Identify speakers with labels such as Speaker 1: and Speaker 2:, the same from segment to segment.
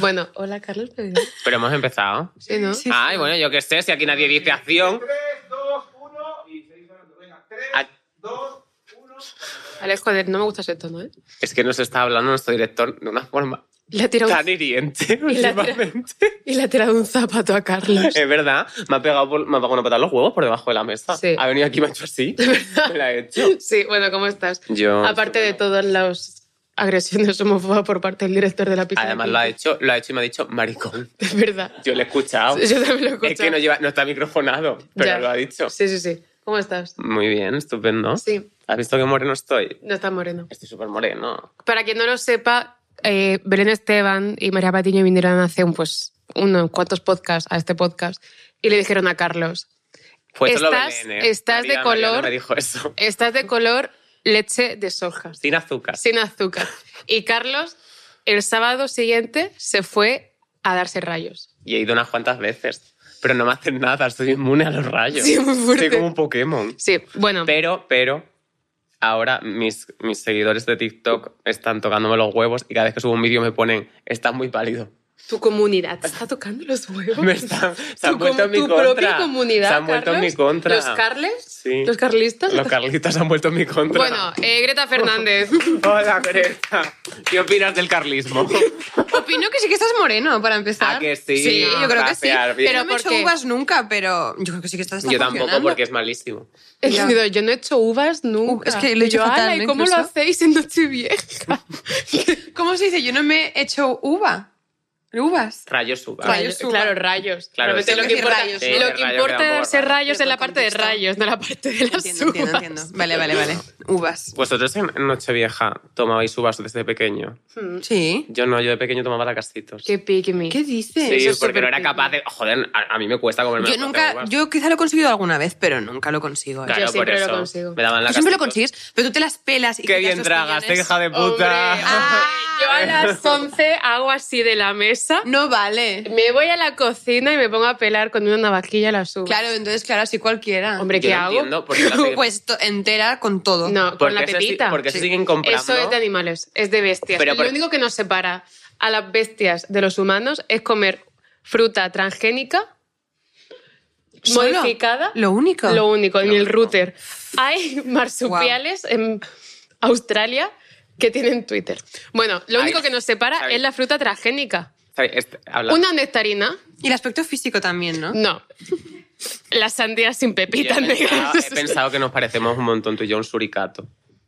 Speaker 1: Bueno, hola Carlos. pero-
Speaker 2: Pero hemos empezado.
Speaker 1: Sí, ¿no? Ah,
Speaker 3: Sí.
Speaker 2: Ay, bueno, yo qué sé, si aquí nadie dice acción.
Speaker 4: 3, 2, 1 y seguís hablando. Venga, 3,
Speaker 2: Ah.
Speaker 4: 2, 1.
Speaker 1: Alex, joder, no me gusta ese tono, ¿eh?
Speaker 2: Es que nos está hablando nuestro director de una forma
Speaker 1: Le ha tirado,
Speaker 2: tan hiriente
Speaker 1: la tira-
Speaker 2: últimamente.
Speaker 1: y le ha tirado un zapato a Carlos.
Speaker 2: Es verdad, me ha pegado, por- me ha pegado una patada en los huevos por debajo de la mesa.
Speaker 1: Sí.
Speaker 2: Ha venido aquí y me ha hecho así. Me la he hecho.
Speaker 1: Sí, bueno, ¿cómo estás?
Speaker 2: Yo,
Speaker 1: Aparte de todas las agresiones homófobas por parte del director de la piscina.
Speaker 2: Además lo ha hecho, lo ha hecho y me ha dicho maricón.
Speaker 1: Es verdad.
Speaker 2: Yo lo he escuchado.
Speaker 1: Sí, Yo también lo he escuchado.
Speaker 2: Es que no, lleva, no está microfonado, pero
Speaker 1: Ya.
Speaker 2: lo ha dicho.
Speaker 1: Sí, sí, sí. ¿Cómo estás?
Speaker 2: Muy bien, estupendo.
Speaker 1: Sí,
Speaker 2: ¿Has visto qué moreno estoy?
Speaker 1: no estás moreno.
Speaker 2: Estoy súper moreno.
Speaker 1: Para quien no lo sepa, eh, Belén Esteban y María Patiño vinieron hace un, pues, unos cuantos podcasts a este podcast y le dijeron a Carlos,
Speaker 2: Pues solo
Speaker 1: Estás-
Speaker 2: Belén, ¿eh?
Speaker 1: estás de
Speaker 2: María, María no
Speaker 1: color.
Speaker 2: me dijo eso.
Speaker 1: estás de color leche de soja,
Speaker 2: Sin azúcar.
Speaker 1: sin azúcar. Y Carlos el sábado siguiente se fue a darse rayos.
Speaker 2: Y he ido unas cuantas veces. Pero no me hacen nada, soy inmune a los rayos.
Speaker 1: Sí, muy fuerte.
Speaker 2: Soy como un Pokémon.
Speaker 1: Sí, bueno,
Speaker 2: Pero, pero, ahora mis, mis seguidores de TikTok están tocándome los huevos y cada vez que subo un vídeo me ponen, estás muy pálido.
Speaker 1: tu comunidad te está tocando los huevos.
Speaker 2: Me están, se han
Speaker 1: Tu
Speaker 2: vuelto en
Speaker 1: com-
Speaker 2: mi
Speaker 1: tu
Speaker 2: contra.
Speaker 1: propia comunidad,
Speaker 2: Se han vuelto en mi
Speaker 1: Carlos,
Speaker 2: contra.
Speaker 1: Los Carles,
Speaker 2: Sí.
Speaker 1: los carlistas.
Speaker 2: Los carlistas se han vuelto en mi contra.
Speaker 1: Bueno, eh, Greta Fernández.
Speaker 2: Hola, Greta. ¿Qué opinas del carlismo?
Speaker 3: Opino que sí que estás moreno, para empezar.
Speaker 2: ¿A que sí?
Speaker 3: Sí, yo creo que sí.
Speaker 2: Pasear bien.
Speaker 3: Pero no me he
Speaker 1: ¿Por
Speaker 3: hecho
Speaker 1: qué?
Speaker 3: uvas nunca, pero yo creo que sí que estás
Speaker 2: Yo tampoco,
Speaker 3: funcionando.
Speaker 2: porque es malísimo.
Speaker 1: He entendido, yo no he hecho uvas nunca.
Speaker 3: Es que lo he
Speaker 1: Y yo,
Speaker 3: hecho fatal,
Speaker 1: "Ala, ¿y
Speaker 3: ¿no?
Speaker 1: cómo lo
Speaker 3: Incluso.
Speaker 1: hacéis en Nochevieja?
Speaker 3: ¿Cómo se dice? Yo no me he hecho uva. ¿Uvas?
Speaker 2: Rayos uva.
Speaker 3: Rayos.
Speaker 1: Rayos, claro, rayos.
Speaker 2: Claro,
Speaker 1: Realmente
Speaker 2: sí.
Speaker 1: lo que
Speaker 3: Sí,
Speaker 1: importa,
Speaker 3: rayos,
Speaker 2: Sí,
Speaker 1: lo
Speaker 2: ¿no?
Speaker 1: que
Speaker 2: rayos
Speaker 1: importa
Speaker 2: quedan
Speaker 1: de
Speaker 2: por
Speaker 1: ser
Speaker 2: rayos.
Speaker 1: rayos es la parte de
Speaker 3: Cierto contexto.
Speaker 1: rayos, no la parte de las
Speaker 3: Entiendo, entiendo,
Speaker 1: uvas.
Speaker 3: entiendo. Vale, vale, vale. Uvas.
Speaker 2: Vosotros en en Nochevieja tomabais uvas desde pequeño.
Speaker 3: Sí.
Speaker 2: Yo no, yo de pequeño tomaba lacasitos.
Speaker 1: Qué pique me.
Speaker 3: ¿Qué dices?
Speaker 2: Sí,
Speaker 1: Eso es
Speaker 2: porque no era
Speaker 1: superpico.
Speaker 2: capaz de. Joder, a, a mí me cuesta comerme
Speaker 3: Yo
Speaker 2: las
Speaker 3: nunca,
Speaker 2: uvas.
Speaker 3: yo quizá lo he conseguido alguna vez, pero nunca lo consigo. ¿eh?
Speaker 2: Claro,
Speaker 1: Yo
Speaker 2: por
Speaker 1: siempre lo
Speaker 2: eso.
Speaker 1: consigo.
Speaker 2: Me daban
Speaker 3: Tú siempre lo
Speaker 2: lacasitos.
Speaker 3: consigues, pero tú te las pelas y
Speaker 2: Qué
Speaker 3: quitas
Speaker 2: bien ¿eh?
Speaker 3: los
Speaker 2: tragaste,
Speaker 3: pillones.
Speaker 2: hija de
Speaker 1: Hombre, ah,
Speaker 2: puta.
Speaker 1: ay, yo a las 11 hago así de la mesa,
Speaker 3: No vale.
Speaker 1: me voy a la cocina y me pongo a pelar con una navajilla las uvas.
Speaker 3: Claro, entonces, claro, así cualquiera.
Speaker 1: Hombre,
Speaker 2: Yo
Speaker 1: ¿qué
Speaker 2: no
Speaker 1: hago?
Speaker 2: entiendo por qué la gente-
Speaker 3: Pues to- entera con todo.
Speaker 1: No, con
Speaker 2: Porque
Speaker 1: la
Speaker 2: eso sí-
Speaker 1: pepita.
Speaker 2: porque eso
Speaker 1: Sí.
Speaker 2: siguen comprando.
Speaker 1: Eso es de animales, es de bestias.
Speaker 2: Pero por-
Speaker 1: Lo único que nos separa a las bestias de los humanos es comer fruta transgénica
Speaker 3: ¿Solo?
Speaker 1: modificada.
Speaker 3: Lo único.
Speaker 1: Lo único, en
Speaker 2: Lo
Speaker 1: el
Speaker 2: único.
Speaker 1: router. Hay marsupiales en Australia que tienen Twitter. Bueno, lo
Speaker 2: Ay,
Speaker 1: único que nos separa
Speaker 2: Xavi.
Speaker 1: es la fruta transgénica.
Speaker 2: ¿Sabes? Este- habla-
Speaker 1: Una nectarina,
Speaker 3: Y el aspecto físico también, ¿no?
Speaker 1: no. Las sandías sin
Speaker 2: Y ¿Ah? he
Speaker 1: pepitas
Speaker 2: pensado,
Speaker 1: negras.
Speaker 2: he pensado que nos parecemos un montón tú y yo a un suricato.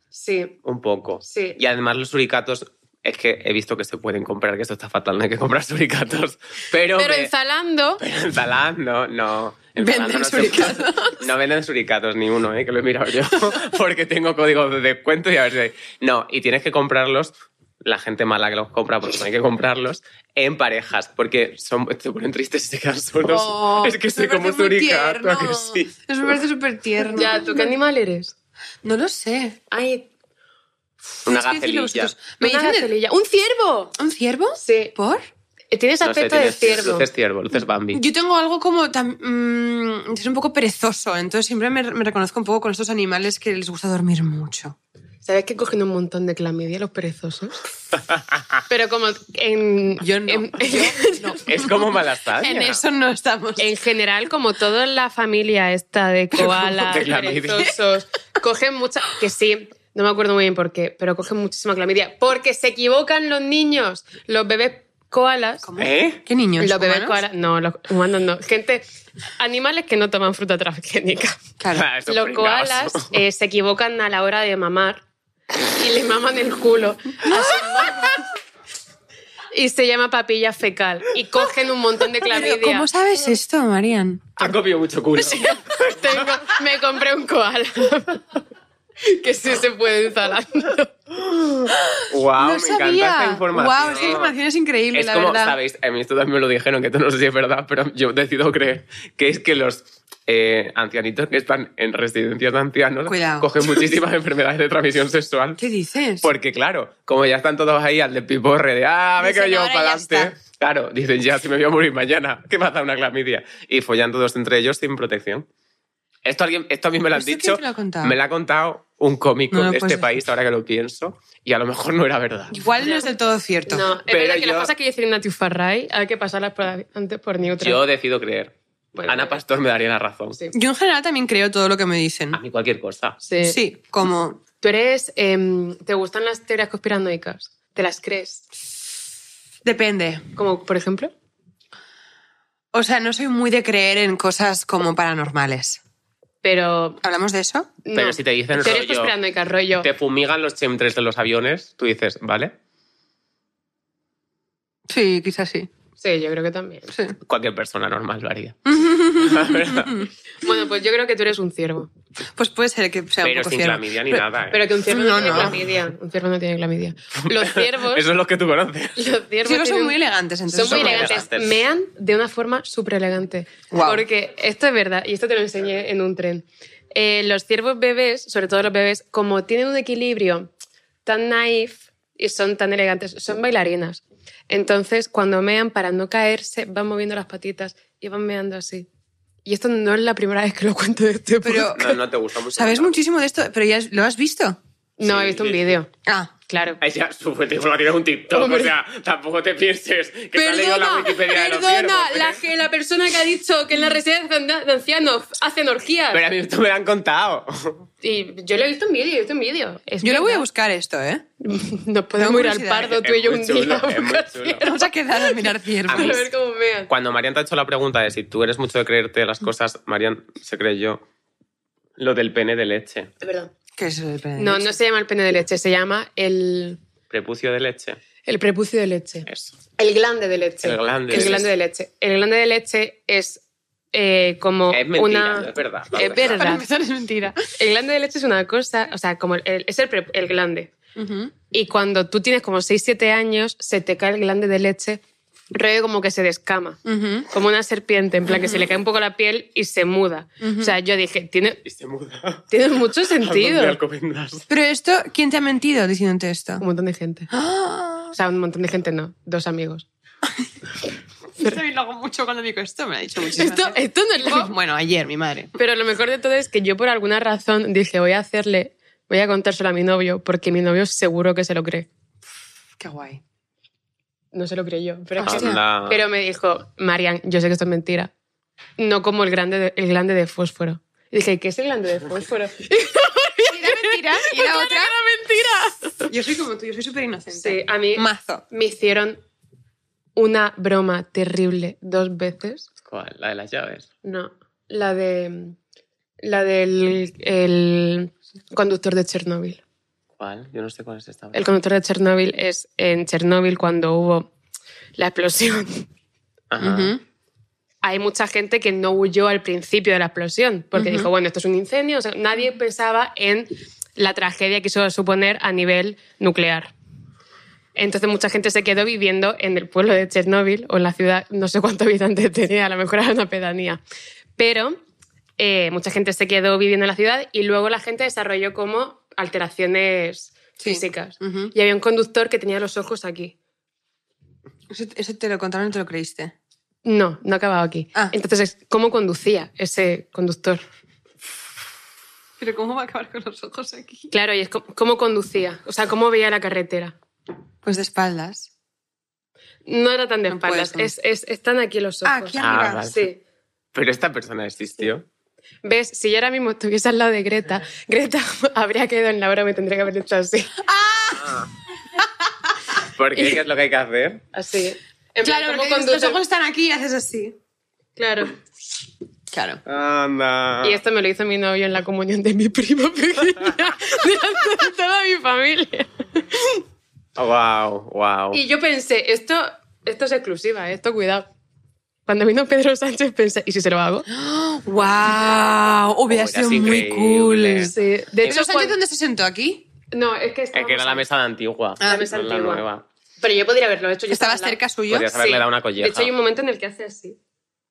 Speaker 1: Sí.
Speaker 2: Un poco.
Speaker 1: Sí.
Speaker 2: Y además los suricatos. Es que he visto que se pueden comprar, que esto está fatal, no hay que comprar suricatos. Pero,
Speaker 1: Pero
Speaker 2: me-
Speaker 1: en Zalando,
Speaker 2: pero en Zalán no, no. En
Speaker 3: Venden
Speaker 2: Zalán no se puede- no venden suricatos ni uno, eh, que lo he mirado yo, porque tengo código de descuento y a ver si hay. No, y tienes que comprarlos, la gente mala que los compra, porque no hay que comprarlos, en parejas, porque son, se ponen tristes y se quedan solos.
Speaker 3: Oh,
Speaker 2: es que
Speaker 3: me
Speaker 2: soy como un
Speaker 3: parece muy
Speaker 2: suricato, ¿a que
Speaker 3: tierno.
Speaker 2: sí.
Speaker 3: Eso me parece súper tierno.
Speaker 1: ya, ¿tú qué animal eres?
Speaker 3: No lo sé.
Speaker 1: Ay,
Speaker 2: Una
Speaker 3: Es que decirlo
Speaker 2: gacelilla.
Speaker 3: vosotros. Me
Speaker 1: una
Speaker 3: dicen de-
Speaker 1: gacelilla. ¡Un ciervo!
Speaker 3: ¿Un ciervo?
Speaker 1: Sí.
Speaker 3: ¿Por?
Speaker 1: Tienes
Speaker 2: No sé,
Speaker 1: aspecto
Speaker 2: tienes-
Speaker 1: de ciervo.
Speaker 2: Luces ciervo, luces Bambi.
Speaker 3: Yo tengo algo como... tam- mm, es un poco perezoso, entonces siempre me, me reconozco un poco con estos animales que les gusta dormir mucho.
Speaker 1: ¿Sabes que cogen un montón de clamidia los perezosos? Pero como en...
Speaker 3: Yo no.
Speaker 1: Em, en-
Speaker 2: Es como malasaña.
Speaker 3: En eso no estamos.
Speaker 1: En general, como toda la familia esta de koalas,
Speaker 2: De clamidia.
Speaker 1: perezosos, cogen mucha... Que sí, no me acuerdo muy bien por qué, pero cogen muchísima clamidia. Porque se equivocan los niños. Los bebés koalas...
Speaker 3: ¿Cómo?
Speaker 2: ¿Eh?
Speaker 3: ¿Qué niños?
Speaker 1: Los bebés
Speaker 3: humanos?
Speaker 1: koalas... No, los humanos no. Gente, animales que no toman fruta transgénica.
Speaker 3: Claro.
Speaker 2: Esos
Speaker 1: Los
Speaker 2: pringaos.
Speaker 1: koalas eh, se equivocan a la hora de mamar y le maman el culo. a sus mamas. y se llama papilla fecal. Y cogen un montón de
Speaker 3: Pero,
Speaker 1: clamidia.
Speaker 3: ¿Cómo sabes esto, Marian?
Speaker 2: Han comido mucho culo.
Speaker 1: Tengo- me compré un koala. que sí se puede ensalar.
Speaker 2: Wow,
Speaker 3: no
Speaker 2: me
Speaker 3: sabía.
Speaker 2: encanta esta información.
Speaker 3: Wow, esa información es increíble,
Speaker 2: Es
Speaker 3: la
Speaker 2: como,
Speaker 3: verdad.
Speaker 2: sabéis, a mí esto también me lo dijeron, que esto no sé si es verdad, pero yo decido creer que es que los eh, ancianitos que están en residencias de ancianos
Speaker 3: Cuidado.
Speaker 2: cogen muchísimas enfermedades de transmisión sexual.
Speaker 3: ¿Qué dices?
Speaker 2: Porque, claro, como ya están todos ahí al de piporre de ah, me
Speaker 3: Dicen,
Speaker 2: cayó
Speaker 3: "Ahora
Speaker 2: para
Speaker 3: ya
Speaker 2: adelante. Claro, dicen ya, si me voy a morir mañana, ¿qué va a dar una clamidia? Y follan todos entre ellos sin protección. Esto, alguien, esto a mí me lo han
Speaker 3: ¿Esto quién
Speaker 2: dicho.
Speaker 3: te lo ha contado?
Speaker 2: me lo ha contado un cómico
Speaker 3: No lo
Speaker 2: de este
Speaker 3: puedes decir.
Speaker 2: país, ahora que lo pienso, y a lo mejor no era verdad.
Speaker 3: Igual no es del todo cierto.
Speaker 1: No, es
Speaker 2: Pero
Speaker 1: verdad que
Speaker 2: yo-
Speaker 1: las cosas que dice Ignatius Farray hay que pasarlas por- antes por neutral.
Speaker 2: Yo decido creer.
Speaker 1: Bueno,
Speaker 2: Ana
Speaker 1: bueno.
Speaker 2: Pastor me daría la razón.
Speaker 1: Sí.
Speaker 3: Yo en general también creo todo lo que me dicen.
Speaker 2: A mí cualquier cosa.
Speaker 1: Sí.
Speaker 3: Sí, como...
Speaker 1: Tú eres... em, ¿Te gustan las teorías conspiranoicas? ¿Te las crees?
Speaker 3: Depende.
Speaker 1: Como, por ejemplo...
Speaker 3: O sea, no soy muy de creer en cosas como paranormales.
Speaker 1: Pero...
Speaker 3: ¿Hablamos de eso?
Speaker 1: no.
Speaker 2: Pero si te dicen
Speaker 1: Teorías
Speaker 2: rollo-
Speaker 1: conspiranoicas, rollo...
Speaker 2: Te fumigan los chemtrails de los aviones, tú dices, ¿vale?
Speaker 3: Sí, quizás sí.
Speaker 1: Sí, yo creo que también.
Speaker 3: sí.
Speaker 2: Cualquier persona normal lo haría. La verdad.
Speaker 1: Bueno, pues yo creo que tú eres un ciervo.
Speaker 3: Pues puede ser que sea
Speaker 2: Pero
Speaker 3: un poco
Speaker 2: sin
Speaker 3: cierto.
Speaker 2: clamidia ni nada. ¿eh?
Speaker 1: Pero que un ciervo no,
Speaker 3: No,
Speaker 1: tiene
Speaker 3: no.
Speaker 1: clamidia. Un ciervo no tiene clamidia. Los ciervos...
Speaker 2: Eso es lo que tú conoces.
Speaker 1: Los
Speaker 3: Los
Speaker 1: ciervos
Speaker 3: chicos son
Speaker 1: tienen-
Speaker 3: muy elegantes, entonces.
Speaker 1: Son muy
Speaker 2: Son muy
Speaker 1: elegantes.
Speaker 2: elegantes.
Speaker 1: Mean de una forma súper elegante.
Speaker 3: Guau.
Speaker 1: Porque esto es verdad, y esto te lo enseñé en un tren. Eh, los ciervos bebés, sobre todo los bebés, como tienen un equilibrio tan naif y son tan elegantes, son bailarinas. Entonces, cuando mean para no caerse, van moviendo las patitas y van meando así. Y esto no es la primera vez que lo cuento de este
Speaker 3: Pero-
Speaker 1: podcast.
Speaker 2: No, no te gusta mucho.
Speaker 3: Sabes
Speaker 2: No.
Speaker 3: muchísimo de esto, pero ya es- lo has visto.
Speaker 1: No,
Speaker 2: Sí,
Speaker 1: he visto un
Speaker 2: sí.
Speaker 1: vídeo,
Speaker 3: Ah.
Speaker 1: claro.
Speaker 2: Ella, su fuente de información es un TikTok,
Speaker 1: Hombre.
Speaker 2: o sea, tampoco te pienses que te ha leído la Wikipedia de los ciervos, ¿eh?
Speaker 1: que- la persona que ha dicho que en la residencia de ancianos hacen orgías.
Speaker 2: Pero a mí esto me lo han contado.
Speaker 1: Y yo lo he visto en vídeo, yo he visto en vídeo. Es
Speaker 3: Yo lo voy a
Speaker 1: verdad.
Speaker 3: buscar esto, ¿eh?
Speaker 1: Nos podemos ir al
Speaker 3: curiosidad.
Speaker 1: pardo tú y
Speaker 2: Es
Speaker 1: yo
Speaker 2: muy
Speaker 1: un
Speaker 2: chulo,
Speaker 1: día. a
Speaker 2: es muy
Speaker 1: buscar
Speaker 2: chulo.
Speaker 1: ciervos
Speaker 3: Vamos a quedar a mirar ciervos.
Speaker 2: A mí
Speaker 1: Para ver cómo vean.
Speaker 2: Cuando Marian te ha hecho la pregunta de si tú eres mucho de creerte las cosas, Marian se creyó lo del pene de leche.
Speaker 3: ¿Qué es el pene?
Speaker 1: No, no se llama el pene de leche, se llama el,
Speaker 2: Prepucio de leche.
Speaker 1: el prepucio de leche.
Speaker 2: Eso.
Speaker 1: El glande de leche.
Speaker 2: El glande
Speaker 1: El
Speaker 2: de
Speaker 1: glande de leche. El glande de leche es eh, como
Speaker 2: Es mentira,
Speaker 1: una...
Speaker 2: no es verdad.
Speaker 1: Es
Speaker 2: Vale.
Speaker 1: verdad.
Speaker 3: Para empezar es mentira.
Speaker 1: El glande de leche es una cosa, o sea, como el- el- es el, pre- el glande. Y cuando tú tienes como 6-7 años, se te cae el glande de leche, rollo como que se descama.
Speaker 3: Ujú.
Speaker 1: como una serpiente, en plan que se le cae un poco la piel y se muda. O sea, yo dije, tiene,
Speaker 2: Y se muda.
Speaker 1: tiene mucho sentido.
Speaker 2: ¿A dónde Alcobendas?
Speaker 3: Pero esto, ¿quién te ha mentido diciéndote esto?
Speaker 1: Un montón de gente. O sea, un montón de gente no, dos amigos.
Speaker 3: Yo también lo hago mucho cuando digo esto, me lo ha dicho
Speaker 1: Esto, esto no es la-
Speaker 3: Bueno, ayer, mi madre.
Speaker 1: Pero lo mejor de todo es que yo por alguna razón dije, voy a hacerle, voy a contárselo a mi novio, porque mi novio seguro que se lo cree.
Speaker 3: Qué guay.
Speaker 1: No se lo creyó. Pero,
Speaker 3: Hostia.
Speaker 2: Anda.
Speaker 1: pero me dijo, Marian, yo sé que esto es mentira. No como el grande de- el glande de fósforo. Y dije, ¿qué es el glande de fósforo?
Speaker 3: Y era mentira, y la otra.
Speaker 1: mentira!
Speaker 3: Yo soy como tú, yo soy súper inocente.
Speaker 1: Sí, a mí...
Speaker 3: Eh, Mazo.
Speaker 1: me hicieron una broma terrible dos veces.
Speaker 2: ¿Cuál? La de las llaves.
Speaker 1: No, la de la del el conductor de Chernóbil.
Speaker 2: ¿Cuál? Yo no sé cuál es esta.
Speaker 1: El conductor de Chernóbil es en Chernóbil cuando hubo la explosión.
Speaker 2: Ajá.
Speaker 3: Ujú.
Speaker 1: Hay mucha gente que no huyó al principio de la explosión porque
Speaker 3: Ujú.
Speaker 1: dijo, bueno, esto es un incendio. O sea, nadie pensaba en la tragedia que eso iba a suponer a nivel nuclear. Entonces mucha gente se quedó viviendo en el pueblo de Chernóbil o en la ciudad, no sé cuántos habitantes tenía, a lo mejor era una pedanía. Pero eh, mucha gente se quedó viviendo en la ciudad y luego la gente desarrolló como alteraciones
Speaker 3: Sí.
Speaker 1: físicas.
Speaker 3: Ujú.
Speaker 1: Y había un conductor que tenía los ojos aquí.
Speaker 3: Eso, eso te lo contaron y te lo creíste.
Speaker 1: No, no acababa aquí.
Speaker 3: Ah.
Speaker 1: Entonces, ¿cómo conducía ese conductor?
Speaker 3: Pero ¿cómo va a acabar con los ojos aquí?
Speaker 1: Claro, y es co- cómo conducía, o sea, cómo veía la carretera.
Speaker 3: Pues de espaldas.
Speaker 1: No era tan de
Speaker 3: No
Speaker 1: espaldas,
Speaker 3: puede
Speaker 1: es, es- están aquí los ojos.
Speaker 3: Ah, aquí
Speaker 2: Ah,
Speaker 3: arriba.
Speaker 2: vale.
Speaker 1: Sí.
Speaker 2: Pero esta persona existió.
Speaker 1: ¿Ves? Si yo ahora mismo estuviese al lado de Greta, Greta habría quedado en la hora, me tendría que haber hecho así.
Speaker 2: ¿Por qué? ¿Qué es lo que hay que hacer?
Speaker 1: Así. En plan,
Speaker 3: Claro,
Speaker 1: ¿cómo
Speaker 3: porque
Speaker 1: conduce?
Speaker 3: los ojos están aquí y haces así.
Speaker 1: Claro.
Speaker 3: Claro.
Speaker 2: Anda.
Speaker 1: Y esto me lo hizo mi novio en la comunión de mi prima pequeña, delante de toda mi familia.
Speaker 2: Wow, wow.
Speaker 1: Y yo pensé, esto, esto es exclusiva, ¿eh? esto cuidado. Cuando vino Pedro Sánchez pensé, ¿y si se lo hago?
Speaker 3: ¡Wow! Hubiera
Speaker 2: Hubiera
Speaker 3: sido
Speaker 2: sido
Speaker 3: muy
Speaker 2: increíble.
Speaker 3: cool.
Speaker 1: Sí. De hecho,
Speaker 3: ¿Pero Sánchez
Speaker 1: cuando-
Speaker 3: dónde se sentó? ¿Aquí?
Speaker 1: No, es que
Speaker 2: Es que era
Speaker 1: estábamos
Speaker 2: la
Speaker 1: ahí.
Speaker 2: mesa de antigua.
Speaker 3: Ah.
Speaker 1: La mesa
Speaker 2: no la
Speaker 1: antigua.
Speaker 2: nueva.
Speaker 1: Pero yo podría haberlo hecho. Yo
Speaker 3: ¿Estaba
Speaker 1: estaba al
Speaker 3: cerca
Speaker 1: lado.
Speaker 3: suyo?
Speaker 2: Podías haberle
Speaker 1: Sí.
Speaker 2: dado una colleja.
Speaker 1: De hecho, hay un momento en el que hace así.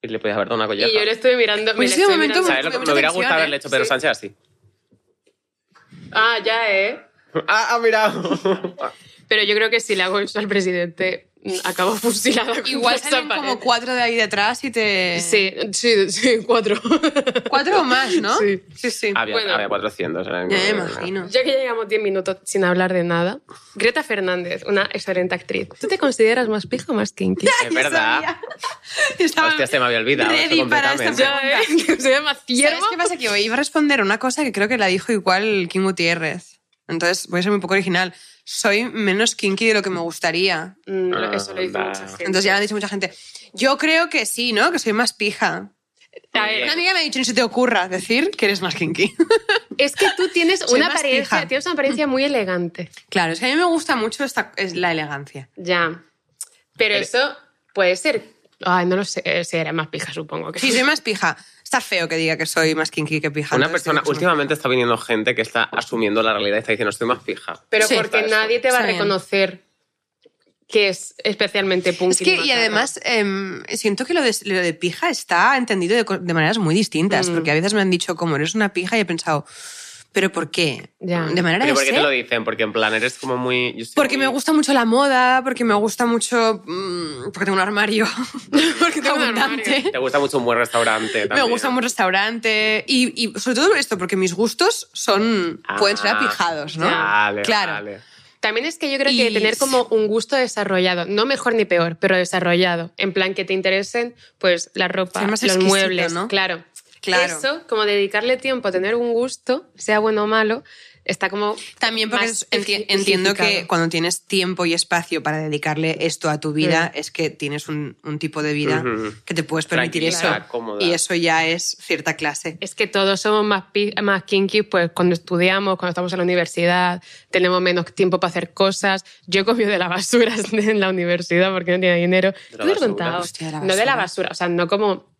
Speaker 2: Y le podías haber dado una colleja.
Speaker 1: Y yo le estuve mirando. me le
Speaker 3: Hubiese sido Pues un
Speaker 1: estoy
Speaker 3: momento
Speaker 1: mirando.
Speaker 2: ¿Sabes lo que
Speaker 3: Mucha
Speaker 2: me hubiera
Speaker 3: tensión,
Speaker 2: gustado
Speaker 3: ¿eh?
Speaker 2: haberle hecho Pedro
Speaker 1: Sí.
Speaker 2: Sánchez así?
Speaker 1: Ah, ¿eh? ya, ¿eh?
Speaker 2: Ah, ha mirado.
Speaker 1: Pero yo creo que si le hago eso al presidente, acabó fusilada. contra
Speaker 3: Igual
Speaker 1: esa
Speaker 3: salen
Speaker 1: pared.
Speaker 3: como cuatro de ahí detrás y te...
Speaker 1: Sí, sí, sí, cuatro.
Speaker 3: Cuatro o más, ¿no?
Speaker 1: Sí.
Speaker 3: Sí, sí.
Speaker 2: Había,
Speaker 1: Bueno.
Speaker 2: había 400. era el-
Speaker 3: Ya me imagino.
Speaker 1: Ya que ya llevamos 10 minutos sin hablar de nada, Greta Fernández, una excelente actriz. ¿Tú te consideras más pija o más kinky?
Speaker 2: Es verdad.
Speaker 3: Estaba
Speaker 2: Hostia, se me había olvidado. eso
Speaker 3: ready para esta
Speaker 2: completamente.
Speaker 1: Ya, ¿eh? Se llama
Speaker 3: ¿Sabes
Speaker 1: ciervo.
Speaker 3: qué pasa? Que hoy iba a responder una cosa que creo que la dijo igual Kim Gutiérrez. Entonces voy a ser muy poco original. Soy menos kinky de lo que me gustaría.
Speaker 1: Mm, lo- Eso lo dice
Speaker 2: Anda.
Speaker 1: mucha gente.
Speaker 3: Entonces ya me ha dicho mucha gente. Yo creo que sí, ¿no? Que soy más pija.
Speaker 1: A
Speaker 3: Una
Speaker 1: ver,
Speaker 3: amiga me ha dicho, no se te ocurra decir que eres más kinky.
Speaker 1: es que tú tienes
Speaker 3: Soy
Speaker 1: una
Speaker 3: más
Speaker 1: apariencia,
Speaker 3: pija.
Speaker 1: tienes una apariencia muy elegante.
Speaker 3: Claro, es que a mí me gusta mucho esta, es la elegancia.
Speaker 1: Ya. Pero
Speaker 2: Pero-
Speaker 1: eso puede ser. Ay, no lo sé. eh, Sí, era más pija, supongo que
Speaker 3: Sí, soy más pija. Está feo que diga que soy más kinky que pija.
Speaker 2: Una
Speaker 3: entonces
Speaker 2: persona,
Speaker 3: tengo que ser más-
Speaker 2: últimamente está viniendo gente que está asumiendo la realidad y está diciendo, estoy más fija.
Speaker 1: Pero
Speaker 3: Sí.
Speaker 1: porque
Speaker 2: Está eso.
Speaker 1: nadie te va a
Speaker 3: Está bien.
Speaker 1: reconocer que es especialmente punky.
Speaker 3: Es que,
Speaker 1: ni
Speaker 3: y
Speaker 1: macarra.
Speaker 3: además, em, siento que lo de, lo de pija está entendido de, co- de maneras muy distintas,
Speaker 1: Mm.
Speaker 3: porque a veces me han dicho, como eres una pija, y he pensado, ¿pero por qué?
Speaker 1: Ya.
Speaker 3: De manera
Speaker 2: Pero
Speaker 3: de
Speaker 2: ¿por qué
Speaker 3: ser.
Speaker 2: te lo dicen? Porque en plan eres como muy... yo soy
Speaker 3: Porque me
Speaker 2: muy-
Speaker 3: gusta mucho la moda, porque me gusta mucho. mm, porque tengo un armario. porque
Speaker 1: Tengo un
Speaker 3: abundante.
Speaker 1: armario.
Speaker 2: Te gusta mucho un buen restaurante.
Speaker 3: Me
Speaker 2: también.
Speaker 3: gusta un restaurante. Y, y sobre todo esto, porque mis gustos son.
Speaker 2: Ah,
Speaker 3: pueden ser apijados, ¿no?
Speaker 2: Vale,
Speaker 3: claro.
Speaker 2: vale.
Speaker 1: También es que yo creo que
Speaker 3: Y-
Speaker 1: tener como un gusto desarrollado, no mejor ni peor, pero desarrollado, en plan que te interesen pues la ropa,
Speaker 3: Ser más
Speaker 1: los
Speaker 3: exquisito,
Speaker 1: muebles,
Speaker 3: ¿no?
Speaker 1: claro.
Speaker 3: Claro.
Speaker 1: Eso, como dedicarle tiempo a tener un gusto, sea bueno o malo, está como
Speaker 3: También porque
Speaker 1: más
Speaker 3: es- enti-
Speaker 1: ejemplificado.
Speaker 3: entiendo que cuando tienes tiempo y espacio para dedicarle esto a tu vida, es que tienes un, un tipo de vida
Speaker 2: Ujú.
Speaker 3: que te puedes permitir eso.
Speaker 2: Tranquila, cómoda.
Speaker 3: Y eso ya es cierta clase.
Speaker 1: es que todos somos más, pi- más kinky pues cuando estudiamos, cuando estamos en la universidad, tenemos menos tiempo para hacer cosas. Yo he comido de la basura en la universidad porque no tenía dinero. ¿Tú
Speaker 2: la
Speaker 1: te has
Speaker 2: basura?
Speaker 1: contado?
Speaker 3: Hostia, de la
Speaker 1: no de la
Speaker 3: basura.
Speaker 1: basura, o sea, no como...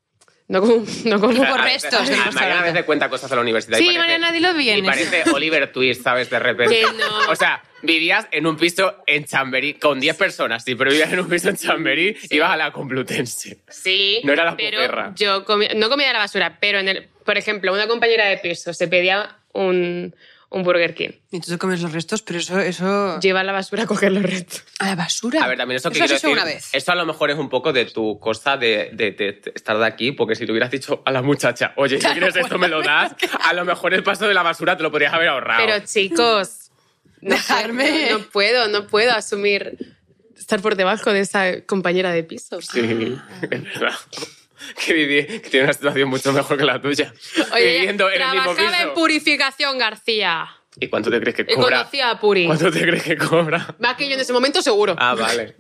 Speaker 1: No como, no como
Speaker 3: Por
Speaker 2: A- a-
Speaker 3: restos,
Speaker 2: a-
Speaker 3: no pasa
Speaker 2: Mariana a
Speaker 3: nada.
Speaker 2: veces cuenta cosas a la universidad. y
Speaker 3: Sí,
Speaker 2: parece-
Speaker 3: Mariana, dilo bien.
Speaker 2: Y parece Oliver Twist, ¿sabes? De repente.
Speaker 1: Que no.
Speaker 2: pues, O sea, vivías en un piso en Chamberí con 10 personas, sí, pero vivías en un piso en Chamberí, ibas a la Complutense.
Speaker 1: Sí.
Speaker 2: No era la
Speaker 1: pero
Speaker 2: puperra.
Speaker 1: Yo comía- no comía de la basura, pero en el, por ejemplo, una compañera de piso se pedía un, un Burger King.
Speaker 3: Y tú te comes los restos, pero eso, eso
Speaker 1: Lleva a la basura a coger los restos.
Speaker 3: a la basura.
Speaker 2: A ver, también eso que
Speaker 3: lo has
Speaker 2: quiero
Speaker 3: hecho
Speaker 2: decir,
Speaker 3: una vez.
Speaker 2: Eso a lo mejor es un poco de tu cosa de, de- de- de estar de aquí, porque si le hubieras dicho a la muchacha, oye, si quieres esto me lo das, a lo mejor el paso de la basura te lo podrías haber ahorrado.
Speaker 1: Pero chicos, no
Speaker 3: Dejarme.
Speaker 1: puedo- No, puedo, no puedo asumir estar por debajo de esa compañera de piso.
Speaker 2: Sí, es verdad. Que viví, que tiene una situación mucho mejor que la tuya.
Speaker 1: Oye,
Speaker 2: viviendo en el mismo
Speaker 1: trabajaba
Speaker 2: piso.
Speaker 1: en Purificación García
Speaker 2: ¿Y cuánto te crees que
Speaker 1: y
Speaker 2: cobra?
Speaker 1: conocía a Puri.
Speaker 2: ¿Cuánto te crees que cobra?
Speaker 1: Más que yo en ese momento seguro.
Speaker 2: Ah, vale.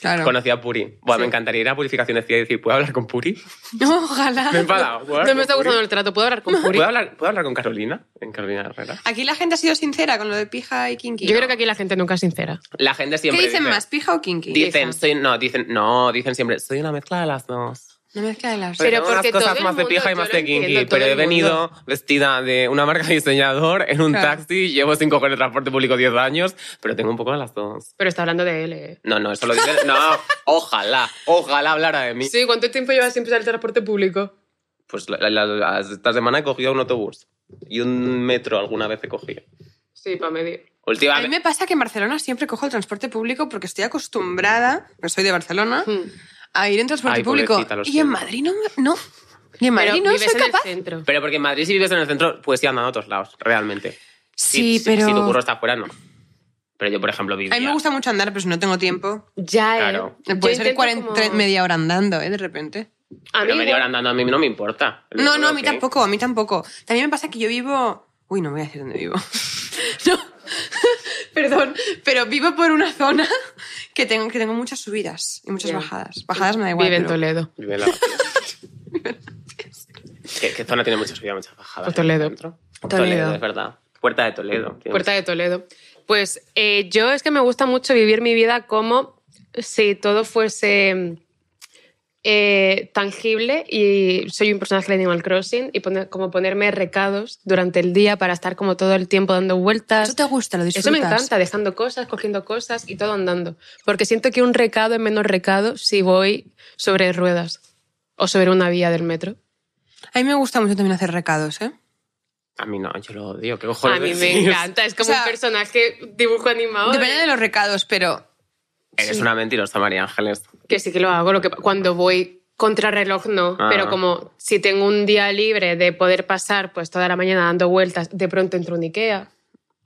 Speaker 3: Claro.
Speaker 2: Conocía a Puri. Bueno, me encantaría ir a Purificación de Ciudad y decir, ¿puedo hablar con Puri?
Speaker 3: Ojalá.
Speaker 2: Me he enfadado. ¿Puedo
Speaker 1: no
Speaker 2: hablar
Speaker 1: me está
Speaker 2: con
Speaker 1: gustando
Speaker 2: Puri?
Speaker 1: el trato, ¿puedo hablar con Puri?
Speaker 2: ¿Puedo hablar, ¿Puedo hablar con Carolina? En Carolina Herrera.
Speaker 3: Aquí la gente ha sido sincera con lo de pija y kinky.
Speaker 1: Yo creo que aquí la gente nunca es sincera.
Speaker 2: La gente
Speaker 3: ¿Qué
Speaker 2: siempre
Speaker 3: dicen
Speaker 2: dice-
Speaker 3: más, pija o kinky?
Speaker 1: Di-
Speaker 2: Dicen, soy, no, dicen, no, dicen siempre, soy una mezcla de las dos.
Speaker 3: No mezcla de las
Speaker 1: Pero
Speaker 2: Tengo unas
Speaker 1: porque todo
Speaker 2: cosas
Speaker 1: el
Speaker 2: más de
Speaker 1: mundo,
Speaker 2: pija y
Speaker 1: yo
Speaker 2: más
Speaker 1: lo
Speaker 2: de
Speaker 1: entiendo,
Speaker 2: kinky,
Speaker 1: todo
Speaker 2: pero he
Speaker 1: el mundo.
Speaker 2: venido vestida de una marca de diseñador en un
Speaker 3: Claro.
Speaker 2: taxi, llevo sin coger el transporte público 10 años, pero tengo un poco de las dos.
Speaker 1: Pero está hablando de él. eh.
Speaker 2: No, no, eso lo dicen, no, ojalá, ojalá hablara de mí.
Speaker 1: Sí, ¿cuánto tiempo llevas sin pisar el transporte público?
Speaker 2: Pues la- la- la- esta semana he cogido un autobús y un metro alguna vez he cogido.
Speaker 1: Sí, para medir.
Speaker 3: A mí
Speaker 2: Últimamente,
Speaker 3: me pasa que en Barcelona siempre cojo el transporte público porque estoy acostumbrada, que soy de Barcelona,
Speaker 2: Hmm.
Speaker 3: a ir en transporte
Speaker 2: Ay,
Speaker 3: público.
Speaker 2: pobrecita, lo
Speaker 3: Y en
Speaker 2: siento.
Speaker 3: Madrid no, me- no. Y en Madrid
Speaker 1: Pero
Speaker 3: no
Speaker 1: vives
Speaker 3: soy
Speaker 1: en
Speaker 3: capaz.
Speaker 1: el centro.
Speaker 2: pero porque en Madrid si vives en el centro, puedes ir andando a otros lados, realmente.
Speaker 3: Sí,
Speaker 2: Si- si,
Speaker 3: pero
Speaker 2: Si tu curro está afuera, no. Pero yo, por ejemplo, vivía...
Speaker 3: a mí me gusta mucho andar, pero si no tengo tiempo,
Speaker 1: Ya,
Speaker 2: Claro.
Speaker 1: ¿eh?
Speaker 3: puede
Speaker 1: Yo
Speaker 3: ser
Speaker 1: intento
Speaker 3: 40
Speaker 1: como-
Speaker 3: media hora andando, ¿eh? De repente.
Speaker 1: A mí
Speaker 2: Pero media
Speaker 1: igual.
Speaker 2: hora andando a mí no me importa.
Speaker 3: No, no, a
Speaker 2: Ok.
Speaker 3: mí tampoco, a mí tampoco. También me pasa que yo vivo... Uy, no voy a decir dónde vivo. no, perdón, pero vivo por una zona que tengo, que tengo muchas subidas y muchas
Speaker 1: Ya.
Speaker 3: bajadas. Bajadas me da igual.
Speaker 1: Vive en
Speaker 3: pero-
Speaker 1: Toledo.
Speaker 2: Vive en la ¿Qué, qué zona tiene mucha subida, mucha bajada?
Speaker 1: Pues Toledo.
Speaker 2: Dentro.
Speaker 1: Toledo.
Speaker 2: es verdad. Puerta de Toledo. Tiene
Speaker 1: Puerta de Toledo. Pues eh, yo es que me gusta mucho vivir mi vida como si todo fuese eh, tangible y soy un personaje de Animal Crossing y poner- como ponerme recados durante el día para estar como todo el tiempo dando vueltas.
Speaker 3: Eso te gusta, lo disfrutas.
Speaker 1: Eso me encanta, dejando cosas, cogiendo cosas y todo andando. Porque siento que un recado es menos recado si voy sobre ruedas o sobre una vía del metro.
Speaker 3: A mí me gusta mucho también hacer recados, ¿eh?
Speaker 2: A mí no, yo lo odio. ¿Qué cojones
Speaker 1: A mí me
Speaker 2: decís?
Speaker 1: encanta, es como
Speaker 3: O sea,
Speaker 1: un personaje dibujo animado.
Speaker 3: Depende de los recados, pero
Speaker 2: Eres
Speaker 1: Sí.
Speaker 2: una mentirosa, María Ángeles.
Speaker 1: Que sí que lo hago. Lo que, cuando voy contra reloj, no.
Speaker 2: Ah.
Speaker 1: Pero como si tengo un día libre de poder pasar pues toda la mañana dando vueltas, de pronto entro a un Ikea,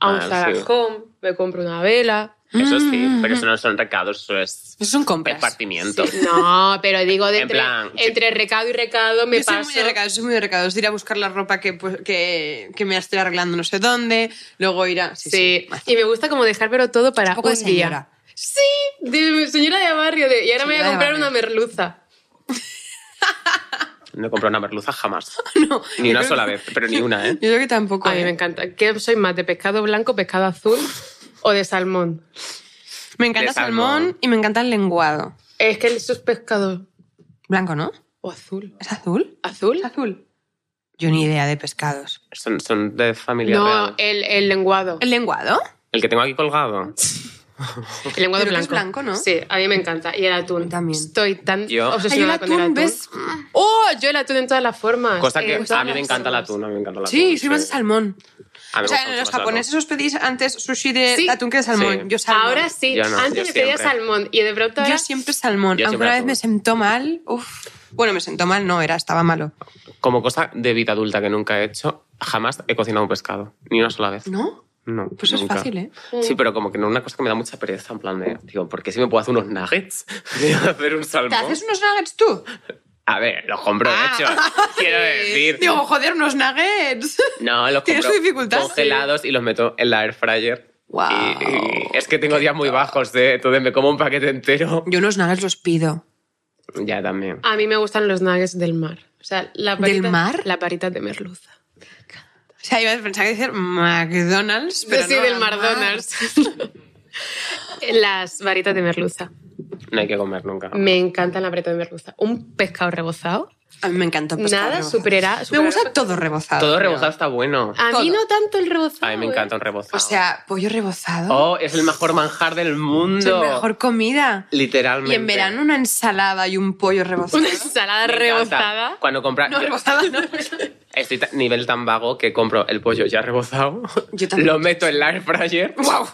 Speaker 1: a un
Speaker 2: Ah,
Speaker 1: Zara
Speaker 2: sí.
Speaker 1: Home, me compro una vela.
Speaker 2: Eso sí,
Speaker 3: Mm.
Speaker 2: pero eso no son recados, eso es
Speaker 3: Eso son compras.
Speaker 2: repartimiento.
Speaker 1: No, pero digo, de
Speaker 2: En
Speaker 1: entre,
Speaker 2: plan, sí.
Speaker 1: entre recado y recado me
Speaker 3: yo soy
Speaker 1: paso.
Speaker 3: muy de recados, soy muy de recados. De ir a buscar la ropa que, pues, que, que me estoy arreglando no sé dónde, luego ir a... Sí,
Speaker 1: Sí,
Speaker 3: sí.
Speaker 1: y me gusta como dejármelo todo para
Speaker 3: Un poco de
Speaker 1: un día.
Speaker 3: señora.
Speaker 1: Sí, de señora de barrio. de- y ahora me voy
Speaker 3: Señora
Speaker 1: a
Speaker 3: de
Speaker 1: comprar
Speaker 3: barrio.
Speaker 1: una merluza.
Speaker 2: No he comprado una merluza jamás.
Speaker 3: No,
Speaker 2: Ni una
Speaker 3: yo-
Speaker 2: sola vez, pero ni una,
Speaker 3: Yo
Speaker 2: ¿eh?
Speaker 3: creo que tampoco.
Speaker 1: A mí
Speaker 3: ¿eh?
Speaker 1: me encanta. ¿Qué soy más, de pescado blanco, pescado azul o de salmón?
Speaker 3: Me encanta
Speaker 2: De
Speaker 3: salmón.
Speaker 2: salmón.
Speaker 3: y me encanta el lenguado.
Speaker 1: Es que esos pescados...
Speaker 3: Blanco, ¿no?
Speaker 1: ¿O azul?
Speaker 3: ¿Es azul?
Speaker 1: ¿Azul?
Speaker 3: ¿Es azul? Yo ni idea de pescados.
Speaker 2: Son, son de familia
Speaker 1: No,
Speaker 2: real.
Speaker 3: eh.
Speaker 1: el, el lenguado.
Speaker 3: ¿El lenguado?
Speaker 2: El que tengo aquí colgado.
Speaker 1: El lenguado
Speaker 3: Creo
Speaker 1: blanco.
Speaker 3: que es blanco, ¿no?
Speaker 1: Sí, a mí me encanta. Y el atún.
Speaker 3: También.
Speaker 1: Estoy tan
Speaker 2: Yo-
Speaker 3: Hay un
Speaker 1: obsesionada con el
Speaker 3: atún,
Speaker 1: atún.
Speaker 3: ¿ves?
Speaker 1: ¡Oh! Yo el atún en todas las formas.
Speaker 2: Cosa que
Speaker 1: En todas
Speaker 2: a mí me
Speaker 1: las
Speaker 2: encanta el
Speaker 1: formas.
Speaker 2: atún, a mí me encanta el atún.
Speaker 3: eh, Sí, soy más de salmón.
Speaker 2: A mí me
Speaker 3: O
Speaker 2: gusta
Speaker 3: sea,
Speaker 2: mucho
Speaker 3: los
Speaker 2: más el
Speaker 3: japoneses os pedís antes sushi de
Speaker 1: Sí.
Speaker 3: atún que de salmón.
Speaker 2: Sí.
Speaker 3: Yo salmón.
Speaker 1: Ahora sí.
Speaker 2: Yo no, yo
Speaker 1: Antes me pedía
Speaker 2: siempre.
Speaker 1: salmón y de pronto ahora...
Speaker 3: Yo siempre salmón.
Speaker 2: Yo
Speaker 3: Aunque
Speaker 2: siempre
Speaker 3: una vez
Speaker 2: atún.
Speaker 3: me sentó mal. Uf. Bueno, me sentó mal, no, era, estaba malo.
Speaker 2: atún. Como cosa de vida adulta que nunca he hecho, jamás he cocinado un pescado. Ni una sola vez.
Speaker 3: ¿No?
Speaker 2: No,
Speaker 3: Pues es
Speaker 2: nunca.
Speaker 3: fácil, ¿eh?
Speaker 2: Sí, pero como que no una cosa que me da mucha pereza, en plan de, digo, porque si me puedo hacer unos nuggets, voy a hacer un
Speaker 3: ¿Te
Speaker 2: salmón.
Speaker 3: haces unos nuggets tú?
Speaker 2: A ver, los compro, de
Speaker 1: Ah.
Speaker 2: hecho. Quiero decir,
Speaker 3: Digo, joder, unos nuggets.
Speaker 2: no, los
Speaker 3: Tiene
Speaker 2: compro
Speaker 3: su dificultad, sí.
Speaker 2: congelados y los meto en la air fryer.
Speaker 3: Guau.
Speaker 2: Y- y es que tengo días muy bajos, ¿eh? entonces me como un paquete entero.
Speaker 3: Yo unos nuggets los pido.
Speaker 2: Ya también.
Speaker 1: A mí me gustan los nuggets del mar. O sea, la
Speaker 3: ¿Del
Speaker 1: parita,
Speaker 3: mar?
Speaker 1: La parita de merluza.
Speaker 3: O sea, iba a pensar que decir McDonald's, pero
Speaker 1: sí,
Speaker 3: no,
Speaker 1: del
Speaker 3: al
Speaker 1: McDonald's. Las varitas de merluza.
Speaker 2: No hay que comer nunca.
Speaker 1: Me encantan la varita de merluza. Un pescado rebozado.
Speaker 3: mar. A mí me encantó. pescado
Speaker 1: Nada
Speaker 3: rebozado.
Speaker 1: superará.
Speaker 3: Me
Speaker 1: superará-
Speaker 3: gusta todo rebozado.
Speaker 2: Todo
Speaker 3: creo.
Speaker 2: rebozado está bueno.
Speaker 1: A mí
Speaker 3: todo.
Speaker 1: no tanto el rebozado.
Speaker 2: A mí me
Speaker 1: ¿eh?
Speaker 2: encanta un rebozado.
Speaker 3: O Pues sea, pollo rebozado.
Speaker 2: Oh, es el mejor manjar del
Speaker 3: es
Speaker 2: mundo.
Speaker 3: la mejor comida.
Speaker 2: Literalmente.
Speaker 3: Y en verano una ensalada y un pollo rebozado.
Speaker 1: Una ensalada
Speaker 2: Me encanta.
Speaker 1: rebozada.
Speaker 2: Cuando compras.
Speaker 3: No, rebozada no.
Speaker 2: Estoy a nivel tan vago que compro el pollo ya rebozado,
Speaker 3: Yo también.
Speaker 2: lo meto en la air fryer.
Speaker 3: ¡Wow!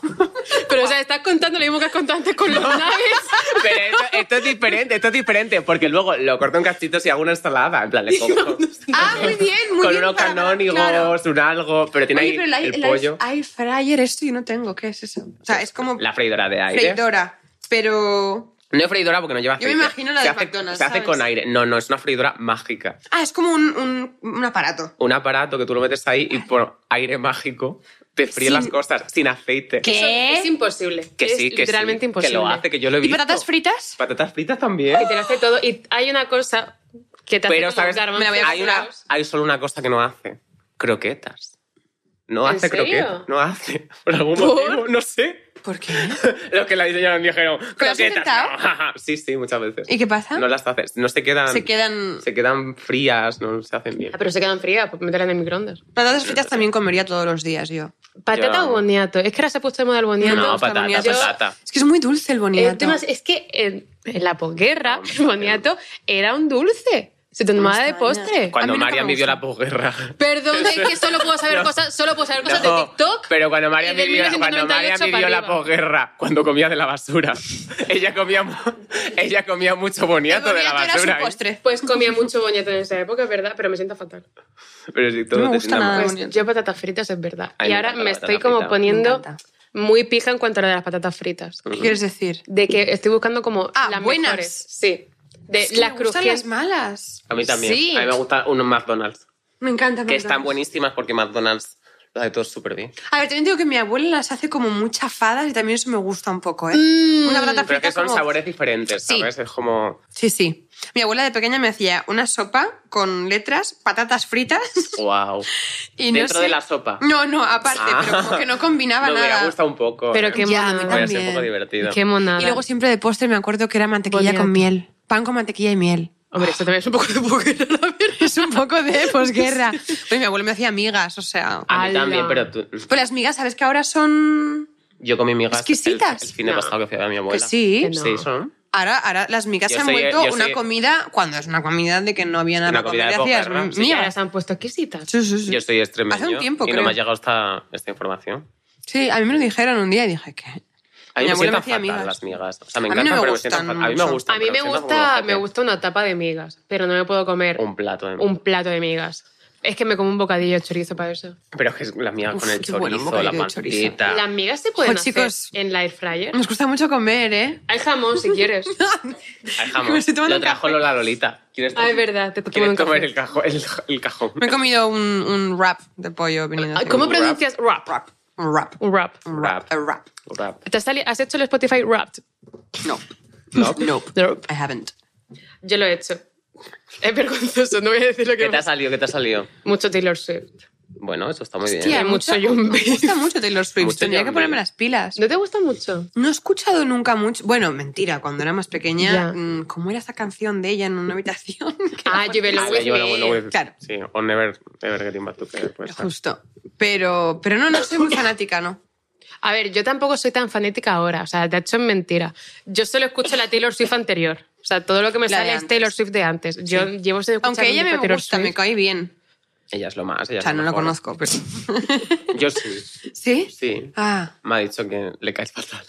Speaker 1: Pero, o sea, estás contando lo mismo que has contado antes con los nuggets.
Speaker 2: Pero esto, esto es diferente, esto es diferente, porque luego lo corto en cachitos y hago una ensalada. En plan, le pongo
Speaker 3: Ah, muy bien, muy
Speaker 2: con
Speaker 3: bien.
Speaker 2: unos
Speaker 3: para-
Speaker 2: canónigos,
Speaker 3: claro.
Speaker 2: un algo, pero tiene
Speaker 3: Oye,
Speaker 2: ahí
Speaker 3: pero la,
Speaker 2: el
Speaker 3: la
Speaker 2: pollo,
Speaker 3: air fryer, esto yo no tengo. ¿Qué es eso? O sea, es como
Speaker 2: la freidora de aire.
Speaker 3: ah, freidora, pero...
Speaker 2: No es freidora porque no lleva
Speaker 3: Yo
Speaker 2: aceite.
Speaker 3: me imagino la
Speaker 2: se
Speaker 3: de
Speaker 2: hace,
Speaker 3: McDonald's,
Speaker 2: Se hace
Speaker 3: ¿sabes?
Speaker 2: con aire. No, no, es una freidora mágica.
Speaker 3: Ah, es como un, un- un aparato.
Speaker 2: Un aparato que tú lo metes ahí y por aire mágico te fríe
Speaker 3: Sin-
Speaker 2: las cosas sin aceite.
Speaker 1: Eso Es imposible.
Speaker 2: Que
Speaker 1: es
Speaker 2: sí, que sí,
Speaker 1: literalmente imposible.
Speaker 2: Que lo hace, que yo lo he
Speaker 3: ¿Y
Speaker 2: visto.
Speaker 3: patatas fritas?
Speaker 2: Patatas fritas también.
Speaker 1: Que te lo hace todo. Y hay una cosa que te
Speaker 2: Pero,
Speaker 1: hace como
Speaker 2: ¿sabes?
Speaker 1: garbanzos
Speaker 3: Me la voy a
Speaker 2: hay, una,
Speaker 1: salados.
Speaker 2: hay solo una cosa que no hace. Croquetas. No
Speaker 1: ¿En
Speaker 2: hace
Speaker 1: serio?
Speaker 2: croquetas. No hace. Por algún
Speaker 1: ¿Por?
Speaker 2: motivo, no sé.
Speaker 3: ¿Por qué?
Speaker 2: Los que la diseñaron dijeron,
Speaker 3: ¿Pero has
Speaker 2: croquetas.
Speaker 3: intentado?
Speaker 2: no, jaja". sí, sí, muchas veces.
Speaker 3: ¿Y qué pasa?
Speaker 2: No las haces. No se quedan...
Speaker 3: Se quedan...
Speaker 2: se quedan frías, no se hacen bien.
Speaker 1: Ah, pero se quedan frías, pues meterlas en el microondas.
Speaker 3: Patatas fritas también comería todos los días yo.
Speaker 1: Patata
Speaker 2: Yo-
Speaker 1: o boniato. Es que ahora se ha puesto de moda el boniato.
Speaker 2: No,
Speaker 3: gusta el
Speaker 2: patata,
Speaker 3: boniato.
Speaker 2: patata.
Speaker 3: Es que es muy dulce el
Speaker 1: El
Speaker 3: boniato.
Speaker 1: tema es- es que en, en la posguerra,
Speaker 2: Hombre,
Speaker 1: el boniato era un dulce. Se tomaba de
Speaker 3: extraña.
Speaker 1: postre.
Speaker 2: Cuando
Speaker 3: A mí nunca
Speaker 2: María
Speaker 3: me
Speaker 2: vivió
Speaker 3: gusta.
Speaker 2: la posguerra.
Speaker 1: Perdón, es que solo puedo saber
Speaker 2: No.
Speaker 1: cosas, solo puedo saber cosas de
Speaker 2: No,
Speaker 1: TikTok.
Speaker 2: pero cuando María
Speaker 1: y del
Speaker 2: vivió, cuando
Speaker 1: 1998
Speaker 2: María
Speaker 1: para
Speaker 2: vivió la
Speaker 1: arriba.
Speaker 2: posguerra, cuando comía de la basura, ella comía, mu- ella comía mucho boniato,
Speaker 3: El
Speaker 2: de la
Speaker 3: boniato era su
Speaker 2: basura. ¿eh?
Speaker 3: postre.
Speaker 1: Pues comía mucho boniato en esa época, es verdad, pero me siento fatal.
Speaker 2: ¿eh? Pero sí, todo
Speaker 3: No me
Speaker 2: te
Speaker 3: gusta
Speaker 2: sienta
Speaker 3: nada.
Speaker 2: mal.
Speaker 1: Pues
Speaker 3: boniato.
Speaker 1: yo patatas fritas es verdad.
Speaker 2: Ay,
Speaker 1: y
Speaker 2: me
Speaker 1: ahora
Speaker 2: encanta
Speaker 1: me
Speaker 2: la
Speaker 1: estoy
Speaker 2: patata
Speaker 1: como
Speaker 2: frita.
Speaker 3: Me
Speaker 1: poniendo
Speaker 3: encanta.
Speaker 1: muy pija en cuanto a lo de las patatas fritas.
Speaker 3: ¿Qué quieres decir?
Speaker 1: De que estoy buscando como
Speaker 3: Ah,
Speaker 1: las
Speaker 3: buenas.
Speaker 1: mejores. Sí. De
Speaker 3: Es que
Speaker 1: las
Speaker 3: me gustan
Speaker 1: crujientes.
Speaker 3: las malas.
Speaker 2: A mí también.
Speaker 1: Sí.
Speaker 2: A mí me gustan unos McDonald's,
Speaker 3: Me encanta.
Speaker 2: que están buenísimas porque McDonald's lo hace todo súper bien.
Speaker 3: A ver, también digo que mi abuela las hace como muy chafadas y también eso me gusta un poco, ¿eh?
Speaker 1: Mm.
Speaker 3: Una patata
Speaker 2: Pero es
Speaker 3: frita
Speaker 2: que son
Speaker 3: como-
Speaker 2: sabores diferentes,
Speaker 3: Sí.
Speaker 2: ¿sabes? Es como...
Speaker 3: Sí, sí. Mi abuela de pequeña me hacía una sopa con letras, patatas fritas
Speaker 2: ¡Wow!
Speaker 3: y no
Speaker 2: Dentro
Speaker 3: sé-
Speaker 2: de la sopa.
Speaker 3: No, no, aparte,
Speaker 2: Ah.
Speaker 3: pero como que no combinaba
Speaker 2: Me hubiera
Speaker 3: nada.
Speaker 2: gustado un poco.
Speaker 1: Pero
Speaker 2: ¿eh?
Speaker 1: qué
Speaker 3: Ya, a mí
Speaker 1: monada.
Speaker 2: Hubiera sido un poco
Speaker 3: también.
Speaker 2: divertido.
Speaker 1: Qué monada.
Speaker 3: Y luego siempre de postre me acuerdo que era mantequilla
Speaker 1: Boniato.
Speaker 3: con miel. Pan con mantequilla y miel.
Speaker 1: Hombre, esto también es un poco de posguerra, la verdad.
Speaker 3: Es un poco de posguerra. Oye, mi abuelo me hacía migas, o sea.
Speaker 2: A mí
Speaker 1: Ala.
Speaker 2: también, pero tú-
Speaker 3: Pues las migas, ¿sabes que ahora son.
Speaker 2: yo comí migas el-
Speaker 3: Exquisitas.
Speaker 2: El, fin de
Speaker 1: No.
Speaker 2: pasado que fui a ver a mi
Speaker 3: Que
Speaker 2: abuela.
Speaker 3: sí.
Speaker 1: Que no.
Speaker 2: Sí, son.
Speaker 3: Ahora, ahora las migas
Speaker 2: Yo
Speaker 3: se han
Speaker 2: soy-
Speaker 3: vuelto
Speaker 2: yo
Speaker 3: una
Speaker 2: soy-
Speaker 3: comida cuando es una comida de que no había nada
Speaker 2: Una
Speaker 3: para
Speaker 2: comida de
Speaker 3: comer. y hacías
Speaker 2: posguerra, sí.
Speaker 1: Y
Speaker 3: migas.
Speaker 1: ahora se han puesto exquisitas.
Speaker 3: Sí, sí, sí.
Speaker 2: Yo estoy extremeño
Speaker 3: Hace un tiempo,
Speaker 2: y no
Speaker 3: creo.
Speaker 2: me ha llegado esta, esta información.
Speaker 3: Sí, a mí me lo dijeron un día y dije que.
Speaker 2: A mí
Speaker 3: Mi
Speaker 2: me
Speaker 3: abuela me
Speaker 2: sientan
Speaker 3: hacía
Speaker 2: fatal
Speaker 3: migas.
Speaker 2: las migas. O sea, me
Speaker 3: A mí no
Speaker 2: encantan,
Speaker 3: me
Speaker 2: pero me
Speaker 3: gustan
Speaker 2: sientan fatal. A mí me
Speaker 3: mucho.
Speaker 2: gustan.
Speaker 1: A mí
Speaker 2: pero
Speaker 1: me
Speaker 2: sientan como
Speaker 1: gusta,
Speaker 2: ojete.
Speaker 1: me gusta una tapa de migas, pero no me puedo comer
Speaker 2: Un plato de
Speaker 1: un plato de migas. Es que me como un bocadillo de chorizo para eso.
Speaker 2: Pero es que es las migas
Speaker 3: Uf,
Speaker 2: con el
Speaker 3: qué bueno, un
Speaker 2: chorizo, la
Speaker 3: bocadillo de chorizo.
Speaker 2: pancita.
Speaker 1: Las migas se pueden
Speaker 3: Ojo,
Speaker 1: hacer
Speaker 3: chicos.
Speaker 1: en la air fryer.
Speaker 3: Nos gusta mucho comer, ¿eh?
Speaker 1: Hay jamón si quieres.
Speaker 2: Ay,
Speaker 3: Me
Speaker 2: jamón.
Speaker 3: estoy tomando
Speaker 2: Lo
Speaker 3: un
Speaker 2: trajo
Speaker 3: café.
Speaker 2: Lola Lolita. ¿Quieres,
Speaker 1: Ah, es verdad, te tomo
Speaker 2: ¿quieres
Speaker 1: un café.
Speaker 2: comer el, cajo- el, el cajón?
Speaker 3: Me he comido un, un wrap de pollo venido.
Speaker 1: Ah, ¿Cómo
Speaker 2: Un wrap.
Speaker 1: pronuncias wrap?
Speaker 3: Wrap.
Speaker 1: Un
Speaker 3: Un wrap.
Speaker 1: wrap.
Speaker 3: Un wrap.
Speaker 2: Wrap.
Speaker 3: A wrap.
Speaker 2: Rap.
Speaker 1: ¿Te has, sali- has hecho el Spotify wrapped?
Speaker 3: No.
Speaker 2: No.
Speaker 3: Nope.
Speaker 1: Nope.
Speaker 3: I haven't.
Speaker 1: Yo lo he hecho. Es vergonzoso, no voy a decir lo que
Speaker 2: ¿Qué te
Speaker 1: me-
Speaker 2: ha salido? ¿Qué te ha salido?
Speaker 1: Mucho Taylor Swift.
Speaker 2: Bueno, eso está muy
Speaker 1: Hostia.
Speaker 2: bien.
Speaker 1: Hay mucho
Speaker 3: mucha-
Speaker 1: John
Speaker 3: Me
Speaker 1: Beef.
Speaker 3: gusta mucho Taylor Swift.
Speaker 2: Mucho
Speaker 3: Tendría
Speaker 2: John
Speaker 3: que ponerme
Speaker 2: Beef.
Speaker 3: las pilas.
Speaker 1: ¿No te gusta mucho?
Speaker 3: No he escuchado nunca mucho. Bueno, mentira, cuando era más
Speaker 1: Ya.
Speaker 3: pequeña, mm, ¿cómo era esa canción de ella en una habitación? Que
Speaker 1: Ah,
Speaker 3: era
Speaker 1: yo veo
Speaker 2: Ah, la lleva la buena
Speaker 1: lo
Speaker 2: web.
Speaker 3: Claro.
Speaker 2: Sí, o Never, never Getting Back Together. Pues,
Speaker 3: Justo. Pero, pero no, no soy muy fanática, ¿no?
Speaker 1: A ver, yo tampoco soy tan fanática ahora, o sea, de hecho es mentira. Yo solo escucho la Taylor Swift anterior. O sea, todo lo que me
Speaker 3: La de
Speaker 1: sale es
Speaker 3: antes.
Speaker 1: Taylor Swift de antes. Yo llevo sin escuchar
Speaker 3: Aunque ella
Speaker 1: nunca
Speaker 3: me
Speaker 1: Taylor
Speaker 3: gusta, me
Speaker 1: Swift.
Speaker 3: cae bien.
Speaker 2: ella es lo más. ella
Speaker 3: O
Speaker 2: es
Speaker 3: sea, no lo
Speaker 2: mejor.
Speaker 3: conozco, pero...
Speaker 2: Yo sí,
Speaker 3: ¿Sí?
Speaker 2: sí.
Speaker 3: Ah.
Speaker 2: Me ha dicho que le caes fatal.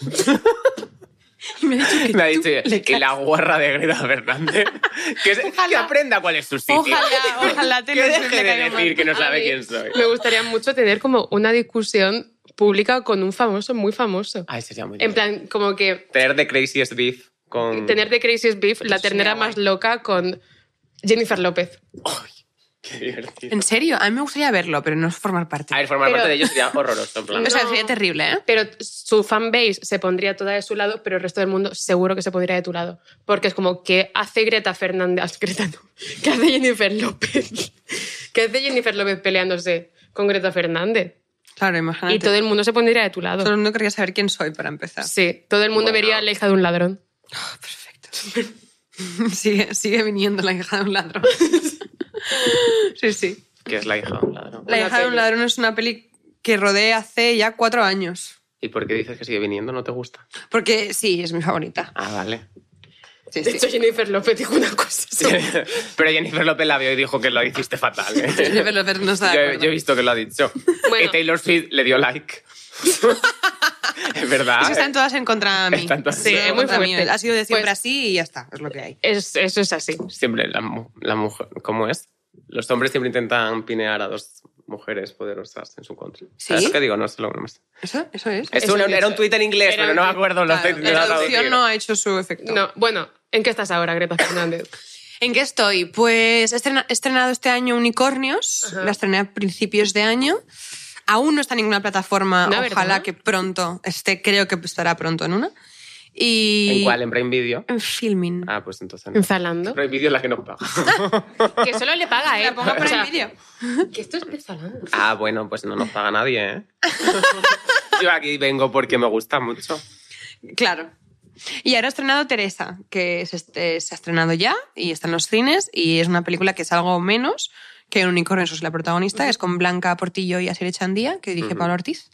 Speaker 3: Y me ha dicho que
Speaker 2: Me ha
Speaker 3: tú
Speaker 2: dicho
Speaker 3: le
Speaker 2: que,
Speaker 3: caes-
Speaker 2: la guarra de Greta Fernández. que, es- que aprenda cuál es su sitio.
Speaker 3: Ojalá, ojalá
Speaker 2: que
Speaker 3: Taylor Swift
Speaker 2: deje
Speaker 3: le
Speaker 2: de
Speaker 3: caiga
Speaker 2: decir
Speaker 3: mal.
Speaker 2: que no
Speaker 1: A
Speaker 2: sabe
Speaker 1: mí
Speaker 2: quién soy.
Speaker 1: Me gustaría mucho tener como una discusión pública con un famoso muy famoso.
Speaker 2: Ay, sería muy
Speaker 1: En
Speaker 2: bien.
Speaker 1: plan, como que
Speaker 2: Tener de Craziest Beef con...
Speaker 1: tener de Crazy Beef la
Speaker 3: Mm. Pues Sería
Speaker 1: ternera
Speaker 3: guay.
Speaker 1: más loca con Jennifer López.
Speaker 2: Qué divertido.
Speaker 3: En serio, a mí me gustaría verlo, pero no formar parte.
Speaker 2: A ver, formar
Speaker 1: Pero-
Speaker 2: parte de ellos sería horroroso. En plan,
Speaker 3: O sea,
Speaker 1: No.
Speaker 3: sería terrible, ¿eh?
Speaker 1: Pero su fanbase se pondría toda de su lado, pero el resto del mundo seguro que se pondría de tu lado. Porque es como, ¿qué hace Greta Fernández? Ah, Greta no. ¿Qué hace Jennifer López? ¿Qué hace Jennifer López peleándose con Greta Fernández?
Speaker 3: Claro, imagínate.
Speaker 1: Y todo el mundo se pondría de tu lado.
Speaker 3: Todo el mundo quería saber quién soy para empezar.
Speaker 1: Sí, todo el mundo
Speaker 2: Bueno.
Speaker 1: vería a la hija de un ladrón.
Speaker 3: Perfecto. sigue, sigue viniendo la hija de un ladrón. sí, sí.
Speaker 2: que es la hija de un ladrón.
Speaker 3: La
Speaker 1: Una
Speaker 3: hija de un
Speaker 1: peli.
Speaker 3: ladrón es una peli que rodé hace ya cuatro años.
Speaker 2: ¿Y por qué dices que sigue viniendo? ¿No te gusta?
Speaker 3: Porque sí, es mi favorita.
Speaker 2: Ah, vale.
Speaker 3: Sí,
Speaker 1: De
Speaker 3: sí.
Speaker 1: hecho, Jennifer López dijo una cosa. sobre-
Speaker 2: Pero Jennifer López la vio y dijo que lo hiciste fatal. ¿eh?
Speaker 3: Jennifer López no está de
Speaker 2: Yo he- yo,
Speaker 3: acuerdo.
Speaker 2: he visto que lo ha dicho.
Speaker 1: Bueno.
Speaker 2: Y Taylor Swift le dio like. es verdad. eh.
Speaker 3: Es que están todas en contra de mí.
Speaker 2: Están todas
Speaker 1: Sí,
Speaker 3: Todas
Speaker 1: es muy
Speaker 3: contra mí.
Speaker 1: fuerte.
Speaker 3: Ha sido de siempre
Speaker 1: Pues-
Speaker 3: así y ya está, es lo que hay.
Speaker 1: Es- eso es así.
Speaker 2: Siempre la, mu- la mujer... ¿Cómo es? Los hombres siempre intentan pinear a dos mujeres poderosas en su contra. ¿Sabes
Speaker 3: ¿Sí?
Speaker 2: lo que digo? No sé lo que me sé.
Speaker 3: ¿Eso? ¿Eso es?
Speaker 2: Es
Speaker 1: Eso
Speaker 2: un-
Speaker 1: es-
Speaker 2: era un tuit en inglés,
Speaker 1: era
Speaker 2: pero
Speaker 1: un
Speaker 2: no me
Speaker 1: tuit.
Speaker 2: acuerdo. Lo
Speaker 3: Claro,
Speaker 2: estoy-
Speaker 3: la
Speaker 2: lo
Speaker 3: traducción
Speaker 2: traducir.
Speaker 3: no ha hecho su efecto.
Speaker 1: No, bueno, ¿en qué estás ahora, Greta Fernández?
Speaker 3: ¿En qué estoy? Pues he estrena- he estrenado este año Unicornios,
Speaker 1: Ajá.
Speaker 3: la estrené a principios de año. Aún no está en ninguna plataforma,
Speaker 1: No,
Speaker 3: ojalá
Speaker 1: ¿verdad?
Speaker 3: que pronto esté, creo que estará pronto en una. Y
Speaker 2: ¿En cuál? ¿En Prime Video?
Speaker 3: En Filmin.
Speaker 2: Ah, pues entonces no.
Speaker 1: ¿En Zalando?
Speaker 2: Prime Video es la que nos paga.
Speaker 1: Que solo le paga, ¿eh?
Speaker 3: La pongo por
Speaker 1: O sea,
Speaker 3: el vídeo.
Speaker 1: Que esto es de Zalando.
Speaker 2: Ah, bueno, pues no nos paga nadie, ¿eh? Yo aquí vengo porque me gusta mucho.
Speaker 3: Claro. Y ahora he estrenado Teresa, que se, est- eh, se ha estrenado ya y está en los cines y es una película que es algo menos que Unicornios es la protagonista, es con Blanca Portillo y Asier Echandía, que dirige
Speaker 2: Ujú.
Speaker 3: Pablo Ortiz,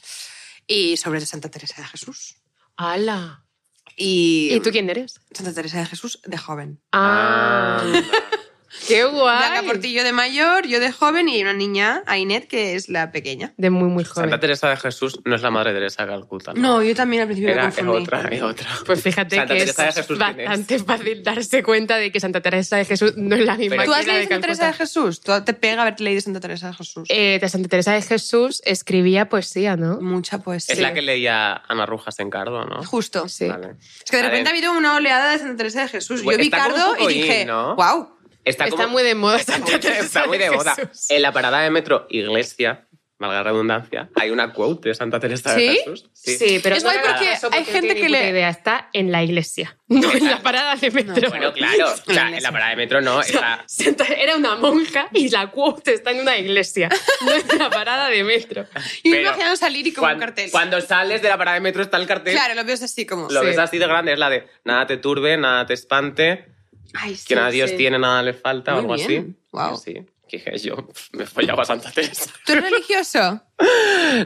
Speaker 3: y sobre Santa Teresa de Jesús.
Speaker 1: ¡Hala!
Speaker 3: Y,
Speaker 1: ¿Y tú quién eres?
Speaker 3: Santa Teresa de Jesús de joven.
Speaker 1: Ah, qué
Speaker 3: Blanca
Speaker 1: guay.
Speaker 3: Portillo de mayor, yo de joven y una niña, Ainet, que es la pequeña.
Speaker 1: De muy, muy joven.
Speaker 2: Santa Teresa de Jesús no es la madre Teresa de Calcuta.
Speaker 3: No, yo también al principio
Speaker 2: era,
Speaker 3: me
Speaker 2: es
Speaker 3: confundí.
Speaker 2: otra, eh. es otra.
Speaker 1: Pues fíjate
Speaker 2: Santa
Speaker 1: que
Speaker 2: Teresa de
Speaker 1: es
Speaker 2: Jesús, ¿quién es?
Speaker 1: bastante fácil darse cuenta de que Santa Teresa de Jesús no es la misma
Speaker 3: ¿Tú
Speaker 1: que
Speaker 3: has
Speaker 1: la de
Speaker 3: leído Santa Teresa de
Speaker 1: Calcuta.
Speaker 3: Jesús? ¿Tú te pega haberte leído Santa Teresa de Jesús?
Speaker 1: Eh, de Santa Teresa de Jesús escribía poesía, ¿no?
Speaker 3: Mucha poesía.
Speaker 2: Es la que leía Ana Rujas en Cardo, ¿no?
Speaker 3: Justo.
Speaker 1: Sí.
Speaker 2: Vale.
Speaker 3: Es que de
Speaker 2: A
Speaker 3: repente ha
Speaker 2: ver,
Speaker 3: habido una oleada de Santa Teresa de Jesús. Yo
Speaker 2: Bueno,
Speaker 3: vi
Speaker 2: está como un
Speaker 3: Cardo y
Speaker 2: poco in,
Speaker 3: dije,
Speaker 2: ¿no?
Speaker 3: wow.
Speaker 2: Está,
Speaker 1: Está
Speaker 2: como-
Speaker 1: muy de moda Santa Teresa
Speaker 2: está muy de moda. Eh,
Speaker 1: Jesús.
Speaker 2: En la parada de metro Iglesia, valga la redundancia, hay una quote de Santa Teresa de
Speaker 3: ¿Sí?
Speaker 2: Jesús.
Speaker 1: Sí. pero
Speaker 3: Es
Speaker 1: no
Speaker 3: guay
Speaker 1: le hagas
Speaker 3: porque
Speaker 1: caso
Speaker 3: hay gente
Speaker 1: no tiene
Speaker 3: que
Speaker 1: ni
Speaker 3: le-
Speaker 1: puta idea está en la iglesia, no en la parada de metro.
Speaker 2: Bueno, claro. O sea, en
Speaker 3: iglesia.
Speaker 2: la parada de metro no.
Speaker 1: O sea,
Speaker 2: está-
Speaker 1: Santa- Era una monja y la quote está en una iglesia, no en la parada de metro.
Speaker 3: Y me
Speaker 2: Pero
Speaker 3: imaginaron salir y como
Speaker 2: cuan-
Speaker 3: un cartel.
Speaker 2: Cuando sales de la parada de metro está el cartel.
Speaker 3: Claro, lo ves así como...
Speaker 2: Lo
Speaker 1: Sí.
Speaker 2: ves así de grande, es la de nada te turbe, nada te espante,
Speaker 3: Ay, sí,
Speaker 2: que nada Dios
Speaker 3: sí.
Speaker 2: tiene, nada le falta o
Speaker 3: Muy
Speaker 2: algo
Speaker 3: bien.
Speaker 2: así.
Speaker 3: Guau.
Speaker 2: Sí, que dije yo, pf, me follaba a Santa Teresa.
Speaker 3: ¿Tú eres religioso?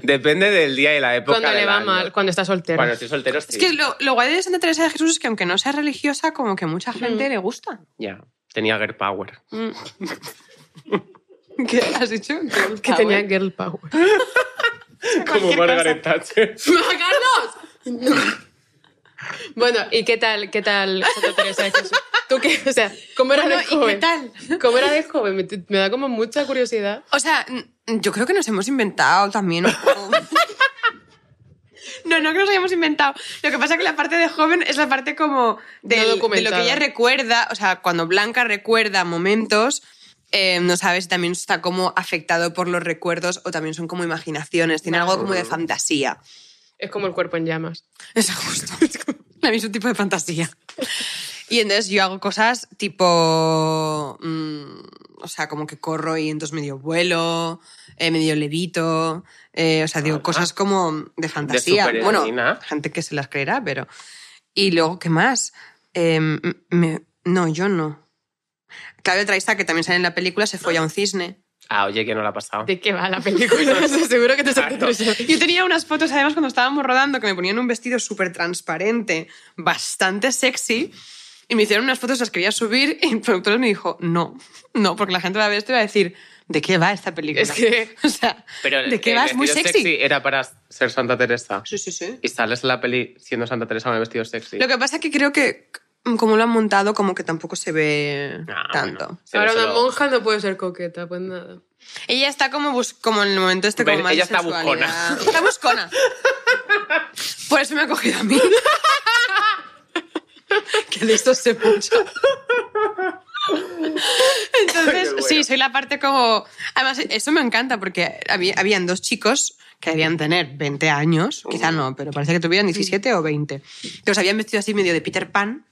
Speaker 2: Depende del día y la época.
Speaker 1: Cuando le
Speaker 2: del
Speaker 1: va
Speaker 2: año.
Speaker 1: mal, cuando está soltero.
Speaker 2: Cuando estoy soltero, sí.
Speaker 3: Es que lo, lo guay de Santa Teresa de Jesús es que aunque no sea religiosa, como que
Speaker 1: Mm.
Speaker 3: mucha gente le gusta.
Speaker 2: Ya, tenía girl power.
Speaker 3: ¿Qué has dicho?
Speaker 1: que tenía girl power.
Speaker 2: Como Margaret Thatcher.
Speaker 1: ¡Carlos! Bueno, ¿y qué tal, qué tal Santa Teresa de Jesús? ¿Tú qué? O sea, ¿cómo era
Speaker 3: Bueno,
Speaker 1: de
Speaker 3: ¿y
Speaker 1: joven?
Speaker 3: qué tal?
Speaker 1: ¿Cómo era de joven? Me, me da como mucha curiosidad.
Speaker 3: O sea, n- yo creo que nos hemos inventado también. un poco. No, no que nos hayamos inventado. Lo que pasa es que la parte de joven es la parte como del- de lo que
Speaker 1: documentada.
Speaker 3: ella recuerda. O sea, cuando Blanca recuerda momentos, eh, no sabes si también está como afectado por los recuerdos o también son como imaginaciones. Tiene algo como de fantasía.
Speaker 1: Es como el cuerpo en llamas.
Speaker 3: Es justo. La mismo tipo de fantasía. Y entonces yo hago cosas tipo. mm, o sea, como que corro y entonces medio vuelo, eh, medio levito. eh, o sea, digo
Speaker 2: Ajá.
Speaker 3: cosas como de fantasía. bueno,
Speaker 2: superheroína.
Speaker 3: gente que se las creerá, pero. Y luego, ¿qué más? Eh, m- me- no, yo no. Claudia Traista, que también sale en la película, se folla a un cisne.
Speaker 2: Ah, oye, que no la ha pasado.
Speaker 1: ¿De qué va la película? O sea, seguro que te está
Speaker 2: Claro.
Speaker 1: interesando.
Speaker 3: Yo tenía unas fotos, además, cuando estábamos rodando, que me ponían un vestido súper transparente, bastante sexy, y me hicieron unas fotos, las quería subir, y el productor me dijo, no, no, porque la gente va a ver esto y va a decir, ¿de qué va esta película?
Speaker 1: Es que-
Speaker 3: O sea,
Speaker 2: Pero
Speaker 3: ¿de qué
Speaker 2: el
Speaker 3: va? Es muy
Speaker 2: vestido
Speaker 3: sexy.
Speaker 2: Era para ser Santa Teresa.
Speaker 3: Sí, sí, sí.
Speaker 2: Y sales en la peli siendo Santa Teresa con el vestido sexy.
Speaker 3: Lo que pasa es que creo que, como lo han montado, como que tampoco se ve
Speaker 2: Ah,
Speaker 3: tanto.
Speaker 2: bueno, se ve
Speaker 1: Ahora una
Speaker 2: solo-
Speaker 1: monja no puede ser coqueta, pues nada.
Speaker 3: Ella está como, bus- como en el momento este como
Speaker 2: Ven,
Speaker 3: más
Speaker 2: ella
Speaker 3: de
Speaker 2: está
Speaker 3: sensualidad.
Speaker 2: buscona.
Speaker 3: Está buscona. Por eso me ha cogido a mí. que listo se puso.
Speaker 2: Qué
Speaker 3: Entonces,
Speaker 2: bueno.
Speaker 3: sí, soy la parte como... Además, eso me encanta porque había- habían dos chicos que debían tener 20 años, quizá no, pero parece que tuvieran 17 o 20. Que los habían vestido así medio de Peter Pan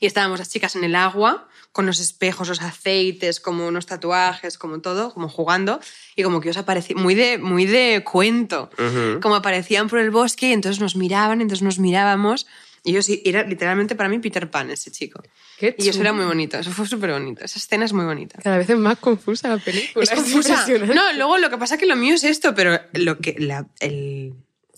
Speaker 3: y estábamos las chicas en el agua con los espejos, los aceites, como unos tatuajes, como todo, como jugando y como que os aparecía muy de muy de cuento,
Speaker 2: Ujú.
Speaker 3: como aparecían por el bosque y entonces nos miraban, entonces nos mirábamos y yo sí era literalmente para mí Peter Pan ese chico.
Speaker 1: Qué
Speaker 3: Y eso era muy bonito, eso fue súper bonito, esa escena es muy bonita.
Speaker 1: Cada vez es más confusa la película.
Speaker 3: Es confusa.
Speaker 1: impresionante.
Speaker 3: No, luego lo que pasa es que lo mío es esto, pero lo que la- el,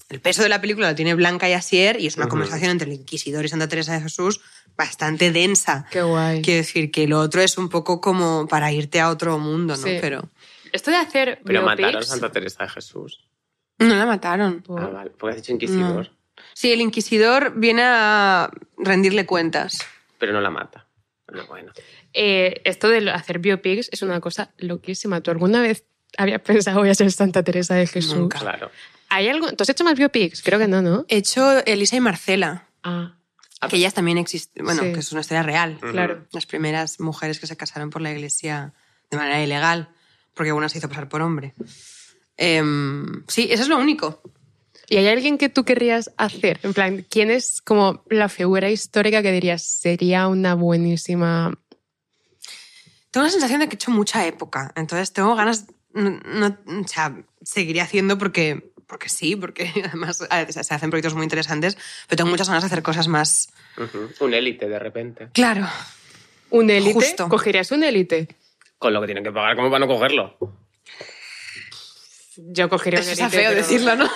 Speaker 3: el peso de la película lo tiene Blanca y Asier y es una
Speaker 2: Ujú.
Speaker 3: conversación entre el inquisidor y Santa Teresa de Jesús bastante densa.
Speaker 1: Qué guay.
Speaker 3: Quiero decir que lo otro es un poco como para irte a otro mundo, ¿no?
Speaker 1: Sí.
Speaker 3: Pero
Speaker 1: Esto de hacer
Speaker 2: Pero mataron a
Speaker 1: biopics- Oh.
Speaker 2: Santa Teresa de Jesús.
Speaker 3: no la mataron.
Speaker 2: Ah, vale. Porque has dicho inquisidor,
Speaker 3: Mm. Sí, el inquisidor viene a rendirle cuentas.
Speaker 2: pero no la mata. Bueno, bueno.
Speaker 1: Eh, esto de lo- hacer biopics es una cosa loquísima. ¿Tú alguna vez habías pensado voy a ser Santa Teresa de Jesús?
Speaker 3: Nunca.
Speaker 2: Claro.
Speaker 1: ¿Hay algo? ¿Tú has hecho más biopics? Creo que no, ¿no?
Speaker 3: He hecho Elisa y Marcela,
Speaker 1: Ah,
Speaker 2: Ah,
Speaker 3: que ellas también existen, bueno,
Speaker 1: Sí.
Speaker 3: que es una historia real.
Speaker 2: Ujú.
Speaker 1: claro.
Speaker 3: Las primeras mujeres que se casaron por la iglesia de manera ilegal, porque una se hizo pasar por hombre. Em, sí, eso es lo único.
Speaker 1: ¿Y hay alguien que tú querrías hacer? En plan, ¿quién es como la figura histórica que dirías sería una buenísima...
Speaker 3: Tengo la sensación de que he hecho mucha época, entonces tengo ganas, no, no- o sea, seguiré haciendo porque, porque sí, porque además a veces se hacen proyectos muy interesantes, pero tengo muchas ganas de hacer cosas más...
Speaker 2: Ujú. Un élite de repente.
Speaker 3: Claro.
Speaker 1: ¿Un élite?
Speaker 3: Justo.
Speaker 1: ¿Cogerías un élite?
Speaker 2: Con lo que tienen que pagar, ¿cómo van a cogerlo?
Speaker 1: Yo cogería
Speaker 3: Eso
Speaker 1: un
Speaker 3: está
Speaker 1: élite.
Speaker 3: feo
Speaker 1: pero-
Speaker 3: decirlo, ¿no?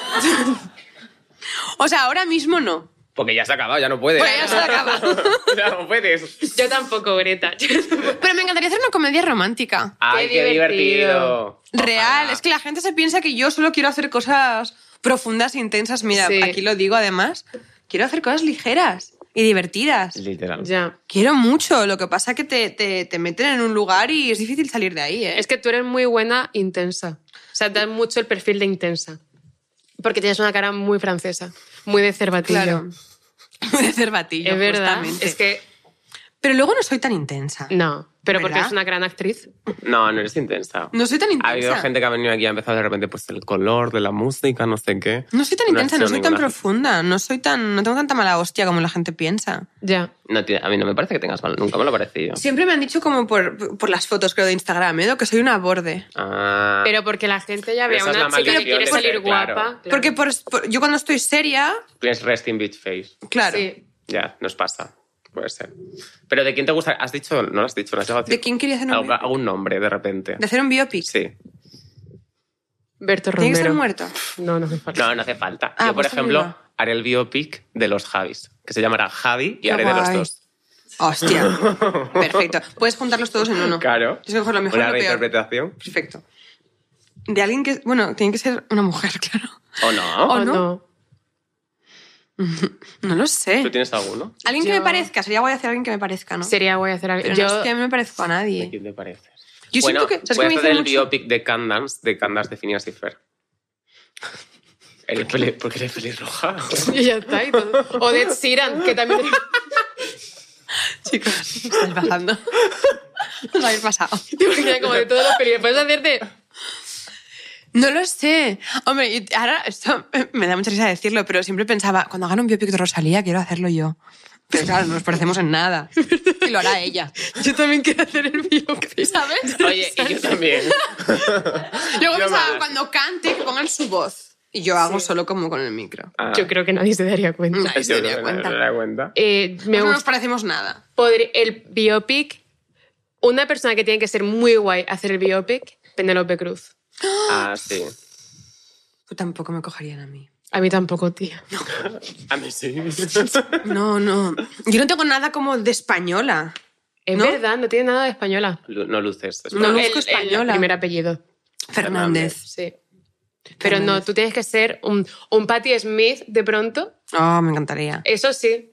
Speaker 3: o sea, ahora mismo no.
Speaker 2: Porque ya se ha acabado, ya no puedes.
Speaker 3: Bueno, Pues ya se acaba.
Speaker 2: ya no puedes.
Speaker 1: Yo tampoco, Greta.
Speaker 3: Pero me encantaría hacer una comedia romántica.
Speaker 2: Ay, qué, divertido.
Speaker 1: divertido.
Speaker 3: Real.
Speaker 2: Ojalá.
Speaker 3: Es que la gente se piensa que yo solo quiero hacer cosas profundas, intensas. Mira,
Speaker 1: Sí.
Speaker 3: aquí lo digo además. Quiero hacer cosas ligeras y divertidas.
Speaker 2: Literal.
Speaker 1: ya.
Speaker 3: Quiero mucho. Lo que pasa es que te, te- te meten en un lugar y es difícil salir de ahí, ¿eh?
Speaker 1: Es que tú eres muy buena intensa. O sea, das mucho el perfil de intensa. Porque tienes una cara muy francesa, muy de cervatillo.
Speaker 3: claro. Muy de cervatillo,
Speaker 1: Es verdad.
Speaker 3: justamente.
Speaker 1: Es que
Speaker 3: Pero luego no soy tan intensa.
Speaker 1: no, pero porque
Speaker 3: ¿Verdad?
Speaker 1: es una gran actriz.
Speaker 2: No, no eres intensa.
Speaker 3: No soy tan intensa.
Speaker 2: Ha habido gente que ha venido aquí y ha empezado de repente, pues el color de la música, no sé qué.
Speaker 3: No soy tan intensa, no
Speaker 2: ha sido
Speaker 3: soy tan
Speaker 2: ninguna-
Speaker 3: profunda, no soy tan, no tengo tanta mala hostia como la gente piensa.
Speaker 1: Ya.
Speaker 2: No, tiene- a mí no me parece que tengas mal, nunca me lo ha parecido.
Speaker 3: Siempre me han dicho como por, por las fotos creo de Instagram, ¿eh? que soy una borde.
Speaker 2: Ah,
Speaker 1: Pero porque la gente ya ve
Speaker 2: Esa
Speaker 1: a
Speaker 2: es la
Speaker 1: una chica que
Speaker 2: maldición
Speaker 1: quiere
Speaker 2: de
Speaker 1: salir
Speaker 2: ser,
Speaker 1: guapa.
Speaker 2: claro.
Speaker 1: claro.
Speaker 3: Porque por- por- yo cuando estoy seria,
Speaker 2: tienes resting beach face.
Speaker 3: claro.
Speaker 1: Sí.
Speaker 2: Ya, nos pasa. Puede ser. Pero ¿de quién te gusta? ¿Has dicho? No lo has dicho, no has llegado a decir.
Speaker 3: ¿De quién quería hacer un
Speaker 2: Algo-
Speaker 3: biopic?
Speaker 2: algún nombre, de repente.
Speaker 3: De hacer un biopic.
Speaker 2: Ah, Sí.
Speaker 1: Berto
Speaker 3: Tiene que estar
Speaker 1: Romero.
Speaker 3: muerto.
Speaker 1: No, no me falta.
Speaker 2: No, no hace falta.
Speaker 3: Ah,
Speaker 2: Yo, por
Speaker 3: pues
Speaker 2: ejemplo,
Speaker 3: mira.
Speaker 2: haré el biopic de los Javis, que se llamará Javi y
Speaker 3: Qué
Speaker 2: haré de los
Speaker 3: guay.
Speaker 2: dos.
Speaker 3: Hostia. Perfecto. Puedes juntarlos todos en uno.
Speaker 2: Claro.
Speaker 3: Es mejor lo mejor
Speaker 2: Una
Speaker 3: lo peor.
Speaker 2: reinterpretación.
Speaker 3: Perfecto. De alguien que, bueno, tiene que ser una mujer, claro.
Speaker 2: ¿O no?
Speaker 3: ¿O
Speaker 1: ¿O
Speaker 3: no?
Speaker 1: no?
Speaker 3: No lo
Speaker 2: ¿Tú
Speaker 3: sé.
Speaker 2: tienes alguno?
Speaker 3: Alguien que me
Speaker 1: Yo-
Speaker 3: parezca, sería guay hacer a alguien que me parezca, ¿no?
Speaker 1: Sería voy a hacer algo.
Speaker 3: Pero
Speaker 1: Yo,
Speaker 3: no es que me parezco a
Speaker 2: ¿De
Speaker 3: nadie.
Speaker 2: quién te pareces?
Speaker 3: Yo
Speaker 2: bueno,
Speaker 3: siento que. ¿Sabes
Speaker 2: voy
Speaker 3: qué
Speaker 2: a
Speaker 3: me
Speaker 2: hacer
Speaker 3: dicen
Speaker 2: el
Speaker 3: mucho?
Speaker 2: biopic de Candance, de Candance de Phineas y Fer. Eres peli- porque eres pelirroja.
Speaker 1: y ya está. y todo. O de Ed Sheeran, que también.
Speaker 3: Chicos, estáis pasando. Os habéis pasado.
Speaker 1: Te imaginas como de todos los pelis. Puedes hacerte.
Speaker 3: No lo sé. Hombre, y ahora esto me da mucha risa decirlo, pero siempre pensaba, cuando hagan un biopic de Rosalía, quiero hacerlo yo. Pero claro, no nos parecemos en nada. Y lo hará ella.
Speaker 1: Yo también quiero hacer el biopic.
Speaker 3: ¿Sabes?
Speaker 2: Oye, y yo también.
Speaker 3: Luego
Speaker 2: yo
Speaker 3: pensaba,
Speaker 2: más.
Speaker 3: cuando cante, que pongan su voz. Y yo hago solo como con el micro.
Speaker 2: Ah,
Speaker 1: Yo creo que nadie se daría cuenta.
Speaker 3: Nadie se
Speaker 2: yo
Speaker 3: daría
Speaker 2: creo que nadie
Speaker 3: cuenta.
Speaker 2: se daría cuenta.
Speaker 1: Eh, me
Speaker 3: Mm. no
Speaker 1: gusta.
Speaker 3: nos parecemos nada.
Speaker 1: Podri- el biopic. Una persona que tiene que ser muy guay hacer el biopic, Penélope Cruz.
Speaker 2: Ah, sí.
Speaker 3: Pues tampoco me cogerían a mí.
Speaker 1: A mí tampoco, tía.
Speaker 2: A mí sí.
Speaker 3: No, no. Yo no tengo nada como de española.
Speaker 1: Es
Speaker 3: ¿No?
Speaker 1: verdad, no tiene nada de española.
Speaker 2: Lu- no luces. es
Speaker 3: No
Speaker 2: verdad.
Speaker 3: luzco española.
Speaker 1: primer apellido,
Speaker 3: Fernández.
Speaker 1: sí. Pero no,
Speaker 3: Fernández.
Speaker 1: tú tienes que ser un, un Patti Smith de pronto.
Speaker 3: Oh, me encantaría.
Speaker 1: Eso sí,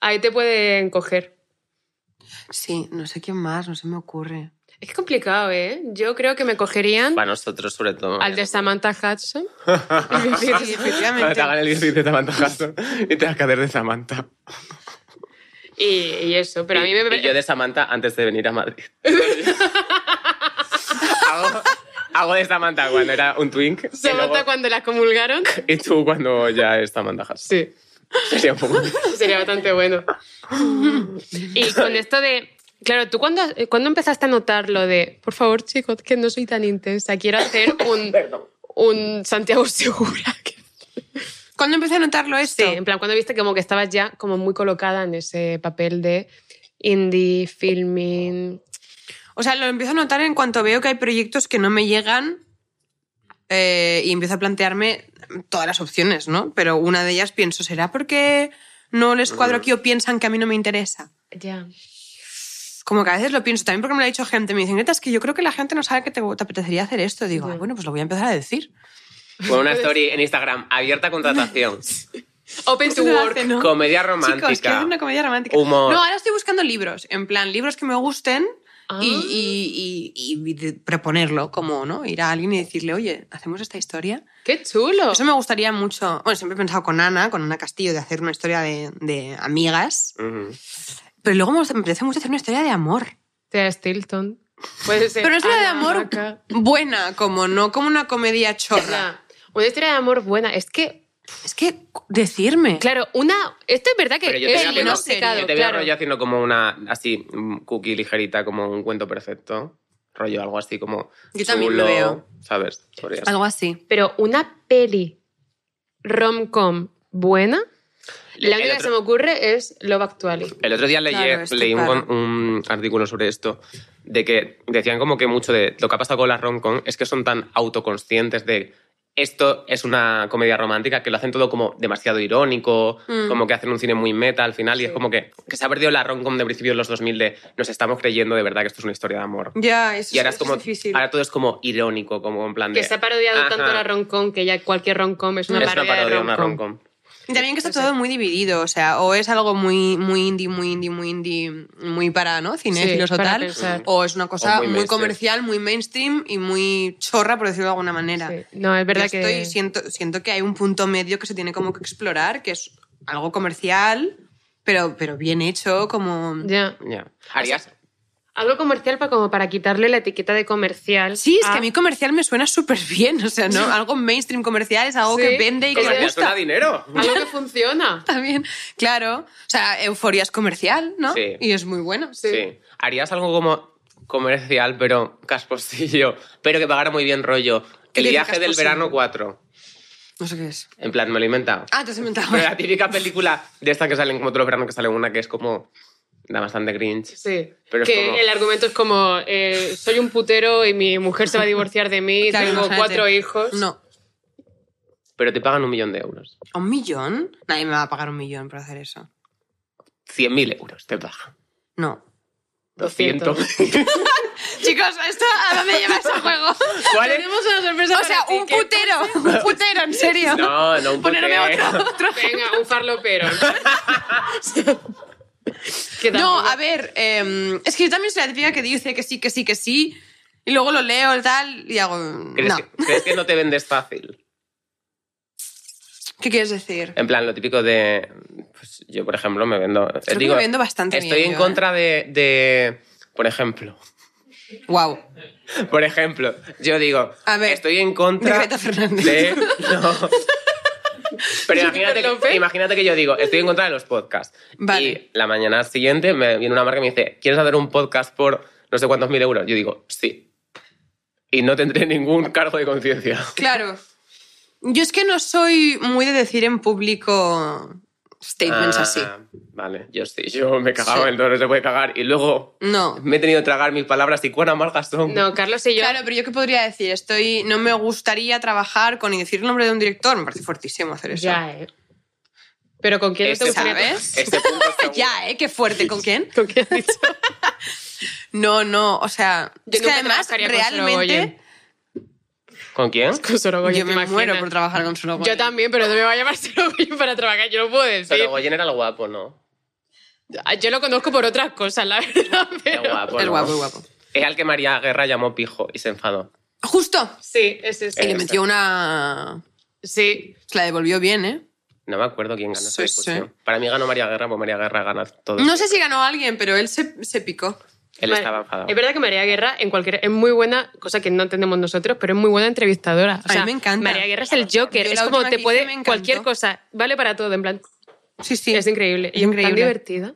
Speaker 1: ahí te pueden coger.
Speaker 3: Sí, no sé quién más, no se me ocurre.
Speaker 1: Es complicado, ¿eh? Yo creo que me cogerían
Speaker 2: Para nosotros, sobre todo.
Speaker 1: al de Samantha Hudson.
Speaker 3: Sí,
Speaker 2: Cuando te
Speaker 3: efectivamente.
Speaker 2: hagan el disfraz de Samantha Hudson y te vas a hacer de Samantha.
Speaker 1: Y, y eso, pero a mí me...
Speaker 2: Y yo de Samantha antes de venir a Madrid. hago, hago de Samantha cuando era un twink. y
Speaker 1: Samantha
Speaker 2: luego-
Speaker 1: cuando la comulgaron.
Speaker 2: Y tú cuando ya es Samantha Hudson.
Speaker 1: Sí.
Speaker 2: Sería un poco...
Speaker 1: Sería bastante bueno. Y con esto de. Claro, ¿tú cuándo, cuándo empezaste a notar lo de, por favor, chicos, que no soy tan intensa, quiero hacer un, un Santiago Segura?
Speaker 3: ¿Cuándo empecé a notarlo
Speaker 1: Sí,
Speaker 3: esto?
Speaker 1: en plan, cuando viste como que estabas ya como muy colocada en ese papel de indie, filming.
Speaker 3: O sea, lo empiezo a notar en cuanto veo que hay proyectos que no me llegan eh, y empiezo a plantearme todas las opciones, ¿no? Pero una de ellas pienso, ¿será porque no les
Speaker 1: Mm.
Speaker 3: cuadro aquí o piensan que a mí no me interesa?
Speaker 1: Ya.
Speaker 3: Como que a veces lo pienso, también porque me lo ha dicho gente, me dicen, neta, es que yo creo que la gente no sabe que te, te apetecería hacer esto. Digo,
Speaker 1: Ya.
Speaker 3: "Ah, bueno, pues lo voy a empezar a decir.
Speaker 2: Con una story en Instagram, abierta a contratación,
Speaker 1: Open to
Speaker 3: Se hace,
Speaker 1: work.
Speaker 3: ¿no?
Speaker 2: comedia romántica,
Speaker 3: Chicos, quiero hacer una comedia romántica.
Speaker 2: humor.
Speaker 3: No, ahora estoy buscando libros, en plan, libros que me gusten
Speaker 1: Ah.
Speaker 3: y, y- y- y de- proponerlo, como, ¿no? Ir a alguien y decirle, oye, hacemos esta historia.
Speaker 1: ¡Qué chulo!
Speaker 3: Eso me gustaría mucho. Bueno, siempre he pensado con Ana, con Ana Castillo, de hacer una historia de, de amigas.
Speaker 2: Ujú.
Speaker 3: Pero luego me gusta- me apetece mucho hacer una historia de amor.
Speaker 1: Tea Stilton. Puede ser.
Speaker 3: Pero una historia de
Speaker 1: Ana
Speaker 3: amor
Speaker 1: Maca.
Speaker 3: buena, como no como una comedia chorra.
Speaker 1: Ya. Una historia de amor buena. Es que
Speaker 3: Es que decirme.
Speaker 1: Claro, una. Esto es verdad que
Speaker 2: Pero yo te,
Speaker 1: es
Speaker 2: voy a,
Speaker 1: que no
Speaker 2: pero-
Speaker 1: has secado,
Speaker 2: yo te voy a
Speaker 1: claro.
Speaker 2: rollo haciendo como una, así, un cookie ligerita, como un cuento perfecto. Rollo algo así como...
Speaker 3: Yo también lo
Speaker 2: chulo,
Speaker 3: veo.
Speaker 2: ¿Sabes? Podría ser.
Speaker 3: Algo así.
Speaker 1: Pero una peli rom-com buena, la
Speaker 2: El
Speaker 1: única que
Speaker 2: otro-
Speaker 1: se me ocurre es Love Actually.
Speaker 2: El otro día leí,
Speaker 3: Claro, esto,
Speaker 2: leí un,
Speaker 3: claro.
Speaker 2: un artículo sobre esto, de que decían como que mucho de lo que ha pasado con las romcom es que son tan autoconscientes de esto es una comedia romántica, que lo hacen todo como demasiado irónico,
Speaker 3: Mm.
Speaker 2: como que hacen un cine muy meta al final, y es como que, que se ha perdido la romcom de principios de los 2000 de nos estamos creyendo de verdad que esto es una historia de amor.
Speaker 3: Ya, eso,
Speaker 2: Y ahora,
Speaker 3: es,
Speaker 2: es como,
Speaker 3: es difícil.
Speaker 2: ahora todo es como irónico, como en plan de...
Speaker 1: Que se ha parodiado
Speaker 2: ajá,
Speaker 1: tanto la rom-com que ya cualquier rom-com es una
Speaker 2: es una
Speaker 1: parodia
Speaker 2: parodia,
Speaker 1: de
Speaker 2: de una
Speaker 1: rom-com.
Speaker 2: romcom.
Speaker 3: Y también que está
Speaker 1: Puede
Speaker 3: todo muy dividido, o sea, o es algo muy, muy indie, muy indie, muy indie, muy para, ¿no? Cinéfilos o
Speaker 1: para
Speaker 3: tal,
Speaker 1: pensar.
Speaker 3: o es una cosa
Speaker 2: O muy
Speaker 3: muy,
Speaker 2: mainstream.
Speaker 3: comercial, muy mainstream y muy chorra, por decirlo de alguna manera.
Speaker 1: Sí. No, es verdad
Speaker 3: Yo
Speaker 1: que.
Speaker 3: estoy- siento, siento que hay un punto medio que se tiene como que explorar, que es algo comercial, pero, pero bien hecho, como...
Speaker 1: Ya.
Speaker 2: Ya. ¿Harías?
Speaker 1: Algo comercial para, como para quitarle la etiqueta de comercial.
Speaker 3: Sí, es que
Speaker 1: a-
Speaker 3: a mí comercial me suena súper bien, o sea, ¿no? Algo mainstream comercial es algo
Speaker 1: Sí.
Speaker 3: que vende y que
Speaker 1: Pero
Speaker 3: me
Speaker 1: ya
Speaker 2: ¿Harías
Speaker 3: gusta.
Speaker 2: una dinero?
Speaker 1: Algo que funciona.
Speaker 3: También, claro. O sea, euforia es comercial, ¿no?
Speaker 2: Sí.
Speaker 3: Y es muy bueno.
Speaker 2: Sí. ¿Harías algo como comercial, pero casposillo, pero que pagara muy bien rollo?
Speaker 3: ¿Qué
Speaker 2: El
Speaker 3: dice
Speaker 2: viaje del
Speaker 3: casposillo?
Speaker 2: verano 4.
Speaker 3: No sé qué es.
Speaker 2: En plan, me lo he inventado.
Speaker 3: Ah, te has inventado.
Speaker 2: Pero la típica película de estas que salen como todos los veranos, que sale una que es como... Da bastante cringe.
Speaker 1: Sí.
Speaker 2: Pero es
Speaker 1: que
Speaker 2: como-
Speaker 1: el argumento es como: eh, soy un putero y mi mujer se va a divorciar de mí,
Speaker 3: Claro,
Speaker 1: tengo
Speaker 3: imagínate.
Speaker 1: cuatro hijos.
Speaker 3: No.
Speaker 2: Pero te pagan un millón de euros.
Speaker 3: ¿A ¿Un millón? Nadie me va a pagar un millón por hacer eso.
Speaker 2: 100.000 euros te pagan.
Speaker 3: No.
Speaker 2: 200.
Speaker 1: 200.
Speaker 3: Chicos, chicos, ¿esto a dónde lleva ese juego?
Speaker 2: ¿Cuál es?
Speaker 1: Tenemos una sorpresa
Speaker 3: O sea,
Speaker 1: para ti,
Speaker 3: un
Speaker 1: que-
Speaker 3: putero, un putero, en serio.
Speaker 2: No, no un
Speaker 3: Ponerme
Speaker 2: putero.
Speaker 3: otro, otro
Speaker 1: Venga, un farlopero. Que
Speaker 3: No,
Speaker 1: tampoco-
Speaker 3: a ver, eh, es que yo también soy la típica que dice que sí, que sí, que sí, y luego lo leo y tal, y hago...
Speaker 2: ¿Crees,
Speaker 3: No.
Speaker 2: que, crees que no te vendes fácil?
Speaker 3: ¿Qué quieres decir?
Speaker 2: En plan, lo típico de. Pues yo, por ejemplo, me vendo. eh,
Speaker 3: que
Speaker 2: digo,
Speaker 3: me vendo bastante
Speaker 2: Estoy
Speaker 3: bien
Speaker 2: en
Speaker 3: yo, ¿eh?
Speaker 2: contra de, de. Por ejemplo.
Speaker 3: Wow.
Speaker 2: Eh, Por ejemplo, yo digo.
Speaker 3: A ver,
Speaker 2: estoy en contra.
Speaker 3: de Greta Fernández.
Speaker 2: de- no. Pero imagínate,
Speaker 1: Jennifer López.
Speaker 2: que- imagínate que yo digo, estoy en contra de los podcasts.
Speaker 3: Vale.
Speaker 2: Y la mañana siguiente me viene una marca y me dice, ¿quieres hacer un podcast por no sé cuántos mil euros? Yo digo, sí. Y no tendré ningún cargo de conciencia.
Speaker 3: Claro. Yo es que no soy muy de decir en público statements
Speaker 2: Ah,
Speaker 3: así.
Speaker 2: Vale, yo sí, yo me cagaba,
Speaker 3: Sí.
Speaker 2: el dolor se puede cagar. Y luego
Speaker 3: No.
Speaker 2: me he tenido que tragar mis palabras y cuán amargas son.
Speaker 1: No, Carlos y yo.
Speaker 3: Claro, pero yo qué podría decir, estoy, no me gustaría trabajar con y decir el nombre de un director, me parece fortísimo hacer eso.
Speaker 1: ya, eh. Pero ¿con quién no te
Speaker 2: Este-
Speaker 1: gustaría
Speaker 3: ¿Sabes?
Speaker 2: Este punto seguro.
Speaker 3: Ya, ¿eh? Qué fuerte, ¿con quién?
Speaker 1: ¿Con quién has dicho?
Speaker 3: No, no, o sea,
Speaker 1: Yo
Speaker 3: es que
Speaker 1: nunca
Speaker 3: además
Speaker 1: trabajaría con
Speaker 3: realmente
Speaker 1: Sorogoyen.
Speaker 2: ¿Con quién?
Speaker 1: Con Sorogoyen,
Speaker 3: yo
Speaker 1: ¿te
Speaker 3: me muero
Speaker 1: imaginas?
Speaker 3: por trabajar con Sorogoyen.
Speaker 1: Yo también, pero no me va a llamar Sorogoyen para trabajar, yo lo puedo decir.
Speaker 2: Sorogoyen era el guapo, ¿no?
Speaker 1: Yo lo conozco por otras cosas, la verdad,
Speaker 2: Era
Speaker 1: pero...
Speaker 2: guapo.
Speaker 3: El
Speaker 2: ¿no?
Speaker 3: guapo, el guapo.
Speaker 2: Es al que María Guerra llamó pijo y se enfadó.
Speaker 3: Justo.
Speaker 1: Sí, ese sí.
Speaker 3: Y le
Speaker 2: Ese.
Speaker 3: metió una...
Speaker 1: Sí,
Speaker 3: Se la devolvió bien, ¿eh?
Speaker 2: No me acuerdo quién ganó esa
Speaker 3: Sí, sí.
Speaker 2: discusión. Para mí ganó María Guerra, porque María Guerra gana todo.
Speaker 3: No sé si ganó alguien, pero él se, se picó.
Speaker 2: Él
Speaker 1: Vale.
Speaker 2: estaba enfadado.
Speaker 1: Es verdad que María Guerra en cualquier es muy buena, cosa que no entendemos nosotros, pero es muy buena entrevistadora. O
Speaker 3: A mí
Speaker 1: sea,
Speaker 3: me encanta.
Speaker 1: María Guerra es el Joker,
Speaker 3: Yo
Speaker 1: es
Speaker 3: la
Speaker 1: como
Speaker 3: última
Speaker 1: te
Speaker 3: que
Speaker 1: puede
Speaker 3: hice me encantó.
Speaker 1: cualquier cosa, vale para todo, en plan,
Speaker 3: Sí, sí.
Speaker 1: es increíble
Speaker 3: Es
Speaker 1: y es tan
Speaker 3: increíble.
Speaker 1: divertida.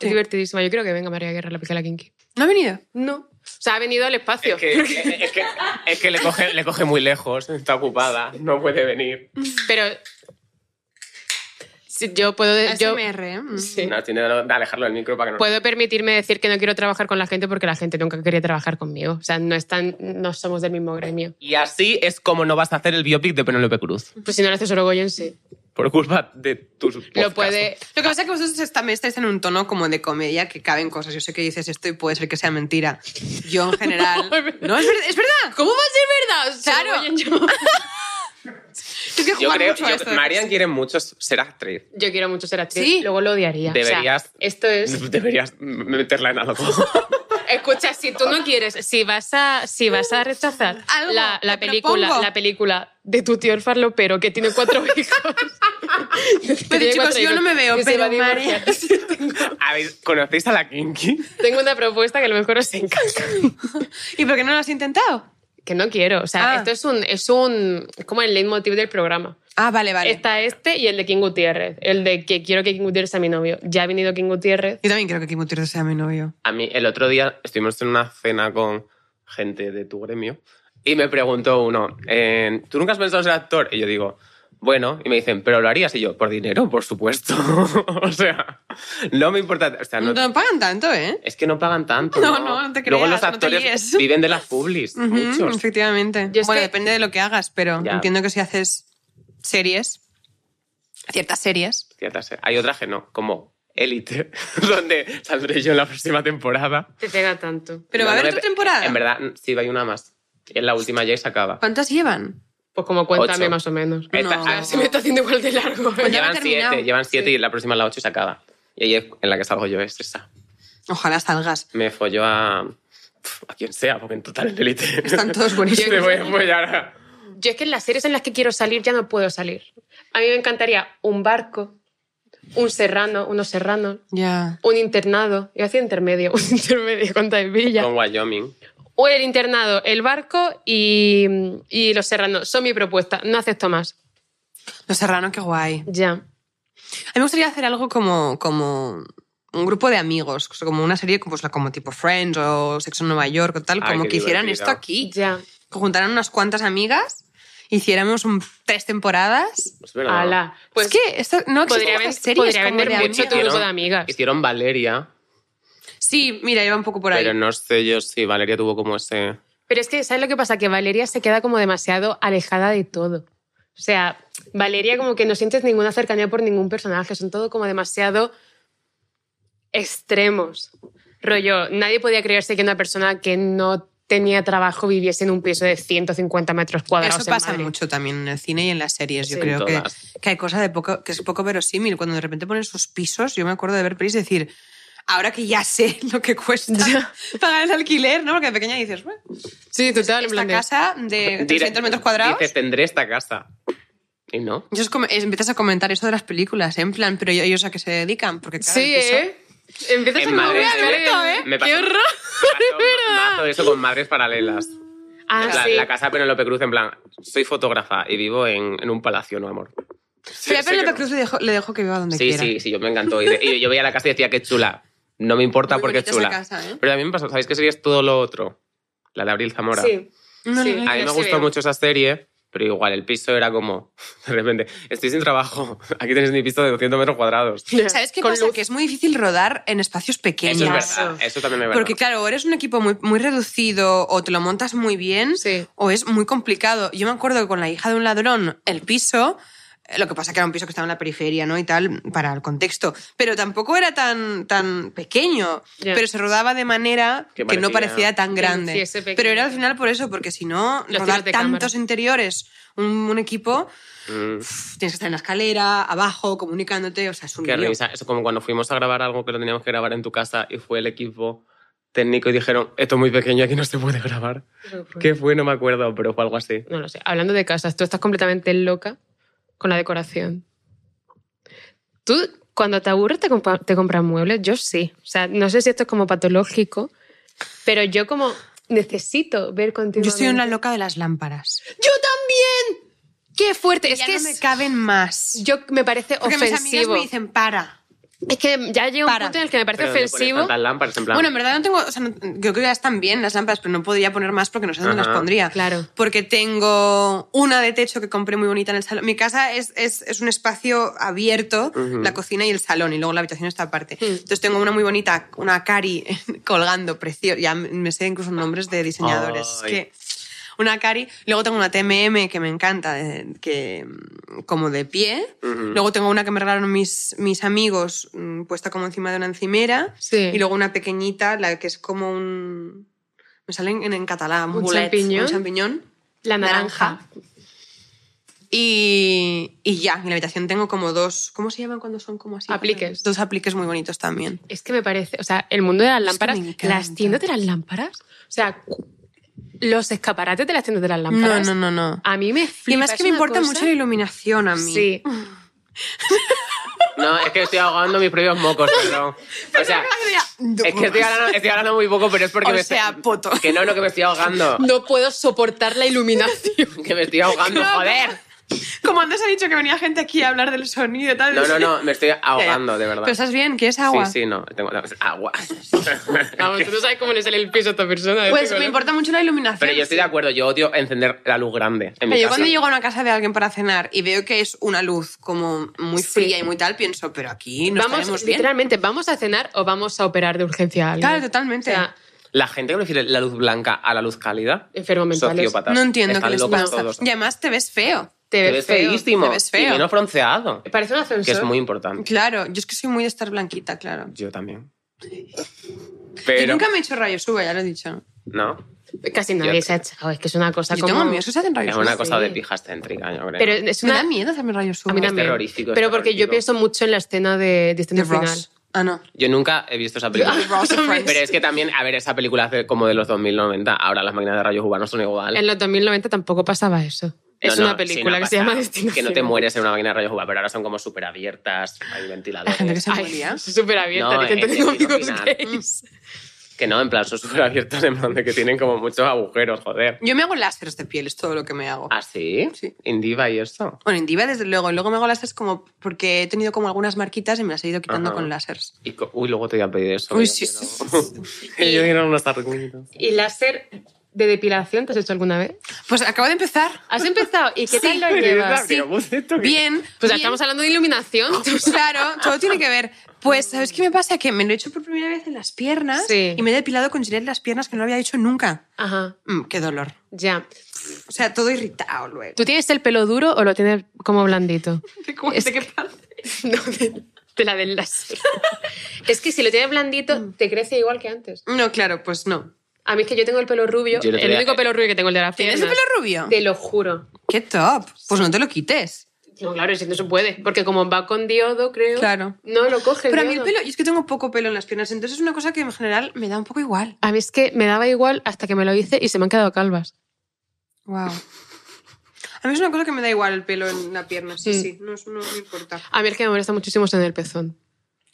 Speaker 3: Sí.
Speaker 1: Es divertidísima. Yo creo que venga María Guerra a la pica la Kinky.
Speaker 3: ¿No ha venido?
Speaker 1: No. O sea, ha venido al espacio.
Speaker 2: Es que, es que- es que le, coge, le coge muy lejos, está ocupada, no puede venir.
Speaker 1: Pero si yo puedo yo
Speaker 3: ASMR, ¿eh? Mm.
Speaker 1: sí.
Speaker 2: No, tiene que alejarlo del micro para que no.
Speaker 3: Pues-
Speaker 1: puedo permitirme decir que no quiero trabajar con la gente porque la gente nunca quería trabajar conmigo. O sea, no están no somos del mismo gremio.
Speaker 2: Y así es como no vas a hacer el biopic de Penélope Cruz.
Speaker 1: Pues si no lo haces Orogoyen, sí.
Speaker 2: Por culpa de tus. podcasts.
Speaker 1: Lo puede
Speaker 3: Lo que pasa es que vosotros est- también estáis en un tono como de comedia que caben cosas. Yo sé que dices esto y puede ser que sea mentira. Yo en general... no, es, ver- es verdad.
Speaker 1: ¿Cómo va a ser verdad?
Speaker 3: Claro.
Speaker 1: yo...
Speaker 3: Es que
Speaker 2: Yo
Speaker 3: jugar
Speaker 2: creo
Speaker 3: mucho a esto
Speaker 2: que
Speaker 3: de
Speaker 2: Marian
Speaker 3: cosas.
Speaker 2: quiere mucho ser actriz.
Speaker 1: yo quiero mucho ser actriz.
Speaker 3: Sí.
Speaker 1: Luego lo odiaría. O sea,
Speaker 2: Deberías-
Speaker 1: esto es.
Speaker 2: Deberías meterla en algo.
Speaker 1: Escucha, si tú no quieres, si vas a, si vas a rechazar
Speaker 3: Algo,
Speaker 1: la, la
Speaker 3: te
Speaker 1: película,
Speaker 3: propongo.
Speaker 1: la película de tu tío el farlopero que tiene cuatro hijos.
Speaker 3: Pero
Speaker 1: Tiene
Speaker 3: Pues chicos,
Speaker 1: cuatro
Speaker 3: yo
Speaker 1: hijos
Speaker 3: no me veo,
Speaker 1: y se va
Speaker 3: pero
Speaker 1: a divorciar.
Speaker 3: Marian...
Speaker 2: A ver, ¿conocéis a la Kinky?
Speaker 1: Tengo una propuesta que a lo mejor os encanta.
Speaker 3: ¿Y por qué no lo has intentado?
Speaker 1: Que no quiero. O sea,
Speaker 3: Ah.
Speaker 1: esto es un, es un. Es como el leitmotiv del programa.
Speaker 3: Ah, vale, vale.
Speaker 1: Está este y el de King Gutiérrez. El de que quiero que King Gutiérrez sea mi novio. Ya ha venido King Gutiérrez.
Speaker 3: Yo también creo que Kim Gutiérrez sea mi novio.
Speaker 2: A mí, el otro día estuvimos en una cena con gente de tu gremio y me preguntó uno, eh, ¿tú nunca has pensado en ser actor? Y yo digo, bueno, y me dicen, ¿pero lo harías? Y yo, por dinero, por supuesto. o sea, no me importa. O sea,
Speaker 3: No,
Speaker 2: Ah, no,
Speaker 3: te pagan tanto, ¿eh?
Speaker 2: es que no pagan tanto.
Speaker 3: No, no, no te
Speaker 2: Luego
Speaker 3: creas,
Speaker 2: los
Speaker 3: no te
Speaker 2: actores
Speaker 3: líes.
Speaker 2: viven de las publis,
Speaker 3: Ujú,
Speaker 2: muchos.
Speaker 3: efectivamente.
Speaker 1: Yo es
Speaker 3: bueno,
Speaker 1: que-
Speaker 3: depende de lo que hagas, pero
Speaker 2: Ya.
Speaker 3: entiendo que si haces series, ciertas series,
Speaker 2: Ciertas, eh. Hay otras que no, como Élite, donde saldré yo en la próxima temporada.
Speaker 1: Te pega tanto.
Speaker 3: Pero
Speaker 2: No,
Speaker 3: va a
Speaker 2: no
Speaker 3: haber
Speaker 2: me
Speaker 3: otra
Speaker 2: pe-
Speaker 3: temporada.
Speaker 2: En verdad, sí, hay una más. En la última ya y se acaba.
Speaker 3: ¿Cuántas llevan?
Speaker 1: Pues como cuéntame
Speaker 2: Ocho.
Speaker 1: más o menos.
Speaker 2: Esta-
Speaker 3: No.
Speaker 2: ah,
Speaker 1: Se me está haciendo igual de largo.
Speaker 3: Pues ya
Speaker 2: llevan
Speaker 3: habrá terminado.
Speaker 2: siete, llevan siete y la próxima es la ocho y se acaba. Y ahí es en la que salgo yo, es esa.
Speaker 3: Ojalá salgas.
Speaker 2: Me folló a. pf, a quien sea, porque en total en élite.
Speaker 3: Están todos buenísimos.
Speaker 2: Te voy a follar a-
Speaker 1: Yo es que en las series en las que quiero salir ya no puedo salir. A mí me encantaría un barco, un serrano, unos serranos,
Speaker 3: Ya.
Speaker 1: un internado. Yo hacía intermedio, un intermedio con Taivilla.
Speaker 2: con Wyoming.
Speaker 1: O el internado, el barco y, y los serranos. Son mi propuesta. No acepto más.
Speaker 3: Los Serrano, qué guay.
Speaker 1: Ya.
Speaker 3: A mí me gustaría hacer algo como, como un grupo de amigos, o sea, como una serie como, pues, como tipo Friends o Sexo en Nueva York o tal,
Speaker 2: Ay,
Speaker 3: como
Speaker 2: qué
Speaker 3: que hicieran
Speaker 2: divertido.
Speaker 3: esto aquí.
Speaker 1: Ya.
Speaker 3: Que juntaran unas cuantas amigas, hiciéramos un- tres temporadas.
Speaker 2: Es verdad.
Speaker 1: Ala. Pues
Speaker 3: es que esto no
Speaker 1: podría,
Speaker 3: existen
Speaker 1: ven-
Speaker 3: estas series
Speaker 1: podría
Speaker 3: como
Speaker 1: vender
Speaker 3: de
Speaker 1: mucho tu
Speaker 3: amigas.
Speaker 1: grupo de amigas.
Speaker 2: Hicieron Valeria,
Speaker 3: Sí, mira, iba un poco por ahí.
Speaker 2: pero no sé yo si Valeria tuvo como ese.
Speaker 1: Pero es que, ¿sabes lo que pasa? Que Valeria se queda como demasiado alejada de todo. O sea, Valeria como que no sientes ninguna cercanía por ningún personaje, son todo como demasiado extremos. Rollo, nadie podía creerse que una persona que no tenía trabajo viviese en un piso de 150 metros cuadrados.
Speaker 3: Eso
Speaker 1: en
Speaker 3: pasa
Speaker 1: Madrid.
Speaker 3: mucho también en el cine y en las series. Yo
Speaker 1: Sí.
Speaker 3: creo que,
Speaker 2: Todas.
Speaker 3: que hay cosa de poco, que es poco verosímil. Cuando de repente ponen sus pisos, yo me acuerdo de ver pelis y decir, ahora que ya sé lo que cuesta pagar el alquiler, ¿no? Porque de pequeña dices, bueno,
Speaker 1: Sí, total. en
Speaker 3: esta
Speaker 1: plan de-
Speaker 3: casa de
Speaker 2: Dire-
Speaker 3: 300 metros cuadrados.
Speaker 2: Dice, tendré esta casa. Y no.
Speaker 3: Yo es como- es- empiezas a comentar eso de las películas, ¿eh? en plan, pero ellos a qué se dedican, porque claro,
Speaker 1: Sí,
Speaker 3: el piso-
Speaker 1: ¿eh? Empiezas
Speaker 2: En
Speaker 1: a
Speaker 2: Madrid,
Speaker 1: mover,
Speaker 2: Alberto,
Speaker 1: ¿eh?
Speaker 2: ¿eh? Me
Speaker 1: ¡Qué
Speaker 2: pasó-
Speaker 1: horror!
Speaker 2: Pasó un
Speaker 1: verdad.
Speaker 2: mazo eso con madres paralelas.
Speaker 1: Ah,
Speaker 2: En plan,
Speaker 1: sí.
Speaker 2: La casa de Penélope Cruz, en plan, soy fotógrafa y vivo en, en un palacio, no amor. Sí,
Speaker 3: Pero a
Speaker 2: sé
Speaker 3: Penélope
Speaker 2: que no.
Speaker 3: Cruz le dejó, le dejó que viva donde
Speaker 2: Sí,
Speaker 3: quiera.
Speaker 2: sí, sí, yo me encantó. Y, de- y yo veía la casa y decía, qué chula. No me importa
Speaker 3: Muy
Speaker 2: porque es
Speaker 3: bonita esa
Speaker 2: chula.
Speaker 3: casa, ¿eh?
Speaker 2: Pero a mí me pasó, ¿sabéis qué serie es todo lo otro? La de Abril Zamora.
Speaker 1: Sí.
Speaker 3: No,
Speaker 1: Sí.
Speaker 3: no, no.
Speaker 2: A mí
Speaker 1: ya
Speaker 2: me
Speaker 1: sí
Speaker 2: gustó
Speaker 1: veo.
Speaker 2: mucho esa serie, pero igual el piso era como, de repente, estoy sin trabajo, aquí tenéis mi piso de 200 metros cuadrados.
Speaker 3: ¿Sabes qué
Speaker 1: Con
Speaker 3: pasa?
Speaker 1: luz.
Speaker 3: Que es muy difícil rodar en espacios
Speaker 2: Eso
Speaker 3: pequeños.
Speaker 2: es
Speaker 1: Ya.
Speaker 2: verdad, eso también me verdad.
Speaker 3: Porque claro, o eres un equipo muy, muy reducido o te lo montas muy bien
Speaker 1: Sí.
Speaker 3: o es muy complicado. Yo me acuerdo que con la hija de un ladrón, el piso, eh, lo que pasa que era un piso que estaba en la periferia, ¿no? Y tal, para el contexto. Pero tampoco era tan, tan pequeño,
Speaker 1: Ya.
Speaker 3: pero se rodaba de manera
Speaker 2: Que
Speaker 3: que, no
Speaker 2: parecía-
Speaker 3: parecía tan grande.
Speaker 1: luciese pequeño.
Speaker 3: pero era al final por eso, porque si no,
Speaker 1: Los
Speaker 3: rodar
Speaker 1: tiros de
Speaker 3: tantos
Speaker 1: cámara.
Speaker 3: interiores, un, un equipo,
Speaker 2: Mm.
Speaker 3: pf, tienes que estar en la escalera, abajo, comunicándote, o sea, es un
Speaker 2: Qué
Speaker 3: lío.
Speaker 2: risa. Es como cuando fuimos a grabar algo que lo teníamos que grabar en tu casa y fue el equipo técnico y dijeron, esto es muy pequeño, aquí no se puede grabar.
Speaker 1: Pues
Speaker 2: ¿Qué fue? No me acuerdo, pero fue algo así.
Speaker 1: No lo sé. Hablando de casas, tú estás completamente loca con la decoración. Tú, cuando te aburres, te, compa- te compras muebles. Yo sí. O sea, no sé si esto es como patológico, pero yo como necesito ver continuamente.
Speaker 3: Yo soy una loca de las lámparas.
Speaker 1: ¡Yo también! ¡Qué fuerte! Es
Speaker 3: ya
Speaker 1: que
Speaker 3: no
Speaker 1: es-
Speaker 3: me caben más.
Speaker 1: yo me parece
Speaker 3: Porque mis amigas
Speaker 1: ofensivo.
Speaker 3: me dicen, para.
Speaker 1: Es que ya llega un
Speaker 3: Para.
Speaker 1: punto en el que me parece
Speaker 2: Pero ¿dónde pones
Speaker 1: ofensivo.
Speaker 2: tantas lámparas, en plan,
Speaker 3: Bueno, en verdad no tengo. O sea, no- yo creo que ya están bien las lámparas, pero no podía poner más porque no sé dónde
Speaker 2: Ajá.
Speaker 3: las pondría.
Speaker 1: Claro.
Speaker 3: Porque tengo una de techo que compré muy bonita en el salón. Mi casa es, es, es un espacio abierto,
Speaker 2: Ujú.
Speaker 3: la cocina y el salón, y luego la habitación está aparte.
Speaker 1: Mm.
Speaker 3: Entonces tengo una muy bonita, una cari colgando, preciosa. Ya me sé incluso nombres de diseñadores. Es
Speaker 2: Ay.
Speaker 3: que- una cari. Luego tengo una TMM que me encanta, de- que mm, como de pie.
Speaker 2: Ujú.
Speaker 3: Luego tengo una que me regalaron mis, mis amigos, mm, puesta como encima de una encimera.
Speaker 1: Sí.
Speaker 3: Y luego una pequeñita, la que es como un... Me salen en, en catalán,
Speaker 1: ¿Un
Speaker 3: bulet,
Speaker 1: champiñón?
Speaker 3: Un champiñón.
Speaker 1: la naranja.
Speaker 3: Y, y ya, en la habitación tengo como dos... ¿Cómo se llaman cuando son como así?
Speaker 1: Apliques.
Speaker 3: Dos apliques muy bonitos también.
Speaker 1: Es que me parece, o sea, el mundo de las
Speaker 3: que
Speaker 1: lámparas,
Speaker 3: me encanta.
Speaker 1: las tiendas de las lámparas, o sea, cu- los escaparates de las tiendas de las
Speaker 3: No,
Speaker 1: lámparas.
Speaker 3: no, no, no.
Speaker 1: A mí me
Speaker 3: Y
Speaker 1: flipa.
Speaker 3: además
Speaker 1: es
Speaker 3: que me
Speaker 1: una
Speaker 3: importa
Speaker 1: cosa-
Speaker 3: mucho la iluminación a mí.
Speaker 1: Sí.
Speaker 2: No, es que estoy ahogando mis propios mocos, perdón. O sea, es que estoy hablando, estoy hablando muy poco, pero es porque
Speaker 3: O
Speaker 2: me
Speaker 3: sea,
Speaker 2: estoy...
Speaker 3: poto.
Speaker 2: Que no, no, que me estoy ahogando.
Speaker 1: No puedo soportar la iluminación.
Speaker 2: Que me estoy ahogando,
Speaker 3: No, no.
Speaker 2: joder.
Speaker 3: Como antes ha dicho que venía gente aquí a hablar del sonido y tal.
Speaker 2: No, no, no, me estoy
Speaker 3: Ya, ya.
Speaker 2: ahogando, de verdad.
Speaker 3: Pero estás bien, ¿quieres agua? Ah,
Speaker 2: Sí, sí, no. Tengo agua.
Speaker 1: Vamos, tú no sabes cómo le sale el piso a esta persona. ¿eh?
Speaker 3: Pues
Speaker 1: Digo,
Speaker 3: me
Speaker 1: ¿no?
Speaker 3: importa mucho la iluminación.
Speaker 2: Pero yo estoy de acuerdo, yo odio encender la luz grande en mi
Speaker 3: Pero yo
Speaker 2: casa.
Speaker 3: cuando llego a una casa de alguien para cenar y veo que es una luz como muy
Speaker 1: Sí.
Speaker 3: fría y muy tal, pienso, pero aquí no
Speaker 1: Vamos,
Speaker 3: estaremos bien.
Speaker 1: literalmente, ¿vamos a cenar o vamos a operar de urgencia a alguien?
Speaker 3: Claro, totalmente.
Speaker 1: O sea,
Speaker 2: La gente que prefiere la luz blanca a la luz cálida.
Speaker 1: enfermos mentales.
Speaker 2: Sociópatas.
Speaker 3: no entiendo
Speaker 2: Están
Speaker 3: que les
Speaker 2: locos
Speaker 3: gusta.
Speaker 2: todos.
Speaker 3: Y además te ves feo.
Speaker 1: Te
Speaker 2: Te
Speaker 1: ves
Speaker 2: ves
Speaker 1: feo.
Speaker 2: feísimo.
Speaker 3: te ves feo.
Speaker 2: Y menos bronceado.
Speaker 1: Parece un ascensor.
Speaker 2: Que es muy importante.
Speaker 3: Claro, yo es que soy muy de estar blanquita, claro.
Speaker 2: Yo también.
Speaker 3: Yo
Speaker 2: Pero.
Speaker 3: nunca me he hecho rayos uva, ya lo he dicho.
Speaker 2: No.
Speaker 1: Casi nadie
Speaker 2: Yo-
Speaker 1: se ha echado. Es que es una cosa
Speaker 3: yo
Speaker 1: como...
Speaker 3: tengo amigos que se hacen
Speaker 2: Es
Speaker 3: rayos uva.
Speaker 2: una cosa
Speaker 1: sí.
Speaker 2: de pijas céntrica, yo creo.
Speaker 1: Pero es
Speaker 3: Me
Speaker 1: una...
Speaker 3: da miedo hacerme rayos uva.
Speaker 1: A mí
Speaker 2: Es
Speaker 1: también.
Speaker 2: terrorífico, es
Speaker 1: Pero porque yo
Speaker 2: terrorífico.
Speaker 1: pienso mucho en la escena de
Speaker 3: De
Speaker 1: Destino Final.
Speaker 3: Ross. Ah, no.
Speaker 2: Yo nunca he visto esa película.
Speaker 3: De Ross pues. de Friends.
Speaker 2: Pero es que también, a ver, esa película hace como de los 2090. Ahora las máquinas de rayos urbanos son igual.
Speaker 1: En los 2090 tampoco pasaba eso. es
Speaker 2: No, no,
Speaker 1: una película
Speaker 2: sí, no
Speaker 1: que se
Speaker 2: pasa.
Speaker 1: llama Destino
Speaker 2: Que no te
Speaker 1: Final.
Speaker 2: mueres en una máquina de rayos uva, pero ahora son como súper abiertas, hay
Speaker 3: Hay
Speaker 2: ventiladores.
Speaker 3: gente que se
Speaker 1: Ay,
Speaker 3: moría.
Speaker 1: súper abierta.
Speaker 2: No,
Speaker 1: que
Speaker 2: en
Speaker 1: tengo
Speaker 2: Destino
Speaker 1: amigos
Speaker 2: Final.
Speaker 1: gays.
Speaker 2: Que no, en plan, son súper abiertos, en plan de que tienen como muchos agujeros, joder.
Speaker 3: Yo me hago láseres de piel, es todo lo que me hago.
Speaker 2: ¿Ah, sí?
Speaker 3: Sí.
Speaker 2: Indiva y eso.
Speaker 3: Bueno, en Diva, desde luego. Y Luego me hago láseres como porque he tenido como algunas marquitas y me las he ido quitando
Speaker 2: Ajá.
Speaker 3: con láseres.
Speaker 2: Y co- Uy, luego te voy a pedir eso.
Speaker 3: Uy,
Speaker 2: que yo
Speaker 3: sí,
Speaker 2: quiero-
Speaker 3: sí,
Speaker 2: que yo quiero unos arreglitos.
Speaker 1: ¿Y láser de depilación te has hecho alguna vez?
Speaker 3: Pues acabo de empezar.
Speaker 1: ¿Has empezado? ¿Y qué tal lo
Speaker 2: Pero
Speaker 1: llevas?
Speaker 2: es la- pero vos esto que-
Speaker 3: Bien.
Speaker 1: Pues
Speaker 3: bien.
Speaker 1: estamos hablando de iluminación.
Speaker 3: Claro, todo tiene que ver. Pues, ¿sabes qué me pasa? Que me lo he hecho por primera vez en las piernas
Speaker 1: Sí.
Speaker 3: y me he depilado con Gillette las piernas que no lo había hecho nunca.
Speaker 1: Ajá,
Speaker 3: Mm, qué dolor.
Speaker 1: ya.
Speaker 3: O sea, todo irritado luego.
Speaker 1: ¿Tú tienes el pelo duro o lo tienes como blandito?
Speaker 3: ¿Te cuento
Speaker 1: Es
Speaker 3: qué pasa?
Speaker 1: No, de, de la del láser. es que si lo tienes blandito, te crece igual que antes.
Speaker 3: No, claro, pues no.
Speaker 1: A mí es que yo tengo el pelo rubio,
Speaker 2: Yo
Speaker 1: el,
Speaker 2: el otro día-
Speaker 1: único pelo rubio que tengo el de las
Speaker 3: ¿Tienes
Speaker 1: piernas.
Speaker 3: el pelo rubio?
Speaker 1: Te lo juro.
Speaker 3: ¡Qué top! Pues no te lo quites.
Speaker 1: No, claro, si no se puede, porque como va con diodo, creo.
Speaker 3: Claro.
Speaker 1: No lo coge.
Speaker 3: Pero a mí el
Speaker 1: diodo.
Speaker 3: pelo, y es que tengo poco pelo en las piernas, entonces es una cosa que en general me da un poco igual.
Speaker 1: A mí es que me daba igual hasta que me lo hice y se me han quedado calvas.
Speaker 3: Wow. A mí es una cosa que me da igual el pelo en la pierna, sí,
Speaker 1: Mm.
Speaker 3: sí, no, es- no me importa.
Speaker 1: A mí el que me molesta muchísimo es en el pezón.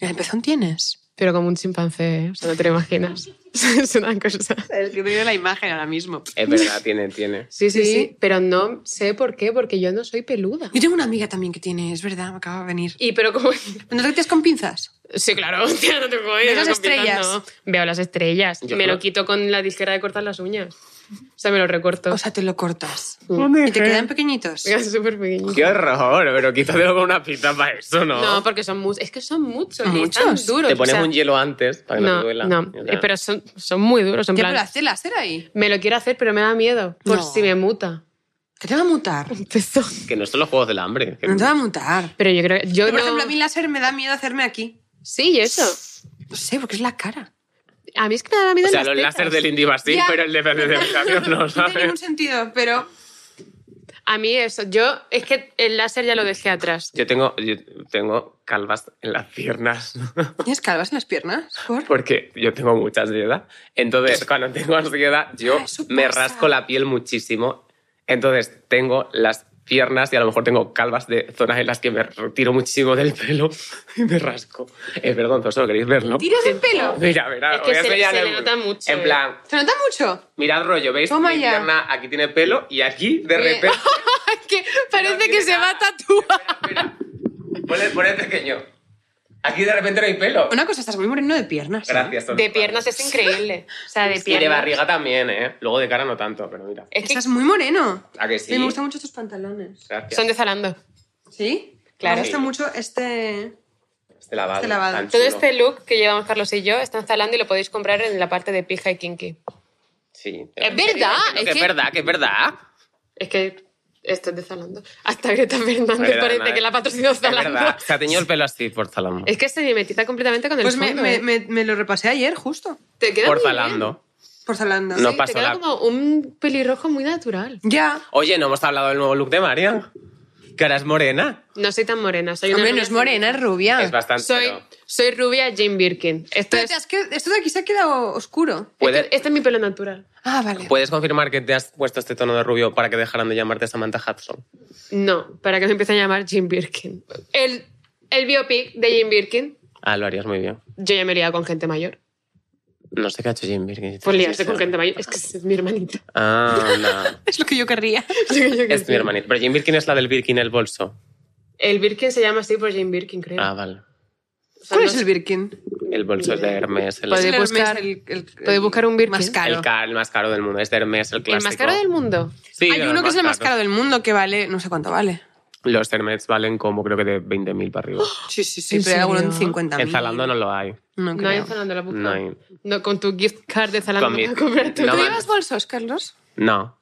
Speaker 3: ¿El pezón tienes?
Speaker 1: Pero como un chimpancé, o sea, no te lo imaginas. es una cosa.
Speaker 3: Es que tengo la imagen ahora mismo.
Speaker 2: Es verdad, tiene, tiene.
Speaker 1: Sí, sí,
Speaker 3: Sí.
Speaker 1: sí, Pero no sé por qué, porque yo no soy peluda.
Speaker 3: Yo tengo una amiga también que tiene, es verdad, me acaba de venir.
Speaker 1: Y pero como...
Speaker 3: ¿No te quitas con pinzas?
Speaker 1: Sí, claro, tía, no te puedo ir,
Speaker 3: ¿Ves las
Speaker 1: no, complicado,
Speaker 3: estrellas?
Speaker 1: no. Veo las estrellas.
Speaker 2: Yo
Speaker 1: me
Speaker 2: no.
Speaker 1: lo quito con la disquera de cortar las uñas. O sea, me lo recorto.
Speaker 3: O sea, te lo cortas.
Speaker 1: Mm.
Speaker 3: ¿Y te quedan pequeñitos?
Speaker 1: Me queda súper pequeño.
Speaker 2: ¡Qué horror! Pero quítatelo con una pizza para eso, ¿no?
Speaker 1: No, porque son muchos. Es que son muchos. y
Speaker 3: Muchos.
Speaker 1: están duros.
Speaker 2: Te pones
Speaker 1: o sea,
Speaker 2: un hielo antes para que no, te duela.
Speaker 1: no, eh,
Speaker 2: O sea,
Speaker 1: pero son, son muy duros. En
Speaker 3: Ya,
Speaker 1: plan,
Speaker 3: pero hazte láser ahí.
Speaker 1: me lo quiero hacer, pero me da miedo. Por
Speaker 3: No.
Speaker 1: si me muta.
Speaker 3: Que te va a mutar.
Speaker 1: Un pezón.
Speaker 2: Que no son los juegos del hambre. que-
Speaker 3: No te va a mutar.
Speaker 1: Pero yo creo. Yo
Speaker 3: Por
Speaker 1: no-
Speaker 3: ejemplo, a mí láser me da miedo hacerme aquí.
Speaker 1: Sí, y eso.
Speaker 3: No sé, porque es la cara.
Speaker 1: A mí es que me da miedo.
Speaker 2: O sea,
Speaker 1: las
Speaker 2: los
Speaker 1: tetas.
Speaker 2: láser del Indy Bastín,
Speaker 3: Ya.
Speaker 2: pero el de de- de habitación no,
Speaker 3: No tiene ningún
Speaker 2: ¿sabes?
Speaker 3: sentido, pero...
Speaker 1: A mí eso. Yo. Es que el láser ya lo dejé atrás.
Speaker 2: Yo tengo, yo tengo calvas en las piernas.
Speaker 3: ¿Tienes calvas en las piernas? ¿Por?
Speaker 2: Porque yo tengo mucha ansiedad. Entonces, cuando tengo ansiedad, yo
Speaker 3: Ah, eso
Speaker 2: me
Speaker 3: pasa.
Speaker 2: rasco la piel muchísimo. Entonces, tengo las piernas y a lo mejor tengo calvas de zonas en las que me retiro muchísimo del pelo y me rasco. Eh, perdón, todo eso queréis verlo.
Speaker 3: ¿Tiras el pelo?
Speaker 2: Mira, mira,
Speaker 1: Es que
Speaker 2: voy a
Speaker 1: se le-
Speaker 2: enseñar
Speaker 1: se le
Speaker 2: el-
Speaker 1: nota mucho,
Speaker 2: En
Speaker 1: eh.
Speaker 2: plan,
Speaker 3: ¿Se nota mucho?
Speaker 2: mirad rollo, ¿veis?
Speaker 3: Toma
Speaker 2: Mi
Speaker 3: ya.
Speaker 2: pierna aquí tiene pelo y aquí de
Speaker 3: Eh.
Speaker 2: repente.
Speaker 1: que parece que
Speaker 2: tiene
Speaker 1: se va a
Speaker 2: nada.
Speaker 1: tatuar.
Speaker 2: Mira, ponle, ponle pequeño. Aquí de repente no hay pelo.
Speaker 3: Una cosa, estás muy moreno de piernas. ¿eh?
Speaker 2: Gracias. Tony.
Speaker 1: De piernas es increíble. O sea, de piernas.
Speaker 2: Y de barriga también, ¿eh? Luego de cara no tanto, pero mira.
Speaker 1: Es que
Speaker 3: Estás muy moreno.
Speaker 2: ¿A que sí?
Speaker 3: Me gustan mucho estos pantalones.
Speaker 2: Gracias.
Speaker 1: son de Zalando.
Speaker 3: ¿Sí?
Speaker 1: Claro.
Speaker 3: Me gusta mucho este...
Speaker 2: Este lavado.
Speaker 3: Este lavado.
Speaker 2: tan
Speaker 1: Todo
Speaker 2: chulo.
Speaker 1: este look que llevamos Carlos y yo está en Zalando y lo podéis comprar en la parte de pija y kinky.
Speaker 2: Sí.
Speaker 1: Es verdad,
Speaker 2: Que no,
Speaker 1: es
Speaker 2: que es
Speaker 1: que-
Speaker 2: verdad, que es verdad.
Speaker 1: Es que esto es de Zalando. Hasta Greta Fernández
Speaker 2: Verdad,
Speaker 1: parece
Speaker 2: madre.
Speaker 1: que la ha patrocinado
Speaker 2: Es
Speaker 1: Zalando.
Speaker 2: verdad. Se ha teñido el pelo así por Zalando.
Speaker 1: Es que se mimetiza completamente con el
Speaker 3: Pues me,
Speaker 1: fondo,
Speaker 3: me-
Speaker 1: ¿eh?
Speaker 3: me- me lo repasé ayer, justo.
Speaker 1: Te queda
Speaker 2: Por
Speaker 1: muy bien.
Speaker 2: Zalando.
Speaker 3: Por Zalando.
Speaker 2: No
Speaker 1: Sí,
Speaker 2: pasó
Speaker 1: te queda
Speaker 2: la-
Speaker 1: como un pelirrojo muy natural.
Speaker 3: Ya.
Speaker 2: Oye, no hemos hablado del nuevo look de María. Que ahora es morena.
Speaker 1: No soy tan morena. Soy una
Speaker 3: Hombre, no
Speaker 1: rubia
Speaker 3: es morena, es rubia.
Speaker 2: Es bastante.
Speaker 1: Ah, Soy,
Speaker 2: pero
Speaker 1: soy rubia Jane Birkin. Esto,
Speaker 3: Pero
Speaker 1: es,
Speaker 3: te has qued- Esto de aquí se ha quedado oscuro.
Speaker 2: ¿Puede-
Speaker 1: este, este es mi pelo natural.
Speaker 3: Ah, vale.
Speaker 2: ¿Puedes confirmar que te has puesto este tono de rubio para que dejaran de llamarte Samantha Hudson?
Speaker 1: No, para que me empiecen a llamar Jane Birkin. El, el biopic de Jane Birkin,
Speaker 2: Ah, lo harías muy bien.
Speaker 1: yo ya me he liado con gente mayor.
Speaker 2: No sé qué ha hecho Jim Birkin.
Speaker 1: Pues liarse con gente mayor. Es que es mi hermanita.
Speaker 2: Ah, no.
Speaker 3: Es lo que yo querría.
Speaker 2: es mi hermanita. Pero Jim Birkin es la del Birkin el bolso.
Speaker 1: El Birkin se llama así por Jane Birkin, creo.
Speaker 2: Ah, vale.
Speaker 1: O sea,
Speaker 3: ¿Cuál
Speaker 1: no
Speaker 3: es
Speaker 1: sé-
Speaker 3: el Birkin?
Speaker 2: El bolso es de Hermes. El,
Speaker 1: Podéis
Speaker 2: el,
Speaker 1: Podéis buscar- podéis buscar un Birkin.
Speaker 3: Más caro.
Speaker 2: ca- el más caro del mundo. Es de Hermes, el
Speaker 1: El
Speaker 2: clásico.
Speaker 1: más caro del mundo.
Speaker 2: Sí,
Speaker 3: Hay uno que es el más
Speaker 2: caros.
Speaker 3: caro del mundo que vale, no sé cuánto vale.
Speaker 2: Los Hermes valen como creo que de 20.000 para arriba.
Speaker 3: Sí, sí, sí,
Speaker 1: ¿En
Speaker 3: pero hay alguno en
Speaker 1: serio?
Speaker 3: 50
Speaker 2: en Zalando no lo hay.
Speaker 3: No,
Speaker 1: No hay
Speaker 3: creo.
Speaker 1: en Zalando la busca.
Speaker 2: No hay.
Speaker 1: No, con tu gift card de Zalando
Speaker 2: Con mi-
Speaker 1: para comprar tu-
Speaker 2: No,
Speaker 3: ¿Tú
Speaker 2: man.
Speaker 3: llevas bolsos, Carlos?
Speaker 2: No.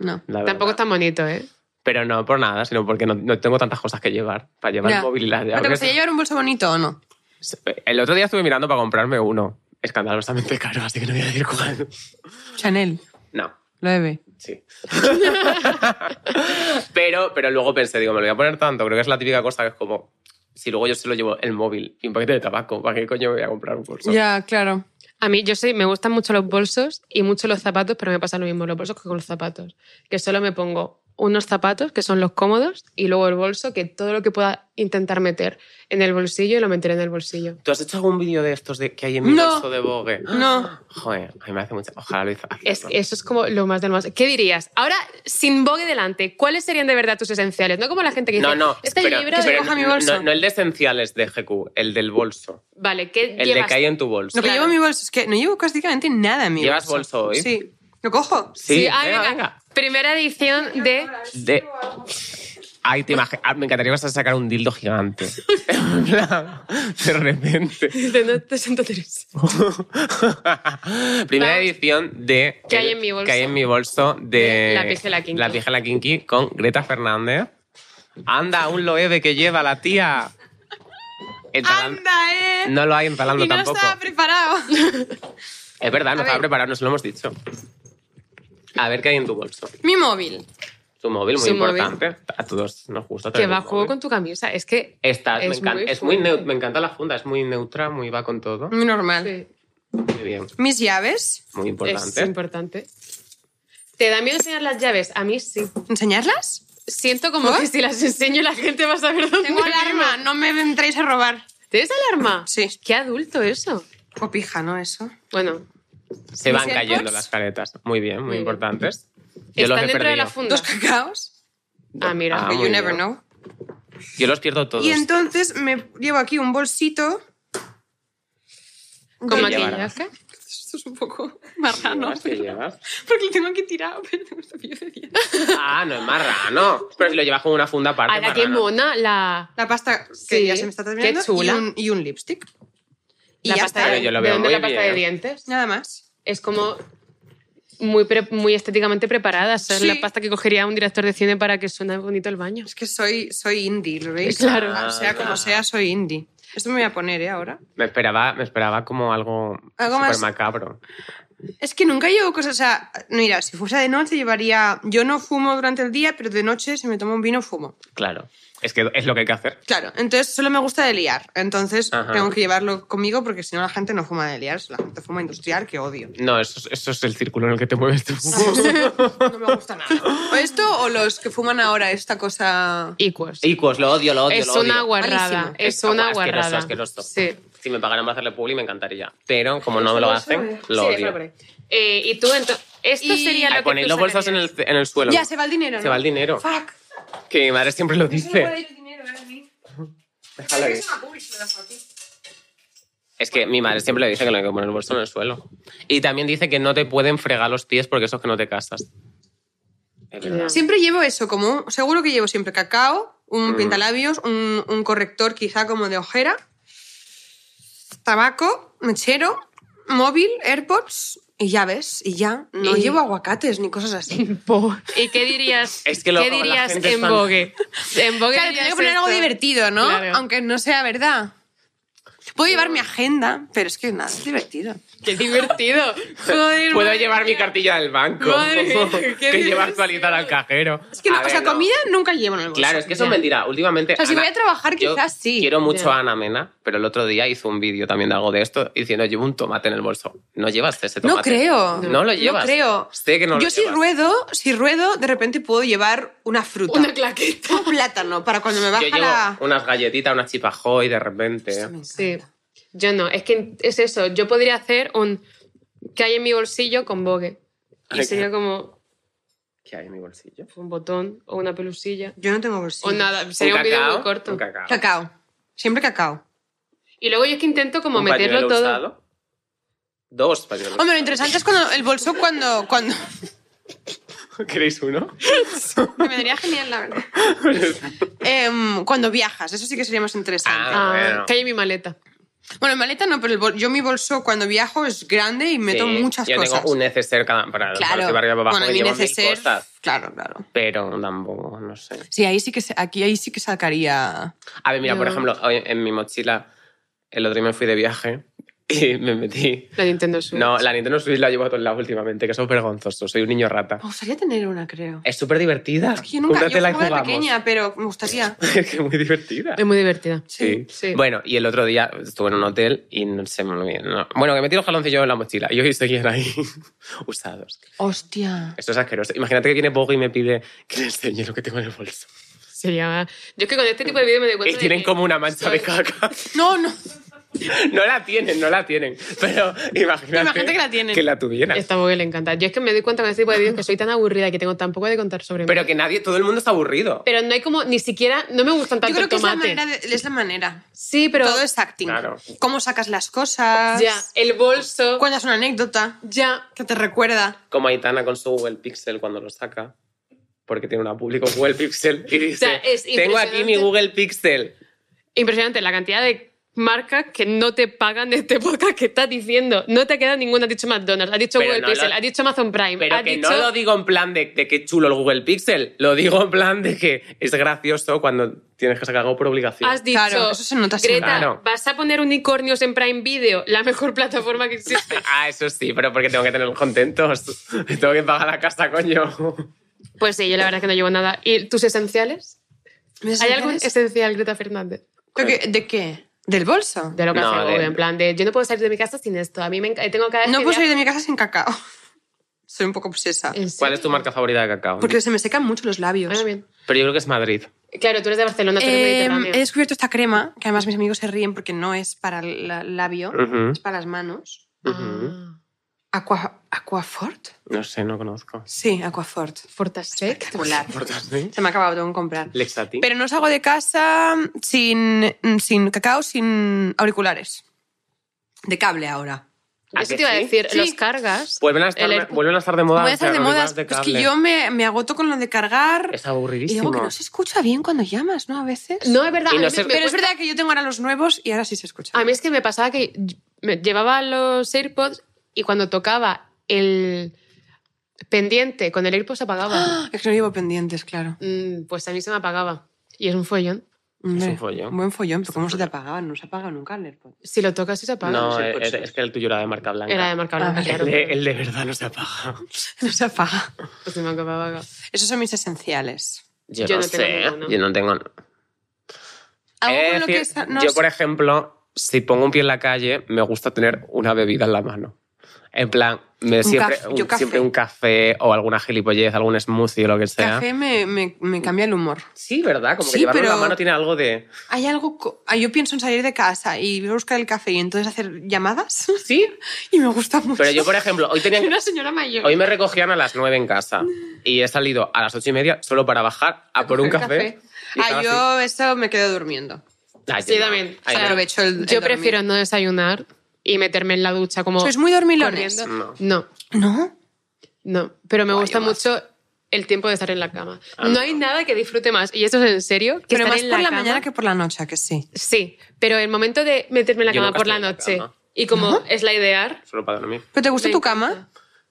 Speaker 3: No.
Speaker 2: la verdad.
Speaker 1: Tampoco es tan bonito, ¿eh?
Speaker 2: Pero no por nada, sino porque no, no tengo tantas cosas que llevar. Para llevar
Speaker 3: Ya.
Speaker 2: el móvil y la
Speaker 3: ¿Pero te gustaría llevar un bolso bonito o no?
Speaker 2: El otro día estuve mirando para comprarme uno. Escandalosamente caro, así que no voy a decir cuál.
Speaker 3: Chanel,
Speaker 2: No.
Speaker 3: lo debe.
Speaker 2: Sí. pero, pero luego pensé, digo, me lo voy a poner tanto. Creo que es la típica cosa que es como, si luego yo solo llevo el móvil y un paquete de tabaco, ¿para qué coño voy a comprar un bolso?
Speaker 3: Ya, claro.
Speaker 1: A mí, yo soy, me gustan mucho los bolsos y mucho los zapatos, pero me pasa lo mismo los bolsos que con los zapatos. Que solo me pongo unos zapatos, que son los cómodos, y luego el bolso, que todo lo que pueda intentar meter en el bolsillo, lo meteré en el bolsillo.
Speaker 2: ¿Tú has hecho algún vídeo de estos de, que hay en mi
Speaker 3: No.
Speaker 2: bolso de Vogue? Ah.
Speaker 3: No.
Speaker 2: Joder, a mí me hace mucha... Ojalá lo hiciera.
Speaker 1: Es, eso es como lo más del más. ¿Qué dirías? Ahora, sin Vogue delante, ¿cuáles serían de verdad tus esenciales? No como la gente que dice,
Speaker 2: No, no,
Speaker 1: este
Speaker 2: pero-
Speaker 1: libro...
Speaker 2: pero
Speaker 1: de-
Speaker 3: coja mi
Speaker 2: no-
Speaker 3: bolso.
Speaker 2: No, no el de esenciales de GQ, el del bolso.
Speaker 1: Vale, ¿qué
Speaker 2: El de
Speaker 1: llevas?
Speaker 2: que hay en tu bolso.
Speaker 3: Lo que
Speaker 1: Claro.
Speaker 3: llevo en mi bolso es que no llevo prácticamente nada en mi
Speaker 2: ¿Llevas
Speaker 3: bolso.
Speaker 2: bolso hoy?
Speaker 3: Sí. ¿Lo cojo?
Speaker 1: Sí, ah, venga. Primera edición de...
Speaker 2: De... Ay, te imagi- ah, me encantaría que vas a sacar un dildo gigante. En plan, de repente.
Speaker 1: de Noche Santa Teresa.
Speaker 2: Primera
Speaker 1: Vamos.
Speaker 2: edición de...
Speaker 1: ¿Qué hay en mi bolso?
Speaker 2: que hay en mi bolso de...
Speaker 1: De La Pijela Kinky.
Speaker 2: La Pijela Kinky con Greta Fernández. Anda, un loeve que lleva la tía. En Talan-
Speaker 3: ¡Anda, eh!
Speaker 2: No lo hay en Talando
Speaker 3: y no
Speaker 2: tampoco.
Speaker 3: estaba preparado.
Speaker 2: Es verdad, no
Speaker 3: A
Speaker 2: estaba
Speaker 3: ver.
Speaker 2: preparado, nos lo hemos dicho. A ver qué hay en tu bolso.
Speaker 3: Mi móvil.
Speaker 2: Tu móvil, muy
Speaker 1: Su móvil.
Speaker 2: importante. A todos nos gusta.
Speaker 1: Que
Speaker 2: tener
Speaker 1: va a
Speaker 2: un
Speaker 1: juego
Speaker 2: móvil.
Speaker 1: con tu camisa. Es que.
Speaker 2: Esta,
Speaker 1: es
Speaker 2: me, encanta,
Speaker 1: muy
Speaker 2: es muy neu-
Speaker 1: fuerte.
Speaker 2: me encanta la funda, es muy neutra, muy va con todo.
Speaker 3: Muy normal.
Speaker 1: sí,
Speaker 2: Muy bien,
Speaker 3: Mis llaves.
Speaker 2: muy importante.
Speaker 1: Es importante. ¿Te da miedo enseñar las llaves? A mí sí.
Speaker 3: ¿Enseñarlas?
Speaker 1: Siento como
Speaker 3: ¿Ah?
Speaker 1: que si las enseño la gente va a saber dónde
Speaker 3: Tengo
Speaker 1: vivo.
Speaker 3: alarma, no me entréis a robar.
Speaker 1: ¿Tienes alarma?
Speaker 3: Sí.
Speaker 1: Qué adulto eso.
Speaker 3: Copija, ¿no? Eso.
Speaker 1: Bueno,
Speaker 2: Se van
Speaker 3: ¿Mis
Speaker 2: cayendo
Speaker 3: AirPods?
Speaker 2: las caretas. Muy bien, muy,
Speaker 1: Muy bien.
Speaker 2: importantes. Yo los
Speaker 1: están
Speaker 2: he
Speaker 1: dentro de la
Speaker 2: perdido.
Speaker 1: funda.
Speaker 3: Dos cacaos.
Speaker 1: Ah, mira.
Speaker 2: Ah,
Speaker 3: you
Speaker 2: muy
Speaker 3: never
Speaker 2: bien.
Speaker 3: know.
Speaker 2: Yo los pierdo todos.
Speaker 3: Y entonces me llevo aquí un bolsito.
Speaker 1: Con
Speaker 2: Lo llevarás.
Speaker 1: maquillaje.
Speaker 3: Esto es un poco
Speaker 2: ¿Qué
Speaker 3: marrano.
Speaker 2: llevas? ¿Qué llevas?
Speaker 3: Porque lo tengo aquí tirado, pero tengo el cepillo de dientes.
Speaker 2: Ah, no es marrano. Pero si lo llevas con una funda aparte.
Speaker 1: Ahora qué
Speaker 2: marrano.
Speaker 1: mona la,
Speaker 3: La pasta que
Speaker 1: Sí,
Speaker 3: ya se me está terminando.
Speaker 1: qué chula.
Speaker 3: Y un, y un lipstick. Y
Speaker 1: la
Speaker 3: ya
Speaker 1: pasta
Speaker 3: está.
Speaker 2: Pero
Speaker 1: de,
Speaker 2: yo lo
Speaker 1: ¿de
Speaker 2: veo
Speaker 1: dónde
Speaker 2: muy
Speaker 1: la pasta de
Speaker 2: bien.
Speaker 1: dientes.
Speaker 3: Nada más.
Speaker 1: Es como muy, pre- muy estéticamente preparada. Esa es
Speaker 3: Sí.
Speaker 1: la pasta que cogería un director de cine para que suene bonito el baño.
Speaker 3: Es que soy, soy indie, ¿lo veis?
Speaker 1: Claro.
Speaker 3: Ah, sea como
Speaker 2: Ah.
Speaker 3: sea, soy indie. Esto me voy a poner, ¿eh? Ahora.
Speaker 2: Me esperaba, me esperaba como algo,
Speaker 3: Algo
Speaker 2: súper
Speaker 3: más-
Speaker 2: macabro.
Speaker 3: Es que nunca llevo cosas, o sea, mira, si fuese de noche llevaría, yo no fumo durante el día, pero de noche si me tomo un vino fumo.
Speaker 2: Claro. Es que es lo que hay que hacer.
Speaker 3: Claro, entonces solo me gusta de liar, entonces
Speaker 2: Ajá.
Speaker 3: tengo que llevarlo conmigo porque si no la gente no fuma de liar, la gente fuma industrial, que odio.
Speaker 2: No, eso, es- eso es el círculo en el que te mueves tú.
Speaker 3: No me gusta nada. O esto o los que fuman ahora esta cosa...
Speaker 1: Equals.
Speaker 2: Icos, lo odio, lo odio.
Speaker 1: Es
Speaker 2: lo odio.
Speaker 1: una guarrada.
Speaker 3: Malísimo.
Speaker 1: Es
Speaker 2: Está
Speaker 1: una
Speaker 2: guay, asqueroso,
Speaker 1: guarrada.
Speaker 2: asqueroso.
Speaker 1: Sí.
Speaker 2: Si me pagaran para hacerle publi me encantaría. Pero como no me lo hacen, lo
Speaker 1: Sí, déjalo por
Speaker 2: odio.
Speaker 1: ahí. Eh, y tú, entonces. Esto
Speaker 3: Y-
Speaker 1: sería
Speaker 2: Ay,
Speaker 1: lo que.
Speaker 2: ponéis
Speaker 1: tú
Speaker 2: los bolsos en el,
Speaker 1: sacarías.
Speaker 2: en el suelo.
Speaker 3: Ya, se va el dinero, ¿no?
Speaker 2: Se va el dinero.
Speaker 3: Fuck.
Speaker 2: Que mi madre siempre lo
Speaker 3: No se me puede
Speaker 2: dice.
Speaker 3: ir el dinero, ¿eh? a mí.
Speaker 2: Déjalo ahí.
Speaker 3: Es una publi, se me la dejo aquí.
Speaker 2: Es que mi madre siempre le dice que no hay que poner el bolso en el suelo. Y también dice que no te pueden fregar los pies porque eso es que no te casas. Es verdad.
Speaker 3: Siempre llevo eso, como seguro que llevo siempre cacao, un
Speaker 2: Mm.
Speaker 3: pintalabios, un, un corrector quizá como de ojera, tabaco, mechero, móvil, AirPods y llaves y ya. No
Speaker 1: Y-
Speaker 3: llevo aguacates ni cosas así.
Speaker 1: Bo. ¿Y qué dirías,
Speaker 2: Es que lo-
Speaker 1: ¿qué
Speaker 2: la
Speaker 1: dirías
Speaker 2: gente es
Speaker 1: en
Speaker 2: fan.
Speaker 1: Vogue? En Vogue
Speaker 3: Claro,
Speaker 1: dirías
Speaker 3: tengo que poner algo
Speaker 1: esto.
Speaker 3: divertido, ¿no?
Speaker 1: Claro.
Speaker 3: Aunque no sea verdad. Puedo llevar mi agenda, pero es que nada, es divertido.
Speaker 1: ¡Qué divertido! Joder,
Speaker 2: Puedo
Speaker 1: madre
Speaker 2: llevar mi
Speaker 1: mía.
Speaker 2: cartilla del banco.
Speaker 1: Madre mía, qué
Speaker 2: que lleva
Speaker 1: diversión.
Speaker 2: actualizada al cajero.
Speaker 3: Es que no,
Speaker 2: A
Speaker 3: o
Speaker 2: ver,
Speaker 3: sea,
Speaker 2: no.
Speaker 3: comida nunca llevo en el bolso.
Speaker 2: Claro, es que eso es
Speaker 1: Ya.
Speaker 2: mentira. Últimamente.
Speaker 3: O sea, si voy a trabajar,
Speaker 2: yo
Speaker 3: quizás sí.
Speaker 2: Quiero mucho
Speaker 1: Ya.
Speaker 2: a Ana Mena, pero el otro día hizo un vídeo también de algo de esto diciendo: Llevo un tomate en el bolso. No llevas ese
Speaker 3: No
Speaker 2: tomate.
Speaker 3: creo.
Speaker 2: No lo llevas.
Speaker 3: No creo.
Speaker 2: Sé que no lo
Speaker 3: Yo si
Speaker 2: llevas.
Speaker 3: ruedo, si ruedo, de repente puedo llevar una fruta.
Speaker 1: Una claqueta.
Speaker 3: un plátano para cuando me
Speaker 2: Yo
Speaker 3: baja
Speaker 2: llevo
Speaker 3: la...
Speaker 2: unas galletitas, unas chipajoy de repente.
Speaker 3: Esto me encanta.
Speaker 1: Sí. Yo no, es que es eso. Yo podría hacer un que hay en mi bolsillo con Vogue. Y
Speaker 2: Ay,
Speaker 1: sería como
Speaker 2: ¿Qué hay en mi bolsillo?
Speaker 1: un botón o una pelusilla.
Speaker 3: Yo no tengo bolsillo.
Speaker 1: O nada, sería un, vídeo muy corto.
Speaker 2: Un cacao.
Speaker 3: Cacao. Siempre cacao.
Speaker 1: Y luego yo es que intento como
Speaker 2: Un
Speaker 1: meterlo
Speaker 2: pañuelo
Speaker 1: todo.
Speaker 2: usado. Dos pañuelos.
Speaker 3: Hombre, lo interesante es cuando el bolso cuando... cuando...
Speaker 2: ¿Queréis uno?
Speaker 3: me vendría genial, la verdad. Em, cuando viajas, eso sí que sería más interesante.
Speaker 2: Ah,
Speaker 1: Ah,
Speaker 2: bueno.
Speaker 1: Que hay en mi maleta.
Speaker 3: Bueno, en maleta no, pero el bol- yo mi bolso cuando viajo es grande y meto
Speaker 2: Sí,
Speaker 3: muchas
Speaker 2: yo
Speaker 3: cosas.
Speaker 2: tengo un neceser cada, para para
Speaker 3: Claro.
Speaker 2: arriba y para este abajo.
Speaker 3: bueno,
Speaker 2: que
Speaker 3: mi
Speaker 2: llevo mil
Speaker 3: neceser...
Speaker 2: cosas.
Speaker 3: Claro, claro.
Speaker 2: Pero tampoco, no sé.
Speaker 3: Sí, ahí sí que se- aquí ahí sí que sacaría...
Speaker 2: A ver, mira, por
Speaker 1: Yo-
Speaker 2: ejemplo, hoy en mi mochila, el otro día me fui de viaje y me metí.
Speaker 1: La Nintendo Switch.
Speaker 2: No, la Nintendo Switch la llevo a todos lados últimamente, que eso es vergonzoso. Soy un niño rata.
Speaker 3: Me gustaría tener una, creo.
Speaker 2: Es súper divertida.
Speaker 3: Es que yo nunca yo
Speaker 2: Cómpratela y
Speaker 3: jugaba de
Speaker 2: jugamos.
Speaker 3: pequeña, pero me gustaría.
Speaker 2: es que es muy divertida.
Speaker 1: Es muy divertida.
Speaker 2: Sí.
Speaker 1: Sí.
Speaker 2: Bueno, y el otro día estuve en un hotel y no se me olvidó. no. Bueno, que metí los jaloncillos en la mochila y hoy seguían ahí usados.
Speaker 3: Hostia.
Speaker 2: Esto es asqueroso. Imagínate que viene Bogo y me pide que le enseñe lo que tengo en el bolso.
Speaker 1: Sería... Yo es que con este tipo de vídeo me doy cuenta.
Speaker 2: Y
Speaker 1: de
Speaker 2: tienen
Speaker 1: que
Speaker 2: como una mancha de
Speaker 1: soy-
Speaker 2: caca.
Speaker 3: No, no.
Speaker 2: No la tienen, no la tienen. Pero imagínate,
Speaker 3: Imagínate que la tienen.
Speaker 2: Que la tuvieran.
Speaker 1: Esta Vogue le encanta. Yo es que me doy cuenta con este tipo de vídeos que soy tan aburrida que tengo tan poco de contar sobre mí.
Speaker 2: Pero que nadie, todo el mundo está aburrido.
Speaker 1: Pero no hay como, ni siquiera, no me gustan
Speaker 3: Yo
Speaker 1: tanto
Speaker 3: creo
Speaker 1: el
Speaker 3: que es la,
Speaker 1: tomate.
Speaker 3: manera de- es la manera.
Speaker 1: Sí, pero
Speaker 3: Todo es acting.
Speaker 2: Claro.
Speaker 3: Cómo sacas las cosas.
Speaker 1: ya, el bolso,
Speaker 3: Cuentas una anécdota
Speaker 1: ya,
Speaker 3: que te recuerda.
Speaker 2: Como Aitana con su Google Pixel cuando lo saca. Porque tiene una público Google Pixel y dice:
Speaker 1: sea, es
Speaker 2: Tengo aquí mi
Speaker 1: impresionante.
Speaker 2: Google Pixel.
Speaker 1: Impresionante la cantidad de marcas que no te pagan de este podcast que estás diciendo. No te queda ninguna. Has dicho McDonald's, has dicho
Speaker 2: Pero
Speaker 1: Google
Speaker 2: no
Speaker 1: Pixel,
Speaker 2: lo-
Speaker 1: has dicho Amazon Prime.
Speaker 2: Pero
Speaker 1: has
Speaker 2: que
Speaker 1: dicho...
Speaker 2: no lo digo en plan de, de qué chulo el Google Pixel, lo digo en plan de que es gracioso cuando tienes que sacar algo por obligación.
Speaker 1: Has dicho,
Speaker 3: Claro, eso se nota
Speaker 1: Greta,
Speaker 2: siempre. Claro.
Speaker 1: ¿vas a poner unicornios en Prime Video? La mejor plataforma que existe.
Speaker 2: Ah, eso sí, pero porque tengo que tenerlos contentos. Tengo que pagar la casa, coño.
Speaker 1: Pues sí, yo la verdad es que no llevo nada. ¿Y tus esenciales?
Speaker 3: ¿Mis
Speaker 1: ¿Hay algún
Speaker 3: esenciales?
Speaker 1: esencial, Greta Fernández?
Speaker 3: ¿Yo qué- ¿De qué? este ¿Del bolso?
Speaker 1: De lo que
Speaker 2: No,
Speaker 1: hace
Speaker 2: de-
Speaker 1: Google, en plan de yo no puedo salir de mi casa sin esto. A mí me enca- tengo que...
Speaker 3: No puedo salir de mi casa sin cacao. Soy un poco obsesa.
Speaker 2: ¿Cuál es tu marca favorita de cacao?
Speaker 3: Porque se me secan mucho los labios.
Speaker 2: Pero yo creo que es Madrid.
Speaker 1: Ah, Claro, tú eres de Barcelona, tú eres
Speaker 3: Eh,
Speaker 1: mediterráneo.
Speaker 3: he descubierto esta crema, que además mis amigos se ríen porque no es para el la- labio,
Speaker 2: Ujú.
Speaker 3: es para las manos.
Speaker 2: Ujú.
Speaker 1: Ah,
Speaker 3: Aqua, ¿Aquafort?
Speaker 2: No sé, no conozco.
Speaker 3: Sí, Aquafort.
Speaker 1: Fortasec.
Speaker 3: Espectacular.
Speaker 2: ¿Por ¿eh? qué así?
Speaker 3: Se me ha acabado, tengo que comprar.
Speaker 2: Lexati.
Speaker 3: Pero no salgo de casa sin, sin cacao, sin auriculares. De cable ahora.
Speaker 2: ¿A
Speaker 1: Eso
Speaker 2: que
Speaker 1: te iba a
Speaker 2: sí?
Speaker 1: decir,
Speaker 3: Sí.
Speaker 1: los cargas.
Speaker 2: Vuelven a, estar,
Speaker 1: El Airpo-
Speaker 2: vuelven a estar de moda.
Speaker 3: Voy a estar de
Speaker 2: auriculares
Speaker 3: modas.
Speaker 2: de
Speaker 3: es que
Speaker 2: cable.
Speaker 3: yo me, me agoto con lo de cargar.
Speaker 2: Es
Speaker 3: y
Speaker 2: aburridísimo.
Speaker 3: digo que no se escucha bien cuando llamas, ¿no? A veces.
Speaker 1: No, es verdad.
Speaker 2: Pues, Y
Speaker 1: a mí
Speaker 2: no
Speaker 1: me-
Speaker 2: sé-
Speaker 1: me
Speaker 3: Pero es
Speaker 1: cuesta-
Speaker 3: verdad que yo tengo ahora los nuevos y ahora sí se escucha.
Speaker 1: A mí es que me pasaba que me llevaba los AirPods y cuando tocaba el pendiente con el AirPods se apagaba.
Speaker 3: ¡Ah! Es que no llevo pendientes, claro.
Speaker 1: Mm, Pues a mí se me apagaba. Y es un follón.
Speaker 3: Hombre,
Speaker 2: un follón.
Speaker 3: buen follón, pero ¿cómo se te apagaban? No se apaga nunca el AirPod.
Speaker 1: Si lo tocas, sí se apaga.
Speaker 2: No,
Speaker 1: Sí.
Speaker 2: eh, es, es que el tuyo era de marca blanca.
Speaker 1: Era de marca blanca,
Speaker 3: Ah,
Speaker 1: claro.
Speaker 2: El de, el de verdad no se apaga.
Speaker 3: No se apaga.
Speaker 1: Pues se me apagaba.
Speaker 3: Esos son mis esenciales.
Speaker 2: Yo,
Speaker 1: Yo
Speaker 2: no,
Speaker 1: no tengo
Speaker 2: sé,
Speaker 1: ninguno.
Speaker 2: yo no tengo.
Speaker 3: Algo
Speaker 2: He de
Speaker 3: con lo que
Speaker 2: decir,
Speaker 3: sa- no
Speaker 2: yo,
Speaker 3: sé-
Speaker 2: por ejemplo, si pongo un pie en la calle, me gusta tener una bebida en la mano. En plan, me siempre,
Speaker 3: café,
Speaker 2: un,
Speaker 3: yo café.
Speaker 2: siempre un café o alguna gilipollez, algún smoothie o lo que sea.
Speaker 3: café me, me- me cambia el humor.
Speaker 2: Sí, ¿verdad? Como que
Speaker 3: Sí,
Speaker 2: llevarlo en
Speaker 3: pero-
Speaker 2: la mano tiene algo de...
Speaker 3: Hay algo. co- ah, Yo pienso en salir de casa y ir a buscar el café y entonces hacer llamadas
Speaker 2: Sí,
Speaker 3: y me gusta mucho.
Speaker 2: pero yo, por ejemplo, hoy tenía...
Speaker 1: Una señora mayor.
Speaker 2: Hoy me recogían a las nueve en casa y he salido a las ocho y media solo para bajar a por un
Speaker 1: coger
Speaker 2: café.
Speaker 1: café.
Speaker 2: Y
Speaker 3: Ah,
Speaker 2: estaba así.
Speaker 3: yo eso me quedo durmiendo.
Speaker 2: Ah,
Speaker 1: Sí,
Speaker 2: no.
Speaker 1: también.
Speaker 2: Ay,
Speaker 1: O sea,
Speaker 2: no.
Speaker 3: Aprovecho el. el
Speaker 1: Yo
Speaker 3: dormir.
Speaker 1: prefiero no desayunar y meterme en la ducha como.
Speaker 3: Sois muy dormilones.
Speaker 1: corriendo.
Speaker 2: No.
Speaker 1: No,
Speaker 3: No.
Speaker 1: no. Pero me
Speaker 3: Guay,
Speaker 1: gusta
Speaker 3: guay.
Speaker 1: mucho el tiempo de estar en la cama.
Speaker 2: Ah,
Speaker 1: no hay nada que disfrute más. Y esto es en serio. Que
Speaker 3: Pero
Speaker 1: estar
Speaker 3: más
Speaker 1: en
Speaker 3: por la
Speaker 1: cama-
Speaker 3: mañana que por la noche, ¿a que sí.
Speaker 1: Sí, pero el momento de meterme en la
Speaker 2: Yo
Speaker 1: cama
Speaker 2: nunca
Speaker 1: por la
Speaker 2: estoy en la
Speaker 1: noche
Speaker 2: cama.
Speaker 1: y como es la idear.
Speaker 2: Solo para dormir.
Speaker 3: ¿Pero te gusta
Speaker 1: me
Speaker 3: tu
Speaker 1: encanta.
Speaker 3: cama?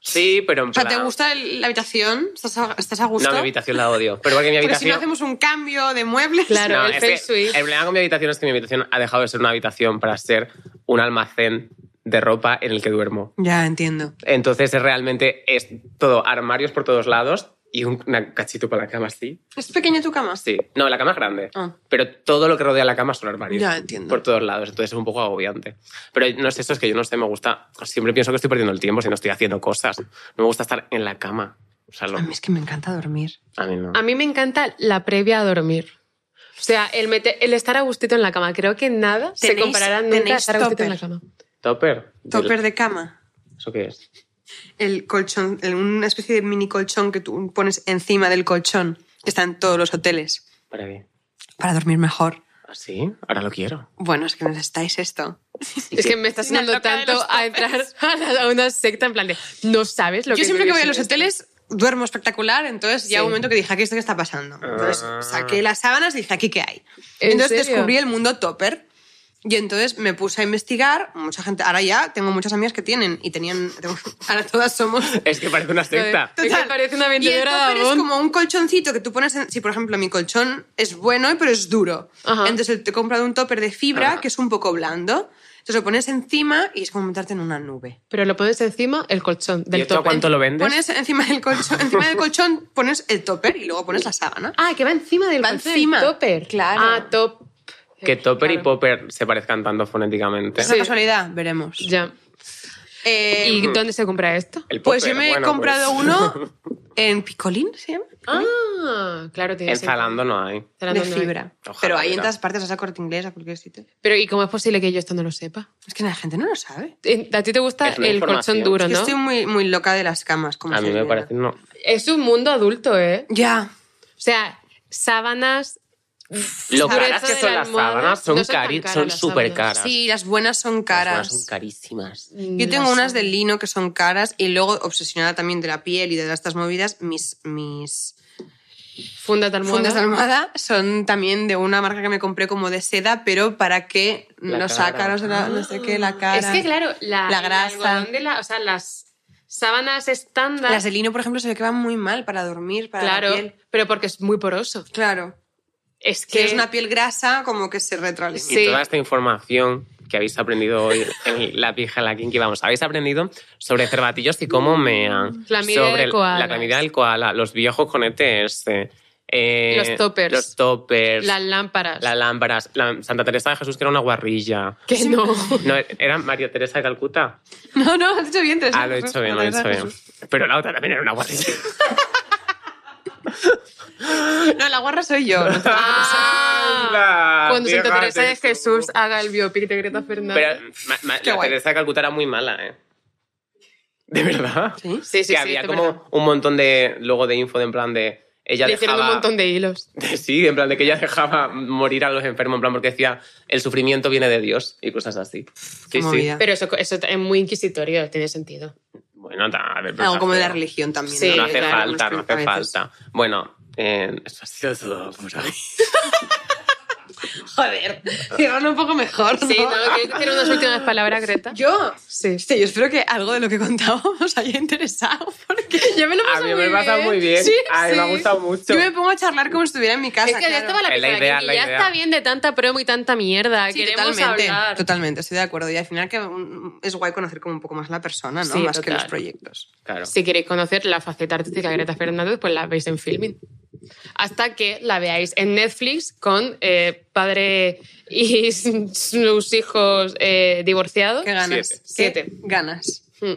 Speaker 2: Sí, pero en
Speaker 3: O sea, ¿te
Speaker 2: plan-
Speaker 3: gusta el- la habitación? ¿Estás a, estás a gusto?
Speaker 2: No, mi habitación la odio. Pero porque mi
Speaker 3: Porque
Speaker 2: habitación...
Speaker 3: si no hacemos un cambio de muebles.
Speaker 1: Claro. el
Speaker 2: es
Speaker 1: feng
Speaker 2: que
Speaker 1: shui.
Speaker 2: El problema con mi habitación es que mi habitación ha dejado de ser una habitación para ser un almacén de ropa en el que duermo.
Speaker 3: Ya entiendo.
Speaker 2: Entonces es realmente es todo armarios por todos lados y un una cachito para la cama así.
Speaker 3: ¿Es pequeña tu cama?
Speaker 2: Sí. No, la cama es grande.
Speaker 3: Ah.
Speaker 2: Pero todo lo que rodea la cama son armarios.
Speaker 3: Ya entiendo.
Speaker 2: Por todos lados. Entonces es un poco agobiante. Pero no sé, esto es que yo no sé, me gusta. Siempre pienso que estoy perdiendo el tiempo si no estoy haciendo cosas. No me gusta estar en la cama. O sea, lo-
Speaker 3: A mí es que me encanta dormir.
Speaker 2: a mí no.
Speaker 1: A mí me encanta la previa a dormir. O sea, el, meter- el estar a gustito en la cama. Creo que nada se
Speaker 3: Tenéis-
Speaker 1: comparará nunca a
Speaker 3: tenéis
Speaker 1: estar a gustito en la
Speaker 3: topper.
Speaker 1: cama.
Speaker 2: Topper.
Speaker 3: Topper de cama.
Speaker 2: ¿Eso qué es?
Speaker 3: El colchón, el- una especie de mini colchón que tú pones encima del colchón, que está en todos los hoteles,
Speaker 2: Para mí.
Speaker 3: para dormir mejor.
Speaker 2: ¿Así? Ahora lo quiero.
Speaker 3: Bueno, es que necesitáis esto.
Speaker 1: Es que me está
Speaker 3: Una
Speaker 1: sonando
Speaker 3: loca de
Speaker 1: tanto
Speaker 3: los
Speaker 1: a entrar a, la- a una secta en plan de no sabes lo
Speaker 3: Yo
Speaker 1: que es
Speaker 3: siempre que voy a
Speaker 1: vivir
Speaker 3: los
Speaker 1: sin esto".
Speaker 3: hoteles duermo espectacular, entonces ya
Speaker 1: Sí.
Speaker 3: hubo un momento que dije, aquí esto que está pasando. Entonces
Speaker 2: Ah.
Speaker 3: saqué las sábanas y dije, aquí qué hay.
Speaker 1: ¿En
Speaker 3: Entonces
Speaker 1: serio?
Speaker 3: descubrí el mundo topper. Y entonces me puse a investigar, mucha gente, ahora ya tengo muchas amigas que tienen y tenían, tengo- ahora todas somos
Speaker 2: Es que parece una secta.
Speaker 1: Es que parece una vendedora
Speaker 3: y el topper
Speaker 1: de
Speaker 3: es
Speaker 1: Avon.
Speaker 3: como un colchoncito que tú pones en- si por ejemplo mi colchón es bueno pero es duro
Speaker 1: Ajá.
Speaker 3: entonces te he comprado un topper de fibra
Speaker 2: Ajá.
Speaker 3: que es un poco blando entonces lo pones encima y es como montarte en una nube
Speaker 1: Pero lo pones encima el colchón
Speaker 2: ¿Y
Speaker 1: del
Speaker 2: esto a
Speaker 1: tope.
Speaker 2: cuánto lo vendes?
Speaker 3: pones encima del colchón encima del colchón pones el topper y luego pones la sábana
Speaker 1: Ah, que va encima del
Speaker 3: Va
Speaker 1: colchón,
Speaker 3: encima.
Speaker 1: el topper.
Speaker 3: Claro.
Speaker 1: Ah, top.
Speaker 2: Que topper y
Speaker 1: Claro.
Speaker 2: popper se parezcan tanto fonéticamente.
Speaker 3: es una
Speaker 1: Sí.
Speaker 3: casualidad veremos
Speaker 1: Ya.
Speaker 3: Eh,
Speaker 1: ¿Y dónde se compra esto?
Speaker 2: El
Speaker 3: pues
Speaker 2: popper,
Speaker 3: yo me
Speaker 2: bueno,
Speaker 3: he comprado
Speaker 2: pues.
Speaker 3: uno en picolín se llama
Speaker 1: Ah, claro, tiene
Speaker 2: En
Speaker 1: sentido.
Speaker 2: Zalando no hay.
Speaker 1: Zalando
Speaker 3: de
Speaker 1: no hay.
Speaker 3: fibra
Speaker 2: Ojalá
Speaker 3: pero hay en
Speaker 2: hubiera.
Speaker 3: todas partes o sea corte inglés a cualquier sitio
Speaker 1: Pero ¿y cómo es posible que yo esto no lo sepa?
Speaker 3: es que la gente no lo sabe
Speaker 1: Eh, A ti te gusta
Speaker 2: Es una
Speaker 1: el
Speaker 2: información.
Speaker 1: colchón duro,
Speaker 3: Es que
Speaker 1: ¿no?
Speaker 3: estoy muy, muy loca de las camas como
Speaker 2: A mí
Speaker 3: soy
Speaker 2: me
Speaker 3: yo.
Speaker 2: parece no.
Speaker 1: Es un mundo adulto, ¿eh?
Speaker 3: ya
Speaker 1: O sea, sábanas... Dureza
Speaker 2: Lo caras que
Speaker 1: de
Speaker 2: son
Speaker 1: la
Speaker 2: las
Speaker 1: almohada.
Speaker 2: sábanas son
Speaker 1: No son tan
Speaker 2: cari-
Speaker 1: caras
Speaker 2: son
Speaker 1: las
Speaker 2: súper
Speaker 1: sábanas.
Speaker 2: caras.
Speaker 3: Sí, las buenas son caras.
Speaker 2: Son carísimas.
Speaker 3: Yo tengo unas de lino que son caras y luego obsesionada también de la piel y de estas movidas, mis, mis
Speaker 1: Fundas de almohada.
Speaker 3: Fundas de almohada son también de una marca que me compré como de seda, pero para que
Speaker 2: La
Speaker 3: los
Speaker 2: cara.
Speaker 3: ácaros, de la- no sé qué, Ah. la cara.
Speaker 1: Es que, claro, la,
Speaker 3: La
Speaker 1: el
Speaker 3: grasa.
Speaker 1: algodón de la- o sea, las sábanas estándar.
Speaker 3: Las de lino, por ejemplo, se ve que van muy mal para dormir, para
Speaker 1: claro,
Speaker 3: la piel.
Speaker 1: pero porque es muy poroso.
Speaker 3: Claro.
Speaker 1: Es
Speaker 3: Que
Speaker 1: que
Speaker 3: es una piel grasa, como que se retroalimenta.
Speaker 2: Y
Speaker 1: Sí.
Speaker 2: toda esta información que habéis aprendido hoy en la pija la kinky, vamos, habéis aprendido sobre cervatillos y cómo mean,
Speaker 1: Clamidia
Speaker 2: sobre
Speaker 1: Mm, del koala.
Speaker 2: la clamidia del koala, los viejos conetes, eh, eh,
Speaker 1: Los toppers.
Speaker 2: los toppers,
Speaker 1: las lámparas.
Speaker 2: las lámparas, la Santa Teresa de Jesús que era una guarrilla.
Speaker 1: Que no.
Speaker 2: No, era María Teresa de Calcuta.
Speaker 3: No, no, has hecho bien. te has
Speaker 2: Ah, lo he hecho bien, lo he hecho bien. Pero la otra también era una guarrilla.
Speaker 3: No, la guarra soy yo. no te-
Speaker 1: Ah,
Speaker 2: Anda,
Speaker 1: Cuando Santa
Speaker 2: fíjate
Speaker 1: Teresa de
Speaker 2: tú.
Speaker 1: Jesús haga el biopic de Greta Fernández.
Speaker 2: Pero ma- ma-
Speaker 3: Qué
Speaker 2: la
Speaker 3: guay.
Speaker 2: Teresa de Calcuta era muy mala, ¿eh? ¿De verdad?
Speaker 3: ¿Sí?
Speaker 1: sí, sí,
Speaker 2: que
Speaker 1: sí,
Speaker 2: había
Speaker 1: es
Speaker 2: como
Speaker 1: verdad.
Speaker 2: un montón de luego de info de en plan de ella
Speaker 1: Le hicieron
Speaker 2: dejaba
Speaker 1: un montón de hilos.
Speaker 2: sí en plan de que ella dejaba morir a los enfermos en plan porque decía el sufrimiento viene de Dios y cosas así sí sí
Speaker 3: movida.
Speaker 1: Pero eso, eso es muy inquisitorio, tiene sentido.
Speaker 2: bueno ta- a ver pues pero
Speaker 3: Algo
Speaker 2: está
Speaker 3: como de la
Speaker 2: feo.
Speaker 3: religión también.
Speaker 1: Sí,
Speaker 2: no hace
Speaker 1: claro,
Speaker 2: falta no hace
Speaker 3: a veces.
Speaker 2: falta bueno eh, eso ha sido todo por hoy
Speaker 3: Joder, cierran un poco mejor.
Speaker 1: Sí,
Speaker 3: ¿no?
Speaker 1: ¿no? ¿Quieres decir unas últimas palabras, Greta?
Speaker 3: Yo.
Speaker 1: Sí.
Speaker 3: Hostia, yo espero que algo de lo que contábamos os haya interesado. Porque
Speaker 1: Yo me lo he
Speaker 2: a
Speaker 1: pasado
Speaker 2: mí me pasa muy bien
Speaker 3: Sí,
Speaker 2: a mí me ha
Speaker 3: sí.
Speaker 2: gustado mucho
Speaker 3: yo me pongo a charlar como si estuviera en mi casa.
Speaker 1: Es que ya
Speaker 3: claro.
Speaker 1: estaba la
Speaker 2: Es la
Speaker 1: pizarra
Speaker 2: idea,
Speaker 1: aquí,
Speaker 2: la
Speaker 1: ya
Speaker 2: idea.
Speaker 1: está bien de tanta promo y tanta mierda.
Speaker 3: Sí,
Speaker 1: Queremos
Speaker 3: totalmente,
Speaker 1: hablar.
Speaker 3: totalmente, estoy de acuerdo. Y al final que mm, es guay conocer como un poco más la persona, ¿no?
Speaker 1: Sí,
Speaker 3: más que
Speaker 1: total.
Speaker 3: los proyectos.
Speaker 2: claro
Speaker 1: Si queréis conocer la faceta artística de Greta Fernández, pues la veis en filming. Hasta que la veáis en Netflix con eh, padre y sus hijos eh, divorciados.
Speaker 3: ¿Qué ganas?
Speaker 2: Siete.
Speaker 3: ¿Qué
Speaker 1: Siete.
Speaker 3: ganas?
Speaker 1: Mm,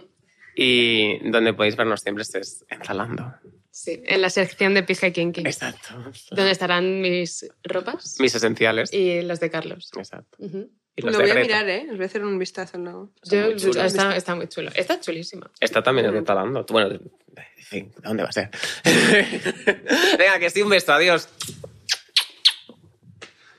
Speaker 2: y donde podéis vernos siempre es en Zalando
Speaker 1: Sí, en la sección de Pija y Kinky,
Speaker 2: exacto
Speaker 1: donde estarán mis ropas
Speaker 2: mis esenciales
Speaker 1: y los de Carlos.
Speaker 2: exacto
Speaker 1: Ujú.
Speaker 2: y los
Speaker 3: Lo
Speaker 2: de
Speaker 3: voy a
Speaker 2: Greta.
Speaker 3: mirar, ¿eh? Os voy a hacer un vistazo luego.
Speaker 2: Son
Speaker 1: Yo-
Speaker 2: muy chulos.
Speaker 1: está, está muy chulo. Está chulísima.
Speaker 2: Está también en Greta Lando. Bueno, en fin, ¿dónde va a ser? Venga, que sí, un beso, adiós.